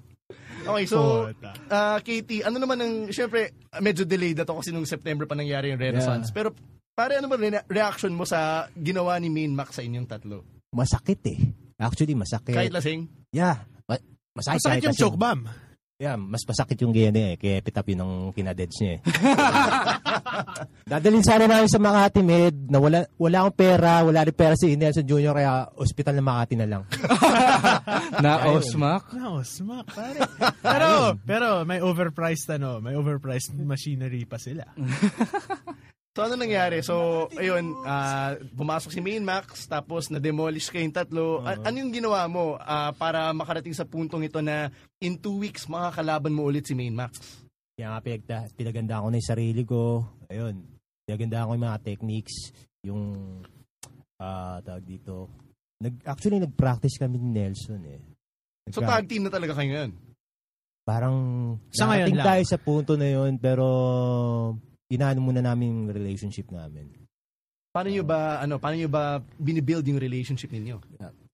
Speaker 1: Okay, so, ah, Katie, ano naman ang, syempre, medyo delayed na to kasi nung September pa nangyari yung Renaissance. Pero, pare, ano ba re- reaction mo sa ginawa ni Main Max sa inyong tatlo?
Speaker 4: Masakit eh. Actually, masakit.
Speaker 1: Kahit lasing?
Speaker 4: yeah. Ma- masakit,
Speaker 6: Masakit yung
Speaker 4: kasi-
Speaker 6: choke bomb.
Speaker 4: Yeah, mas masakit yung ganyan eh. Kaya pitap yun ang kinadeds niya eh. Dadalhin sana namin sa Makati Med na wala, wala akong pera, wala rin pera si Nelson Jr. Kaya ospital ng Makati na lang.
Speaker 2: Na Osmac.
Speaker 6: No, smack, pare. pero, pero may overpriced, ano, may overpriced machinery pa sila.
Speaker 1: So ano nangyari? So, ayun, ah, pumasok si Main Max, tapos na-demolish kayong tatlo. A- ano yung ginawa mo ah, para makarating sa puntong ito na in two weeks, makakalaban mo ulit si Main Max?
Speaker 4: Kaya nga pinagda, pinaganda ko na yung sarili ko. Ayun. Pinaganda ko yung mga techniques. Yung, ah, tawag dito. Nag, actually, nag-practice kami ni Nelson eh.
Speaker 1: So, tag
Speaker 4: Nag-pra-
Speaker 1: team na talaga kayo ngayon.
Speaker 4: Parang,
Speaker 6: Sa ngayon
Speaker 4: narating
Speaker 6: lang.
Speaker 4: tayo sa punto na yun, pero inaano muna namin yung relationship namin.
Speaker 1: Paano nyo ba, ano, paano nyo ba binibuild yung relationship ninyo?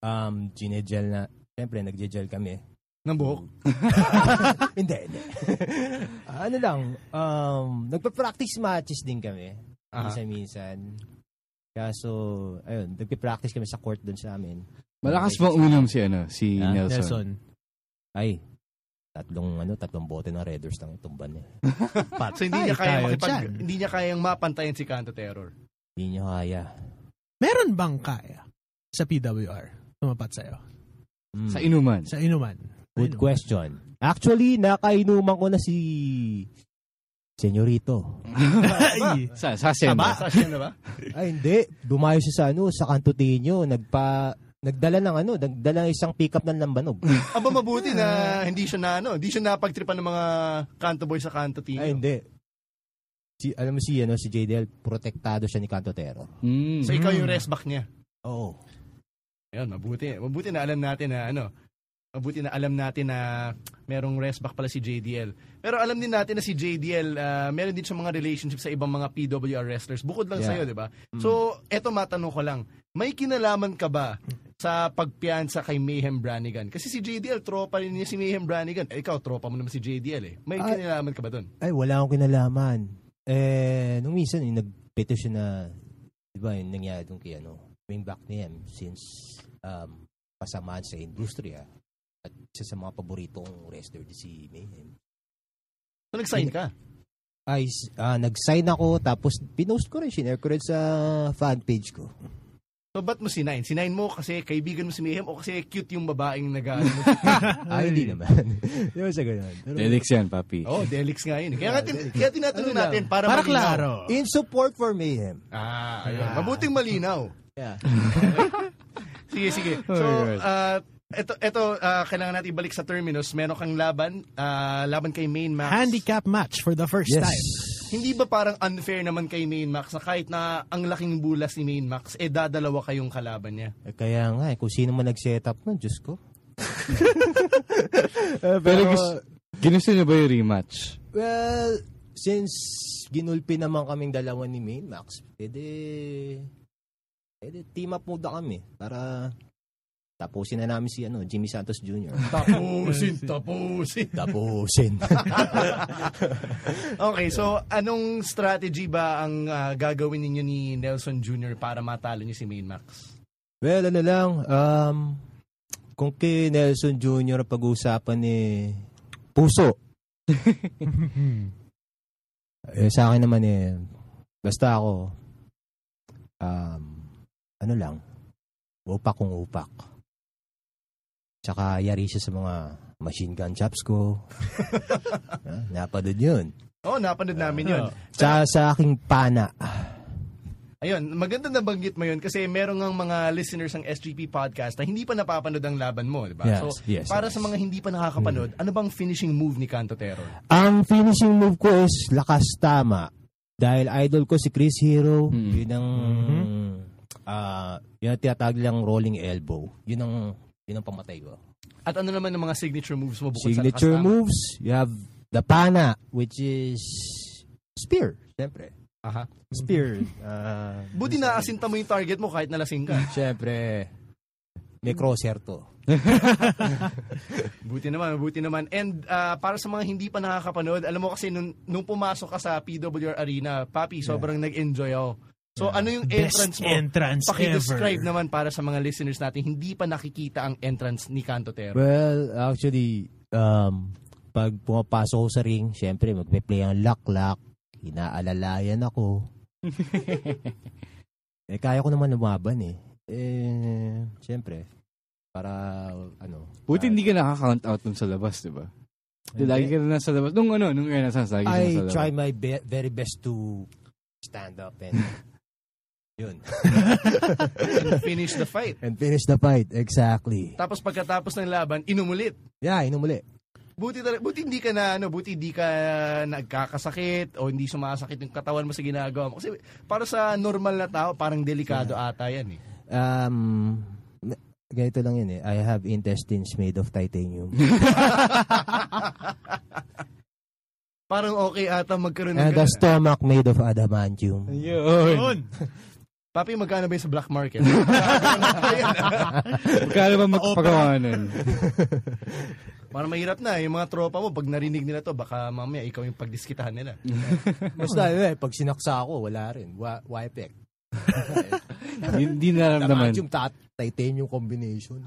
Speaker 4: Um, ginegel na, siyempre, nag-gel kami.
Speaker 1: Ng buhok?
Speaker 4: hindi, hindi. ano lang, um, nagpa-practice matches din kami.
Speaker 5: Ah.
Speaker 1: Aha.
Speaker 4: Minsan-minsan. Kaso, ayun, nagpa-practice kami sa court doon sa amin.
Speaker 5: Malakas bang uminom si, ano, si
Speaker 4: Ah,
Speaker 5: Nelson?
Speaker 4: Ay, tatlong ano, tatlong bote ng Red Horse nang tumban eh. niya.
Speaker 1: So, hindi niya kaya
Speaker 6: tayo
Speaker 1: makipag,
Speaker 6: dyan.
Speaker 1: hindi niya kayang mapantayan si Kanto Terror.
Speaker 4: Hindi niya kaya.
Speaker 6: Meron bang kaya sa PWR tumapat sa'yo?
Speaker 4: Mm.
Speaker 5: Sa inuman.
Speaker 6: Sa inuman?
Speaker 4: Good
Speaker 6: Inuman.
Speaker 4: question. Actually, nakainuman ko na si Senyorito.
Speaker 6: Ay,
Speaker 5: Sa, sa Hacienda.
Speaker 1: Sa siya na ba?
Speaker 4: Ay, hindi. Dumayo siya sa ano, sa Cantutinho. Nagpa, nagdala ng ano, nagdala ng isang pickup ng lambanog.
Speaker 1: Aba mabuti na hindi siya na, ano, hindi siya napagtripan ng mga Kanto Boy sa Kanto team.
Speaker 4: Ay, hindi. Si, alam mo si, ano, si JDL, protektado siya ni Cantotero.
Speaker 5: Mm.
Speaker 1: So, ikaw yung rest back niya.
Speaker 4: Oo.
Speaker 1: Ayun, mabuti. Mabuti na alam natin na ano. Mabuti na alam natin na merong rest back pala si JDL. Pero alam din natin na si JDL, ah, meron din siyang mga relationship sa ibang mga PWR wrestlers. Bukod lang sa'yo, di ba? So, eto matanong ko lang. May kinalaman ka ba sa pagpiansa kay Mayhem Branigan? Kasi si JDL, tropa rin niya si Mayhem Branigan. Eh, ikaw, tropa mo naman si JDL eh. May
Speaker 4: Ah.
Speaker 1: kinalaman ka ba doon?
Speaker 4: Ay, wala akong kinalaman. Eh, nung minsan, yung nag-petition na, di ba, yung nangyari doon kay, ano, bring back ni him since um, pasamaan sa industriya. At isa sa mga paboritong wrestler din si Mayhem.
Speaker 1: So, nag-sign ka.
Speaker 4: Ay, s- ah, nag-sign ako, tapos pinost ko rin, shinare ko rin sa fan page ko.
Speaker 1: So, ba't mo sinain? Sinain mo kasi kaibigan mo si Mayhem o kasi cute yung babaeng nag
Speaker 4: Ay, Ah, hindi naman. Hindi naman sa ganun. Pero-
Speaker 5: Delix yan, papi.
Speaker 1: Oh, Delix nga yun. eh. Kaya, nga tin- kaya tinatanong natin para,
Speaker 6: Para
Speaker 1: malinaw.
Speaker 6: klaro.
Speaker 4: In support for Mayhem.
Speaker 1: Ah, ayun. Mabuting malinaw.
Speaker 4: Yeah.
Speaker 1: Sige, sige. So, uh, ito, ito ah, kailangan natin ibalik sa terminus. Meron kang laban, ah, laban kay Main Max.
Speaker 6: Handicap match for the first
Speaker 4: Yes.
Speaker 6: time.
Speaker 1: Hindi ba parang unfair naman kay Main Max na kahit na ang laking bulas ni Main Max, eh dadalawa kayong kalaban niya?
Speaker 4: Eh, Kaya nga, eh, kung sino man nag-set up nun, Diyos ko.
Speaker 5: Pero gusto, ginusto niyo ba yung rematch?
Speaker 4: Well, since ginulpi naman kaming dalawa ni Main Max, pwede, pwede team up muna kami para tapusin na namin si ano, Jimmy Santos Jr.
Speaker 1: Tapusin, tapusin.
Speaker 4: tapusin.
Speaker 1: Okay, so anong strategy ba ang ah, gagawin ninyo ni Nelson Jr. para matalo niyo si Main Max?
Speaker 4: well, ano lang, um, kung kay Nelson Jr. ang pag-uusapan ni Puso. eh, sa akin naman eh, basta ako, um, ano lang, upak kung upak. Tsaka yari siya sa mga machine gun chops ko. Ah, Napanood yun.
Speaker 1: Oh, napanood namin yun.
Speaker 4: Tsaka sa aking pana.
Speaker 1: Ayun, maganda na banggit mo yun kasi meron ng mga listeners ng SGP podcast na hindi pa napapanood ang laban mo, di ba?
Speaker 4: Yes,
Speaker 1: so,
Speaker 4: yes,
Speaker 1: para
Speaker 4: yes. Mm.
Speaker 1: sa mga hindi pa nakakapanood, ano bang finishing move ni Cantotero?
Speaker 4: Ang finishing move ko is lakas tama. Dahil idol ko si Chris Hero, yun ang Mm-hmm. ah, yun ang tinatawag nilang rolling elbow. Yun ang yun ang pamatay ko.
Speaker 1: At ano naman ang mga signature moves mo bukod
Speaker 4: Signature
Speaker 1: sa nakastama?
Speaker 4: moves, you have the pana which is spear, syempre.
Speaker 1: Aha.
Speaker 4: Spear. ah,
Speaker 1: Buti na asinta mo yung target mo kahit nalasing ka.
Speaker 4: syempre. May crosshair to.
Speaker 1: Buti naman, buti naman. And ah, para sa mga hindi pa nakakapanood, alam mo kasi nung, nung pumasok ka sa PWR Arena, Papi, sobrang nag-enjoy ako. So ano yung
Speaker 6: Best
Speaker 1: entrance mo?
Speaker 6: entrance
Speaker 1: Paki-describe
Speaker 6: ever.
Speaker 1: naman para sa mga listeners natin, hindi pa nakikita ang entrance ni Cantotero.
Speaker 4: Well, actually, um, pag pumapasok ko sa ring, syempre, magpe-play ang laklak. Inaalalayan ako. eh, kaya ko naman lumaban eh. Eh, syempre, para, ano.
Speaker 5: Buti hindi ka nakaka-count out nung sa labas, di ba? Di, Lagi ka na nasa labas. Nung ano, nung Renaissance, lagi ka
Speaker 4: I
Speaker 5: nasa labas.
Speaker 4: try my be- very best to stand up and yun.
Speaker 1: and finish the fight.
Speaker 4: and finish the fight. Exactly.
Speaker 1: Tapos pagkatapos ng laban, inumulit.
Speaker 4: Yeah, inumuli.
Speaker 1: Buti talaga, buti hindi ka na ano, buti hindi ka nagkakasakit o hindi sumasakit yung katawan mo sa ginagawa mo. Kasi para sa normal na tao, parang delikado ata yan eh.
Speaker 4: Um, ganito lang yun eh. I have intestines made of titanium.
Speaker 1: Parang okay ata magkaroon ng
Speaker 4: And a
Speaker 1: ganun.
Speaker 4: stomach made of adamantium.
Speaker 5: Yun.
Speaker 6: Yun.
Speaker 1: Papi, magkano ba yun sa black market?
Speaker 5: Magkano ba magpagawa nun?
Speaker 1: Parang mahirap na. Yung mga tropa mo, pag narinig nila to, baka mamaya ikaw yung pagdiskitahan nila.
Speaker 4: Basta, eh, pag sinaksa ako, wala rin. Wa- Wipec.
Speaker 5: Hindi naramdaman.
Speaker 4: Adamantium tat titanium combination.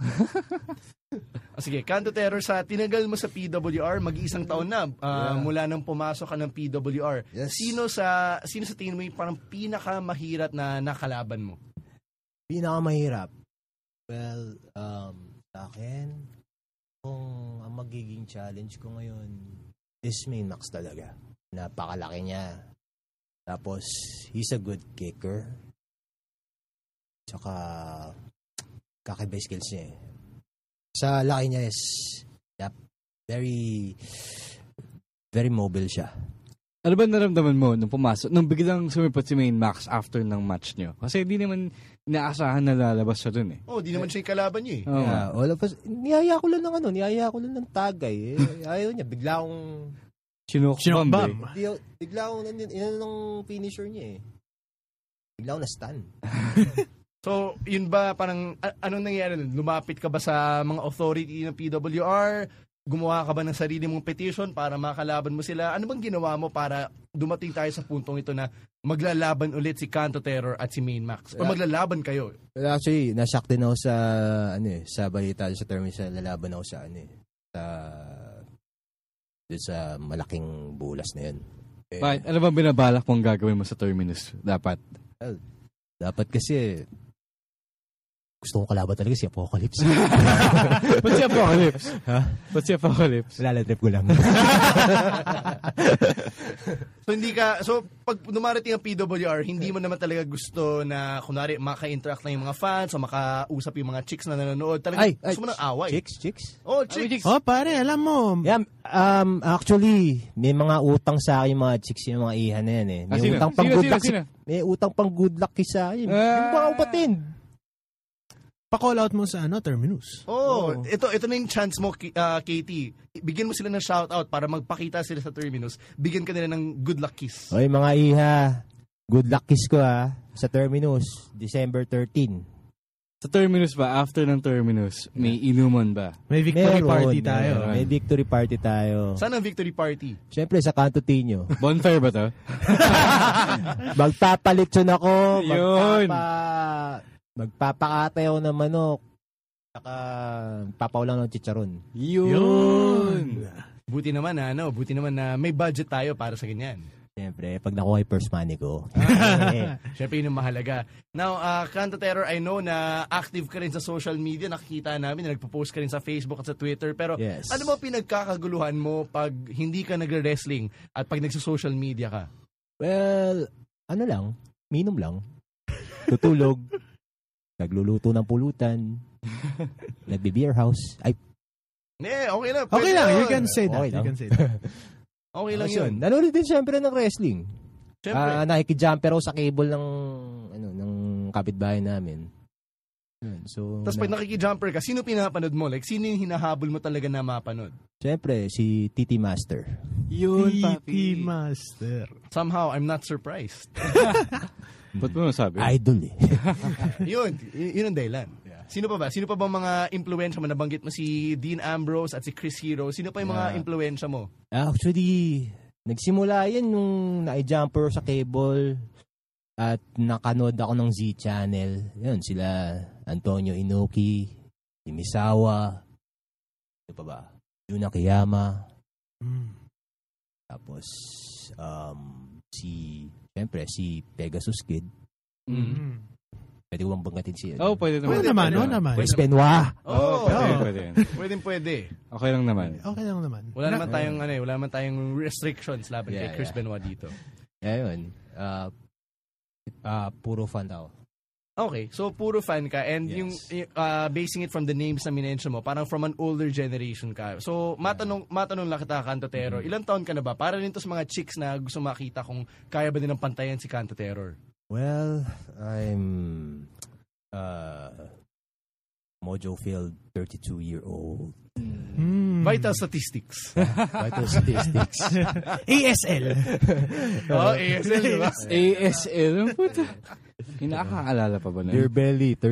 Speaker 1: Ah, Sige, Kanto Terror, sa tinagal mo sa PWR, mag-iisang taon na ah, mula nang pumasok ka ng PWR.
Speaker 4: Yes.
Speaker 1: Sino sa sino sa tingin mo yung parang pinakamahirap na nakalaban mo?
Speaker 4: Pinakamahirap. Well, um, sa akin, kung ang magiging challenge ko ngayon is main max talaga. Napakalaki niya. Tapos, he's a good kicker. Tsaka, kakibay skills niya eh. Sa laki niya is, yep, very, very mobile siya.
Speaker 5: Ano ba naramdaman mo nung pumasok? Nung biglang sumipot si Main Max after ng match nyo? Kasi hindi naman inaasahan na lalabas siya dun eh.
Speaker 1: Oh, di naman siya yung kalaban niyo eh.
Speaker 5: Oo nga.
Speaker 4: Yeah, all of us, niyaya ko lang ng ano, niyaya ko lang ng tagay. Eh. Ayaw niya, bigla akong
Speaker 5: Chinook bomb
Speaker 6: Sinokbam.
Speaker 5: eh.
Speaker 4: Di, bigla akong nan- inano ng finisher niya eh. Bigla akong na-stun.
Speaker 1: So, yun ba parang a- anong nangyari nun? Lumapit ka ba sa mga authority ng PWR? gumawa ka ba ng sarili mong petition para makalaban mo sila? Ano bang ginawa mo para dumating tayo sa puntong ito na maglalaban ulit si Canto Terror at si Main Max? O
Speaker 4: Yeah.
Speaker 1: maglalaban kayo?
Speaker 4: Well, actually, nashock din ako sa, ano eh, sa balita, sa term sa lalaban ako sa, ano eh, sa, doon sa malaking bulas na yun. Eh,
Speaker 5: Bakit? Ano bang binabalak mong gagawin mo sa Terminus? Dapat.
Speaker 4: Dapat kasi, gusto kong kalaban talaga si Apocalypse.
Speaker 5: Ba't si Apocalypse?
Speaker 4: Ha?
Speaker 5: Ba't si Apocalypse?
Speaker 4: Lalatrip ko lang.
Speaker 1: So hindi ka so pag dumarating ang PWR, hindi mo naman talaga gusto na kunwari maka-interact na yung mga fans o makausap yung mga chicks na nanonood. Talaga
Speaker 4: Ay, ay,
Speaker 1: gusto mo ng away.
Speaker 4: chicks, chicks.
Speaker 1: Oh, chicks.
Speaker 3: Oh, pare, alam mo.
Speaker 4: Yeah, um, actually, may mga utang sa akin yung mga chicks yung mga iha na yan eh. May
Speaker 5: Ah, sino?
Speaker 4: utang pang
Speaker 5: Sino,
Speaker 4: good
Speaker 5: sino,
Speaker 4: luck.
Speaker 5: sino?
Speaker 4: May utang pang good luck kiss sa akin.
Speaker 5: Ah.
Speaker 4: Yung mga upatin.
Speaker 3: Pa-call out mo sa ano, Terminus.
Speaker 1: Oh, ito ito na yung chance mo Ki- ah, Katie. Bigyan mo sila ng shout out para magpakita sila sa Terminus. Bigyan ka nila ng good luck kiss.
Speaker 4: Oy, mga iha. Good luck kiss ko ha. Sa Terminus, December 13.
Speaker 5: Sa Terminus ba? After ng Terminus, may inuman ba?
Speaker 6: May victory
Speaker 4: Meron,
Speaker 6: party tayo.
Speaker 4: meron. May victory party tayo.
Speaker 1: Saan ang victory party?
Speaker 4: Siyempre, sa Canto Tino.
Speaker 5: Bonfire ba to?
Speaker 4: Magpapalitson ako.
Speaker 5: Yun.
Speaker 4: Magpapa, magpapakatay ako ng manok. Saka, papaulang ng chicharon.
Speaker 5: Yun!
Speaker 1: Buti naman na ano, buti naman na may budget tayo para sa ganyan.
Speaker 4: Siyempre, pag nakuha yung first money ko. Eh,
Speaker 1: Siyempre yun ang mahalaga. Now, uh, Canto Terror, I know na active ka rin sa social media. Nakikita namin na nagpo-post ka rin sa Facebook at sa Twitter. Pero
Speaker 4: Yes.
Speaker 1: ano ba pinagkakaguluhan mo pag hindi ka nagre-wrestling at pag nagsa-social media ka?
Speaker 4: Well, ano lang, minom lang. Tutulog. nagluluto ng pulutan. Nagbe-beer house. Ay,
Speaker 1: Eh, okay na.
Speaker 6: Okay lang, you
Speaker 1: yun.
Speaker 6: can say that.
Speaker 4: Okay
Speaker 6: you
Speaker 4: lang.
Speaker 6: can say that.
Speaker 1: Okay lang
Speaker 4: tapos
Speaker 1: yun.
Speaker 4: yun. Nanonood din siyempre ng wrestling.
Speaker 1: Siyempre.
Speaker 4: Ah, nakikijumper ako sa cable ng ano ng kapitbahay namin. Yun, So,
Speaker 1: Tapos pag
Speaker 4: na,
Speaker 1: nakikijumper ka, sino pinapanood mo? Like, sino yung hinahabol mo talaga na mapanood?
Speaker 4: siyempre, si Titi Master.
Speaker 5: Yun,
Speaker 6: PT Master.
Speaker 1: Somehow, I'm not surprised.
Speaker 5: Ba't
Speaker 4: Mm-hmm.
Speaker 5: mo nasabi?
Speaker 4: Idol eh.
Speaker 1: yun, y- yun ang dahilan. Sino pa ba? Sino pa ba mga impluensya mo? Nabanggit mo si Dean Ambrose at si Chris Hero. Sino pa yung mga
Speaker 4: Yeah.
Speaker 1: impluensya mo?
Speaker 4: Actually, nagsimula yan nung na-jumper sa cable at nakanood ako ng Z Channel. Yun, sila Antonio Inoki, si Misawa, ano pa ba? Yuna Kiyama, tapos um, si, syempre, si Pegasus Kid.
Speaker 5: Mm.
Speaker 4: Pwede ko bang banggatin si
Speaker 5: Oh, pwede naman.
Speaker 6: Ano naman, ano naman.
Speaker 4: Chris Benoit.
Speaker 1: Oh,
Speaker 5: Pwede,
Speaker 6: Oh.
Speaker 5: pwede.
Speaker 1: Pwede, pwede.
Speaker 5: Okay lang naman.
Speaker 6: Okay lang naman.
Speaker 1: Wala naman tayong ano eh, wala naman tayong restrictions laban
Speaker 4: Yeah,
Speaker 1: kay Chris
Speaker 4: yeah.
Speaker 1: Benoit dito.
Speaker 4: Ayun. ah ah, puro fan daw.
Speaker 1: Okay, so puro fan ka and
Speaker 4: Yes.
Speaker 1: yung yung, uh, basing it from the names na minention mo, parang from an older generation ka. So matanong matanong lang kita Kanto Terror, ilang taon ka na ba? Para rin to sa mga chicks na gusto makita kung kaya ba din ng pantayan si Kanto Terror.
Speaker 4: Well, I'm uh, Mojo Field, 32 year old.
Speaker 6: Mm.
Speaker 1: Vital statistics.
Speaker 4: Vital statistics.
Speaker 6: ASL.
Speaker 1: oh, ASL, di ba?
Speaker 5: ASL, ang puta. Inakaalala pa ba na?
Speaker 4: Your
Speaker 5: yun?
Speaker 4: belly, 32.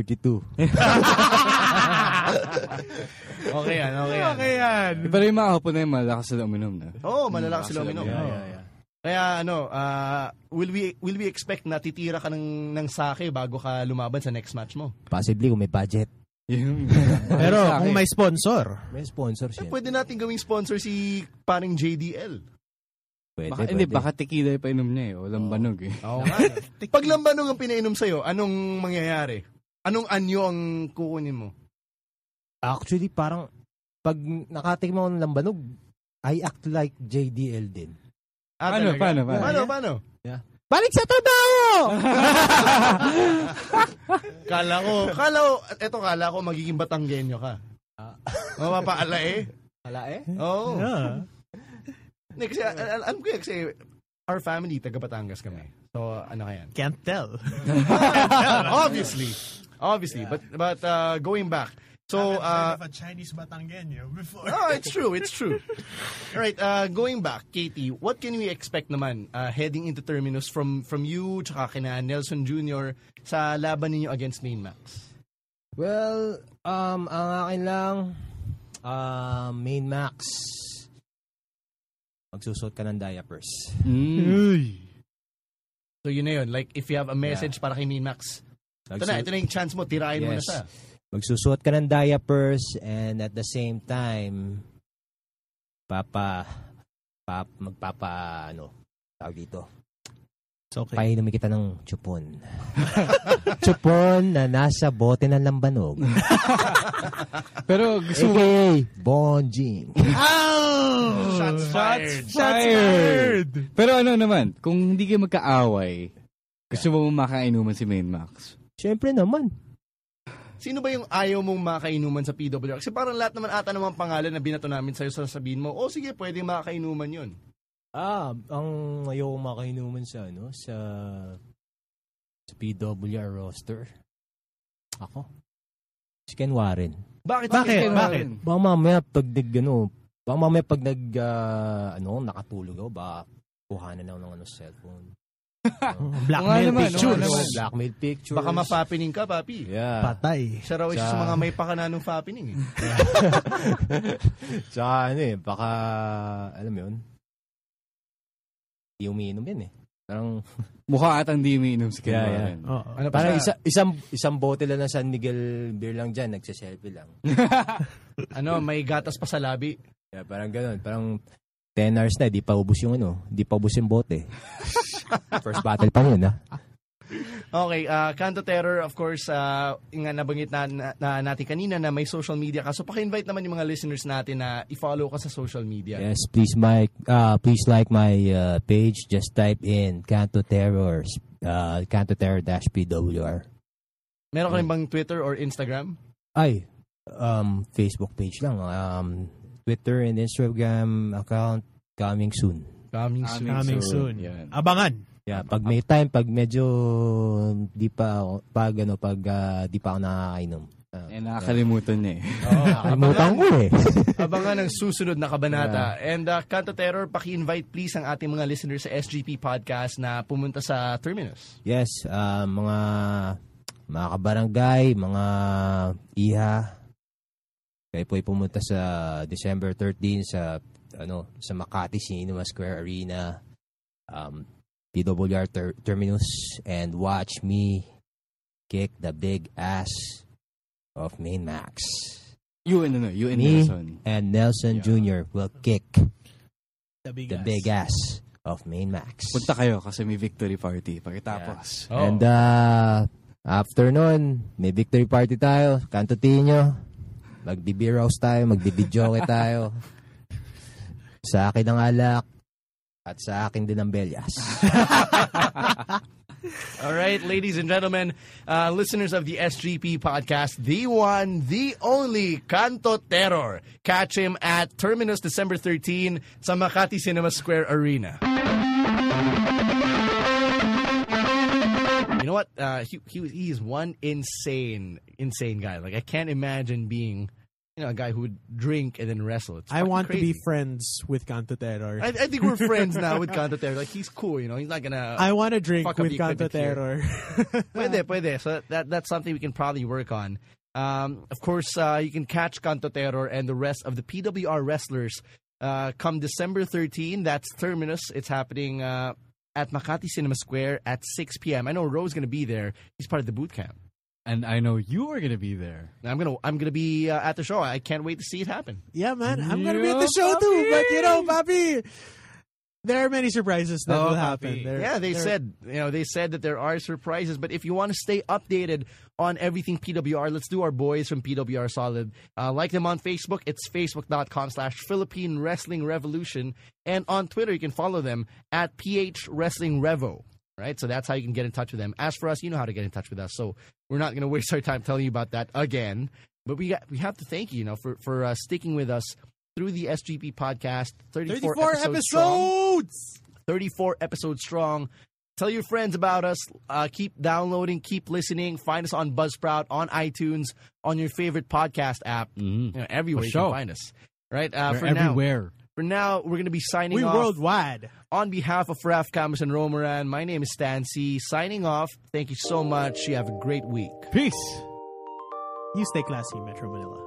Speaker 1: Okay yan, okay yan.
Speaker 6: okay yan.
Speaker 5: Eh, Pero yung mga hapon na yun, malakas sila uminom na.
Speaker 1: Oh, malalakas sila uminom.
Speaker 5: Yeah,
Speaker 1: Oo. Oh. Kaya ano, ah, will we will we expect na titira ka ng ng sake bago ka lumaban sa next match mo?
Speaker 4: Possibly kung may budget.
Speaker 5: Yung-
Speaker 6: Pero
Speaker 5: Sa akin.
Speaker 6: kung may sponsor,
Speaker 4: May sponsor
Speaker 1: Eh,
Speaker 4: siya.
Speaker 1: pwede natin gawing sponsor si paring JDL.
Speaker 4: Pwede,
Speaker 5: Baka,
Speaker 1: eh,
Speaker 5: hindi, baka tequila yung painom niya eh. Walang banog eh.
Speaker 1: Oo nga. Pag lambanong ang pinainom sa'yo, anong mangyayari? Anong anyo ang kukunin mo?
Speaker 4: Actually, parang pag nakatikma ko ng lambanog, I act like JDL din.
Speaker 1: Ah,
Speaker 5: Paano,
Speaker 1: talaga?
Speaker 5: paano, paano?
Speaker 1: Paano, paano?
Speaker 4: Balik sa trabaho!
Speaker 1: Kala ko, kala ko, eto kala ko magiging batanggenyo ka.
Speaker 5: Ah.
Speaker 1: Mapapaala eh.
Speaker 4: Wala eh.
Speaker 1: Oo.
Speaker 6: yeah.
Speaker 1: Hindi, kasi al- al- alam ko yan, kasi our family, taga Batangas kami. So, ano kaya?
Speaker 6: can't tell.
Speaker 1: Obviously. Obviously. But, but uh, going back. So, uh,
Speaker 6: a Chinese Batanggenyo before.
Speaker 1: Oh, it's true. It's true. All right. Uh, going back, Katie, what can we expect naman uh, heading into Terminus from from you tsaka kina Nelson Jr. sa laban ninyo against Main Max?
Speaker 4: Well, um, ang akin lang, Ah, main max. Magsusot ka ng diapers.
Speaker 5: Mm.
Speaker 1: So yun na yun. Like, if you have a message para kay Minax, ito na,
Speaker 4: Magsu-
Speaker 1: ito na yung chance mo, tirahin mo na
Speaker 4: Yes.
Speaker 1: siya.
Speaker 4: Magsusuot ka ng diapers and at the same time, papa, pap, magpapa, ano, tawag dito,
Speaker 6: It's okay.
Speaker 4: painumin kita ng chupon. chupon na nasa bote ng lambanog.
Speaker 5: Pero gusto mo
Speaker 4: AKA, bonjing.
Speaker 1: Shots fired.
Speaker 5: fired! Pero ano naman, kung hindi kayo magkaaway, gusto mo makainuman si Main Max.
Speaker 4: Siyempre naman.
Speaker 1: Sino ba yung ayaw mong makainuman sa PWR? Kasi parang lahat naman ata naman pangalan na binato namin sa'yo, sasabihin mo, oh sige, pwede makainuman yun.
Speaker 4: Ah, ang ayoko makainuman sa ano, sa sa PWR roster. Ako. Si Ken Warren.
Speaker 1: Bakit?
Speaker 6: Bakit?
Speaker 1: Ken
Speaker 6: Bakit?
Speaker 1: Warren?
Speaker 4: Baka mamaya pag nag, ano, baka mamaya pag nag, ah, ano, nakatulog ako, baka kuhanan ako ng ano, cellphone.
Speaker 1: ano
Speaker 6: Blackmail
Speaker 5: naman,
Speaker 6: pictures.
Speaker 5: oo nga naman.
Speaker 4: Blackmail pictures.
Speaker 1: Baka mapapining ka, papi.
Speaker 4: Yeah.
Speaker 6: Patay.
Speaker 1: Siya raw isa
Speaker 4: Sa-
Speaker 1: sa mga may pakananong fapining. Eh.
Speaker 4: Sa ano eh, baka, alam mo yun, hindi umiinom yan eh. Parang,
Speaker 5: Mukha atang di umiinom si Ken
Speaker 4: Yeah,
Speaker 5: Warren.
Speaker 6: Oo.
Speaker 1: Ano pa
Speaker 4: parang
Speaker 1: siya?
Speaker 4: isa, isang, isang bote lang ng San Miguel beer lang dyan, nagsiselfie lang.
Speaker 1: Ano, may gatas pa sa labi.
Speaker 4: Yeah, parang ganun. Parang 10 hours na, di pa ubus yung ano, di pa ubus yung bote. First battle pa yun, ah. ha?
Speaker 1: Okay, uh, Canto Terror, of course, uh, nga nabanggit na, na, na natin kanina na may social media ka. So, paki-invite naman yung mga listeners natin na i-follow ka sa social media.
Speaker 4: Yes, please, Mike, uh, please like my uh, page. Just type in Canto Terror, uh, Canto Terror dash PWR.
Speaker 1: Meron ka rin bang Twitter or Instagram?
Speaker 4: Ay, um, Facebook page lang. Um, Twitter and Instagram account coming soon.
Speaker 1: Coming soon.
Speaker 6: Coming soon.
Speaker 5: Yan.
Speaker 6: Abangan.
Speaker 4: Yeah, pag may time, pag medyo di pa ako, pag ano, pag ah, di pa ako nakakainom. Uh,
Speaker 5: Eh, nakakalimutan niya eh.
Speaker 4: nakakalimutan ko eh.
Speaker 1: Abangan ang susunod na kabanata. And uh, Canto Terror, paki-invite please ang ating mga listeners sa SGP Podcast na pumunta sa Terminus.
Speaker 4: Yes, ah, mga mga kabarangay, mga iha. Kayo po ay pumunta sa December 13 sa ano sa Makati Cinema Square Arena. Um, PWR ter- Terminus and watch me kick the big ass of Main Max.
Speaker 5: You and ano, you and
Speaker 4: Me?
Speaker 5: Nelson.
Speaker 4: And Nelson Jr. will kick
Speaker 6: The big
Speaker 4: the big ass of Main Max.
Speaker 5: Punta kayo kasi may victory party pagkatapos.
Speaker 2: Oh,
Speaker 4: And uh, after nun, may victory party tayo. Kanto tinyo. Magbibeer house tayo. Magbibijoke tayo. sa akin ang alak. At sa akin din ang belyas.
Speaker 1: All right, ladies and gentlemen, uh, listeners of the SGP podcast, the one, the only Canto Terror. Catch him at Terminus December 13 sa Makati Cinema Square Arena. You know what? Uh, he, he, was- he is one insane, insane guy. Like, I can't imagine being, you know, a guy who would drink and then wrestle. It's
Speaker 3: I
Speaker 1: fucking
Speaker 3: want to
Speaker 1: crazy.
Speaker 3: be friends with Canto Terror.
Speaker 1: I, I think we're friends now with Canto Terror. Like, he's cool, you know? He's not gonna...
Speaker 3: I want to drink
Speaker 1: Fuck up
Speaker 3: with
Speaker 1: the equipment
Speaker 3: Canto
Speaker 1: here.
Speaker 3: Terror.
Speaker 1: Pwede, pwede. So that that's something we can probably work on. Um, of course, uh, you can catch Canto Terror and the rest of the PWR wrestlers uh, come December 13. That's Terminus. It's happening uh, at Makati Cinema Square at 6 p.m. I know Roe's going to be there. He's part of the boot camp.
Speaker 2: And I know you are gonna be there.
Speaker 1: And I'm gonna I'm gonna be uh, at the show. I can't wait to see it happen.
Speaker 3: yeah, man. I'm going to be at
Speaker 2: Yeah,
Speaker 3: the show too. But, you know, Papi, there are many surprises that
Speaker 2: Oh,
Speaker 3: will happen.
Speaker 2: Papi.
Speaker 3: There-
Speaker 1: Yeah, they
Speaker 3: there-
Speaker 1: said you know they said that there are surprises, but if you want to stay updated on everything PWR, let's do our boys from PWR Solid. Uh, like them on Facebook. It's facebook.com slash Philippine Wrestling Revolution. And on Twitter, you can follow them at PH Wrestling Revo. Right? So that's how you can get in touch with them. As for us, you know how to get in touch with us. So we're not going to waste our time telling you about that again. But we got, we have to thank you, you know, for, for uh, sticking with us through the SGP podcast. 34,
Speaker 3: 34
Speaker 1: episodes. strong.
Speaker 3: episodes!
Speaker 1: 34 episodes strong. Tell your friends about us. Uh, keep downloading, keep listening. Find us on Buzzsprout, on iTunes, on your favorite podcast app. You know, everywhere you
Speaker 2: Mm-hmm. sure.
Speaker 1: can find us. Right? Uh,
Speaker 2: We're
Speaker 1: for now,
Speaker 2: everywhere.
Speaker 1: for now, we're going to be signing
Speaker 3: We
Speaker 1: off.
Speaker 3: worldwide.
Speaker 1: on behalf of Raf Camus and Romaran, my name is Stan C. Signing off. Thank you so much. You have a great week.
Speaker 2: Peace.
Speaker 3: You stay classy, Metro Manila.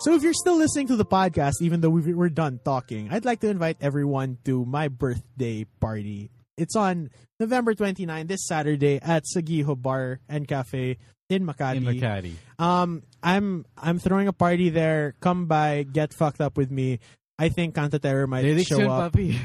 Speaker 3: So if you're still listening to the podcast, even though we've, we're done talking, I'd like to invite everyone to my birthday party. It's on November 29, this Saturday at Sagiho Bar and Cafe in Makati.
Speaker 2: in Makati.
Speaker 3: Um, I'm I'm throwing a party there. Come by, get fucked up with me. I think Canta Terror might
Speaker 2: Lyrics
Speaker 3: show
Speaker 2: yun,
Speaker 3: up.
Speaker 2: papi.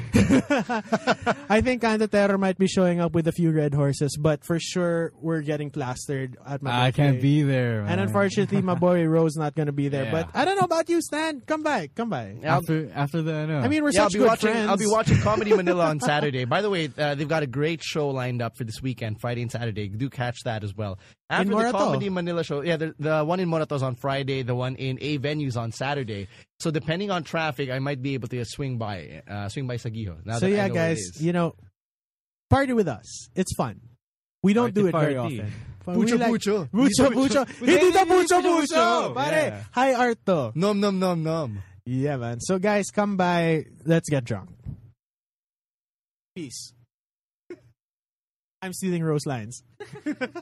Speaker 3: I think Canta Terror might be showing up with a few red horses, but for sure we're getting plastered at my
Speaker 2: I can't
Speaker 3: birthday.
Speaker 2: be there.
Speaker 3: And
Speaker 2: man.
Speaker 3: unfortunately, my boy Rose not gonna be there.
Speaker 2: Yeah.
Speaker 3: But I don't know about you, Stan. Come by, come by.
Speaker 1: Yeah, I'll-
Speaker 2: after after the ano.
Speaker 3: I mean, we're
Speaker 1: yeah, I'll
Speaker 3: such
Speaker 1: be
Speaker 3: good
Speaker 1: watching.
Speaker 3: friends.
Speaker 1: I'll be watching Comedy Manila on Saturday. By the way, uh, they've got a great show lined up for this weekend, Friday and Saturday. Do catch that as well. After the
Speaker 3: Morato.
Speaker 1: Comedy Manila show, yeah, the, the one in Morato's on Friday, the one in A venues on Saturday. So depending on traffic, I might be able to swing by, uh, swing by Sagiho. Now
Speaker 3: so
Speaker 1: that I
Speaker 3: yeah,
Speaker 1: know where it
Speaker 3: guys,
Speaker 1: is.
Speaker 3: you know, party with us. It's fun. We don't
Speaker 2: Party,
Speaker 3: do it very
Speaker 2: party.
Speaker 3: often. But we
Speaker 1: Pucho,
Speaker 3: like-
Speaker 1: pucho.
Speaker 3: Bucho, bucho.
Speaker 1: Pucho,
Speaker 3: Hindi na bucho, bucho.
Speaker 1: pucho.
Speaker 3: Pare,
Speaker 1: Yeah.
Speaker 3: high art to.
Speaker 1: Nom nom nom nom.
Speaker 3: Yeah, man. So guys, come by. Let's get drunk. Peace. I'm stealing Rose lines.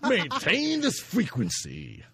Speaker 1: Maintain this frequency.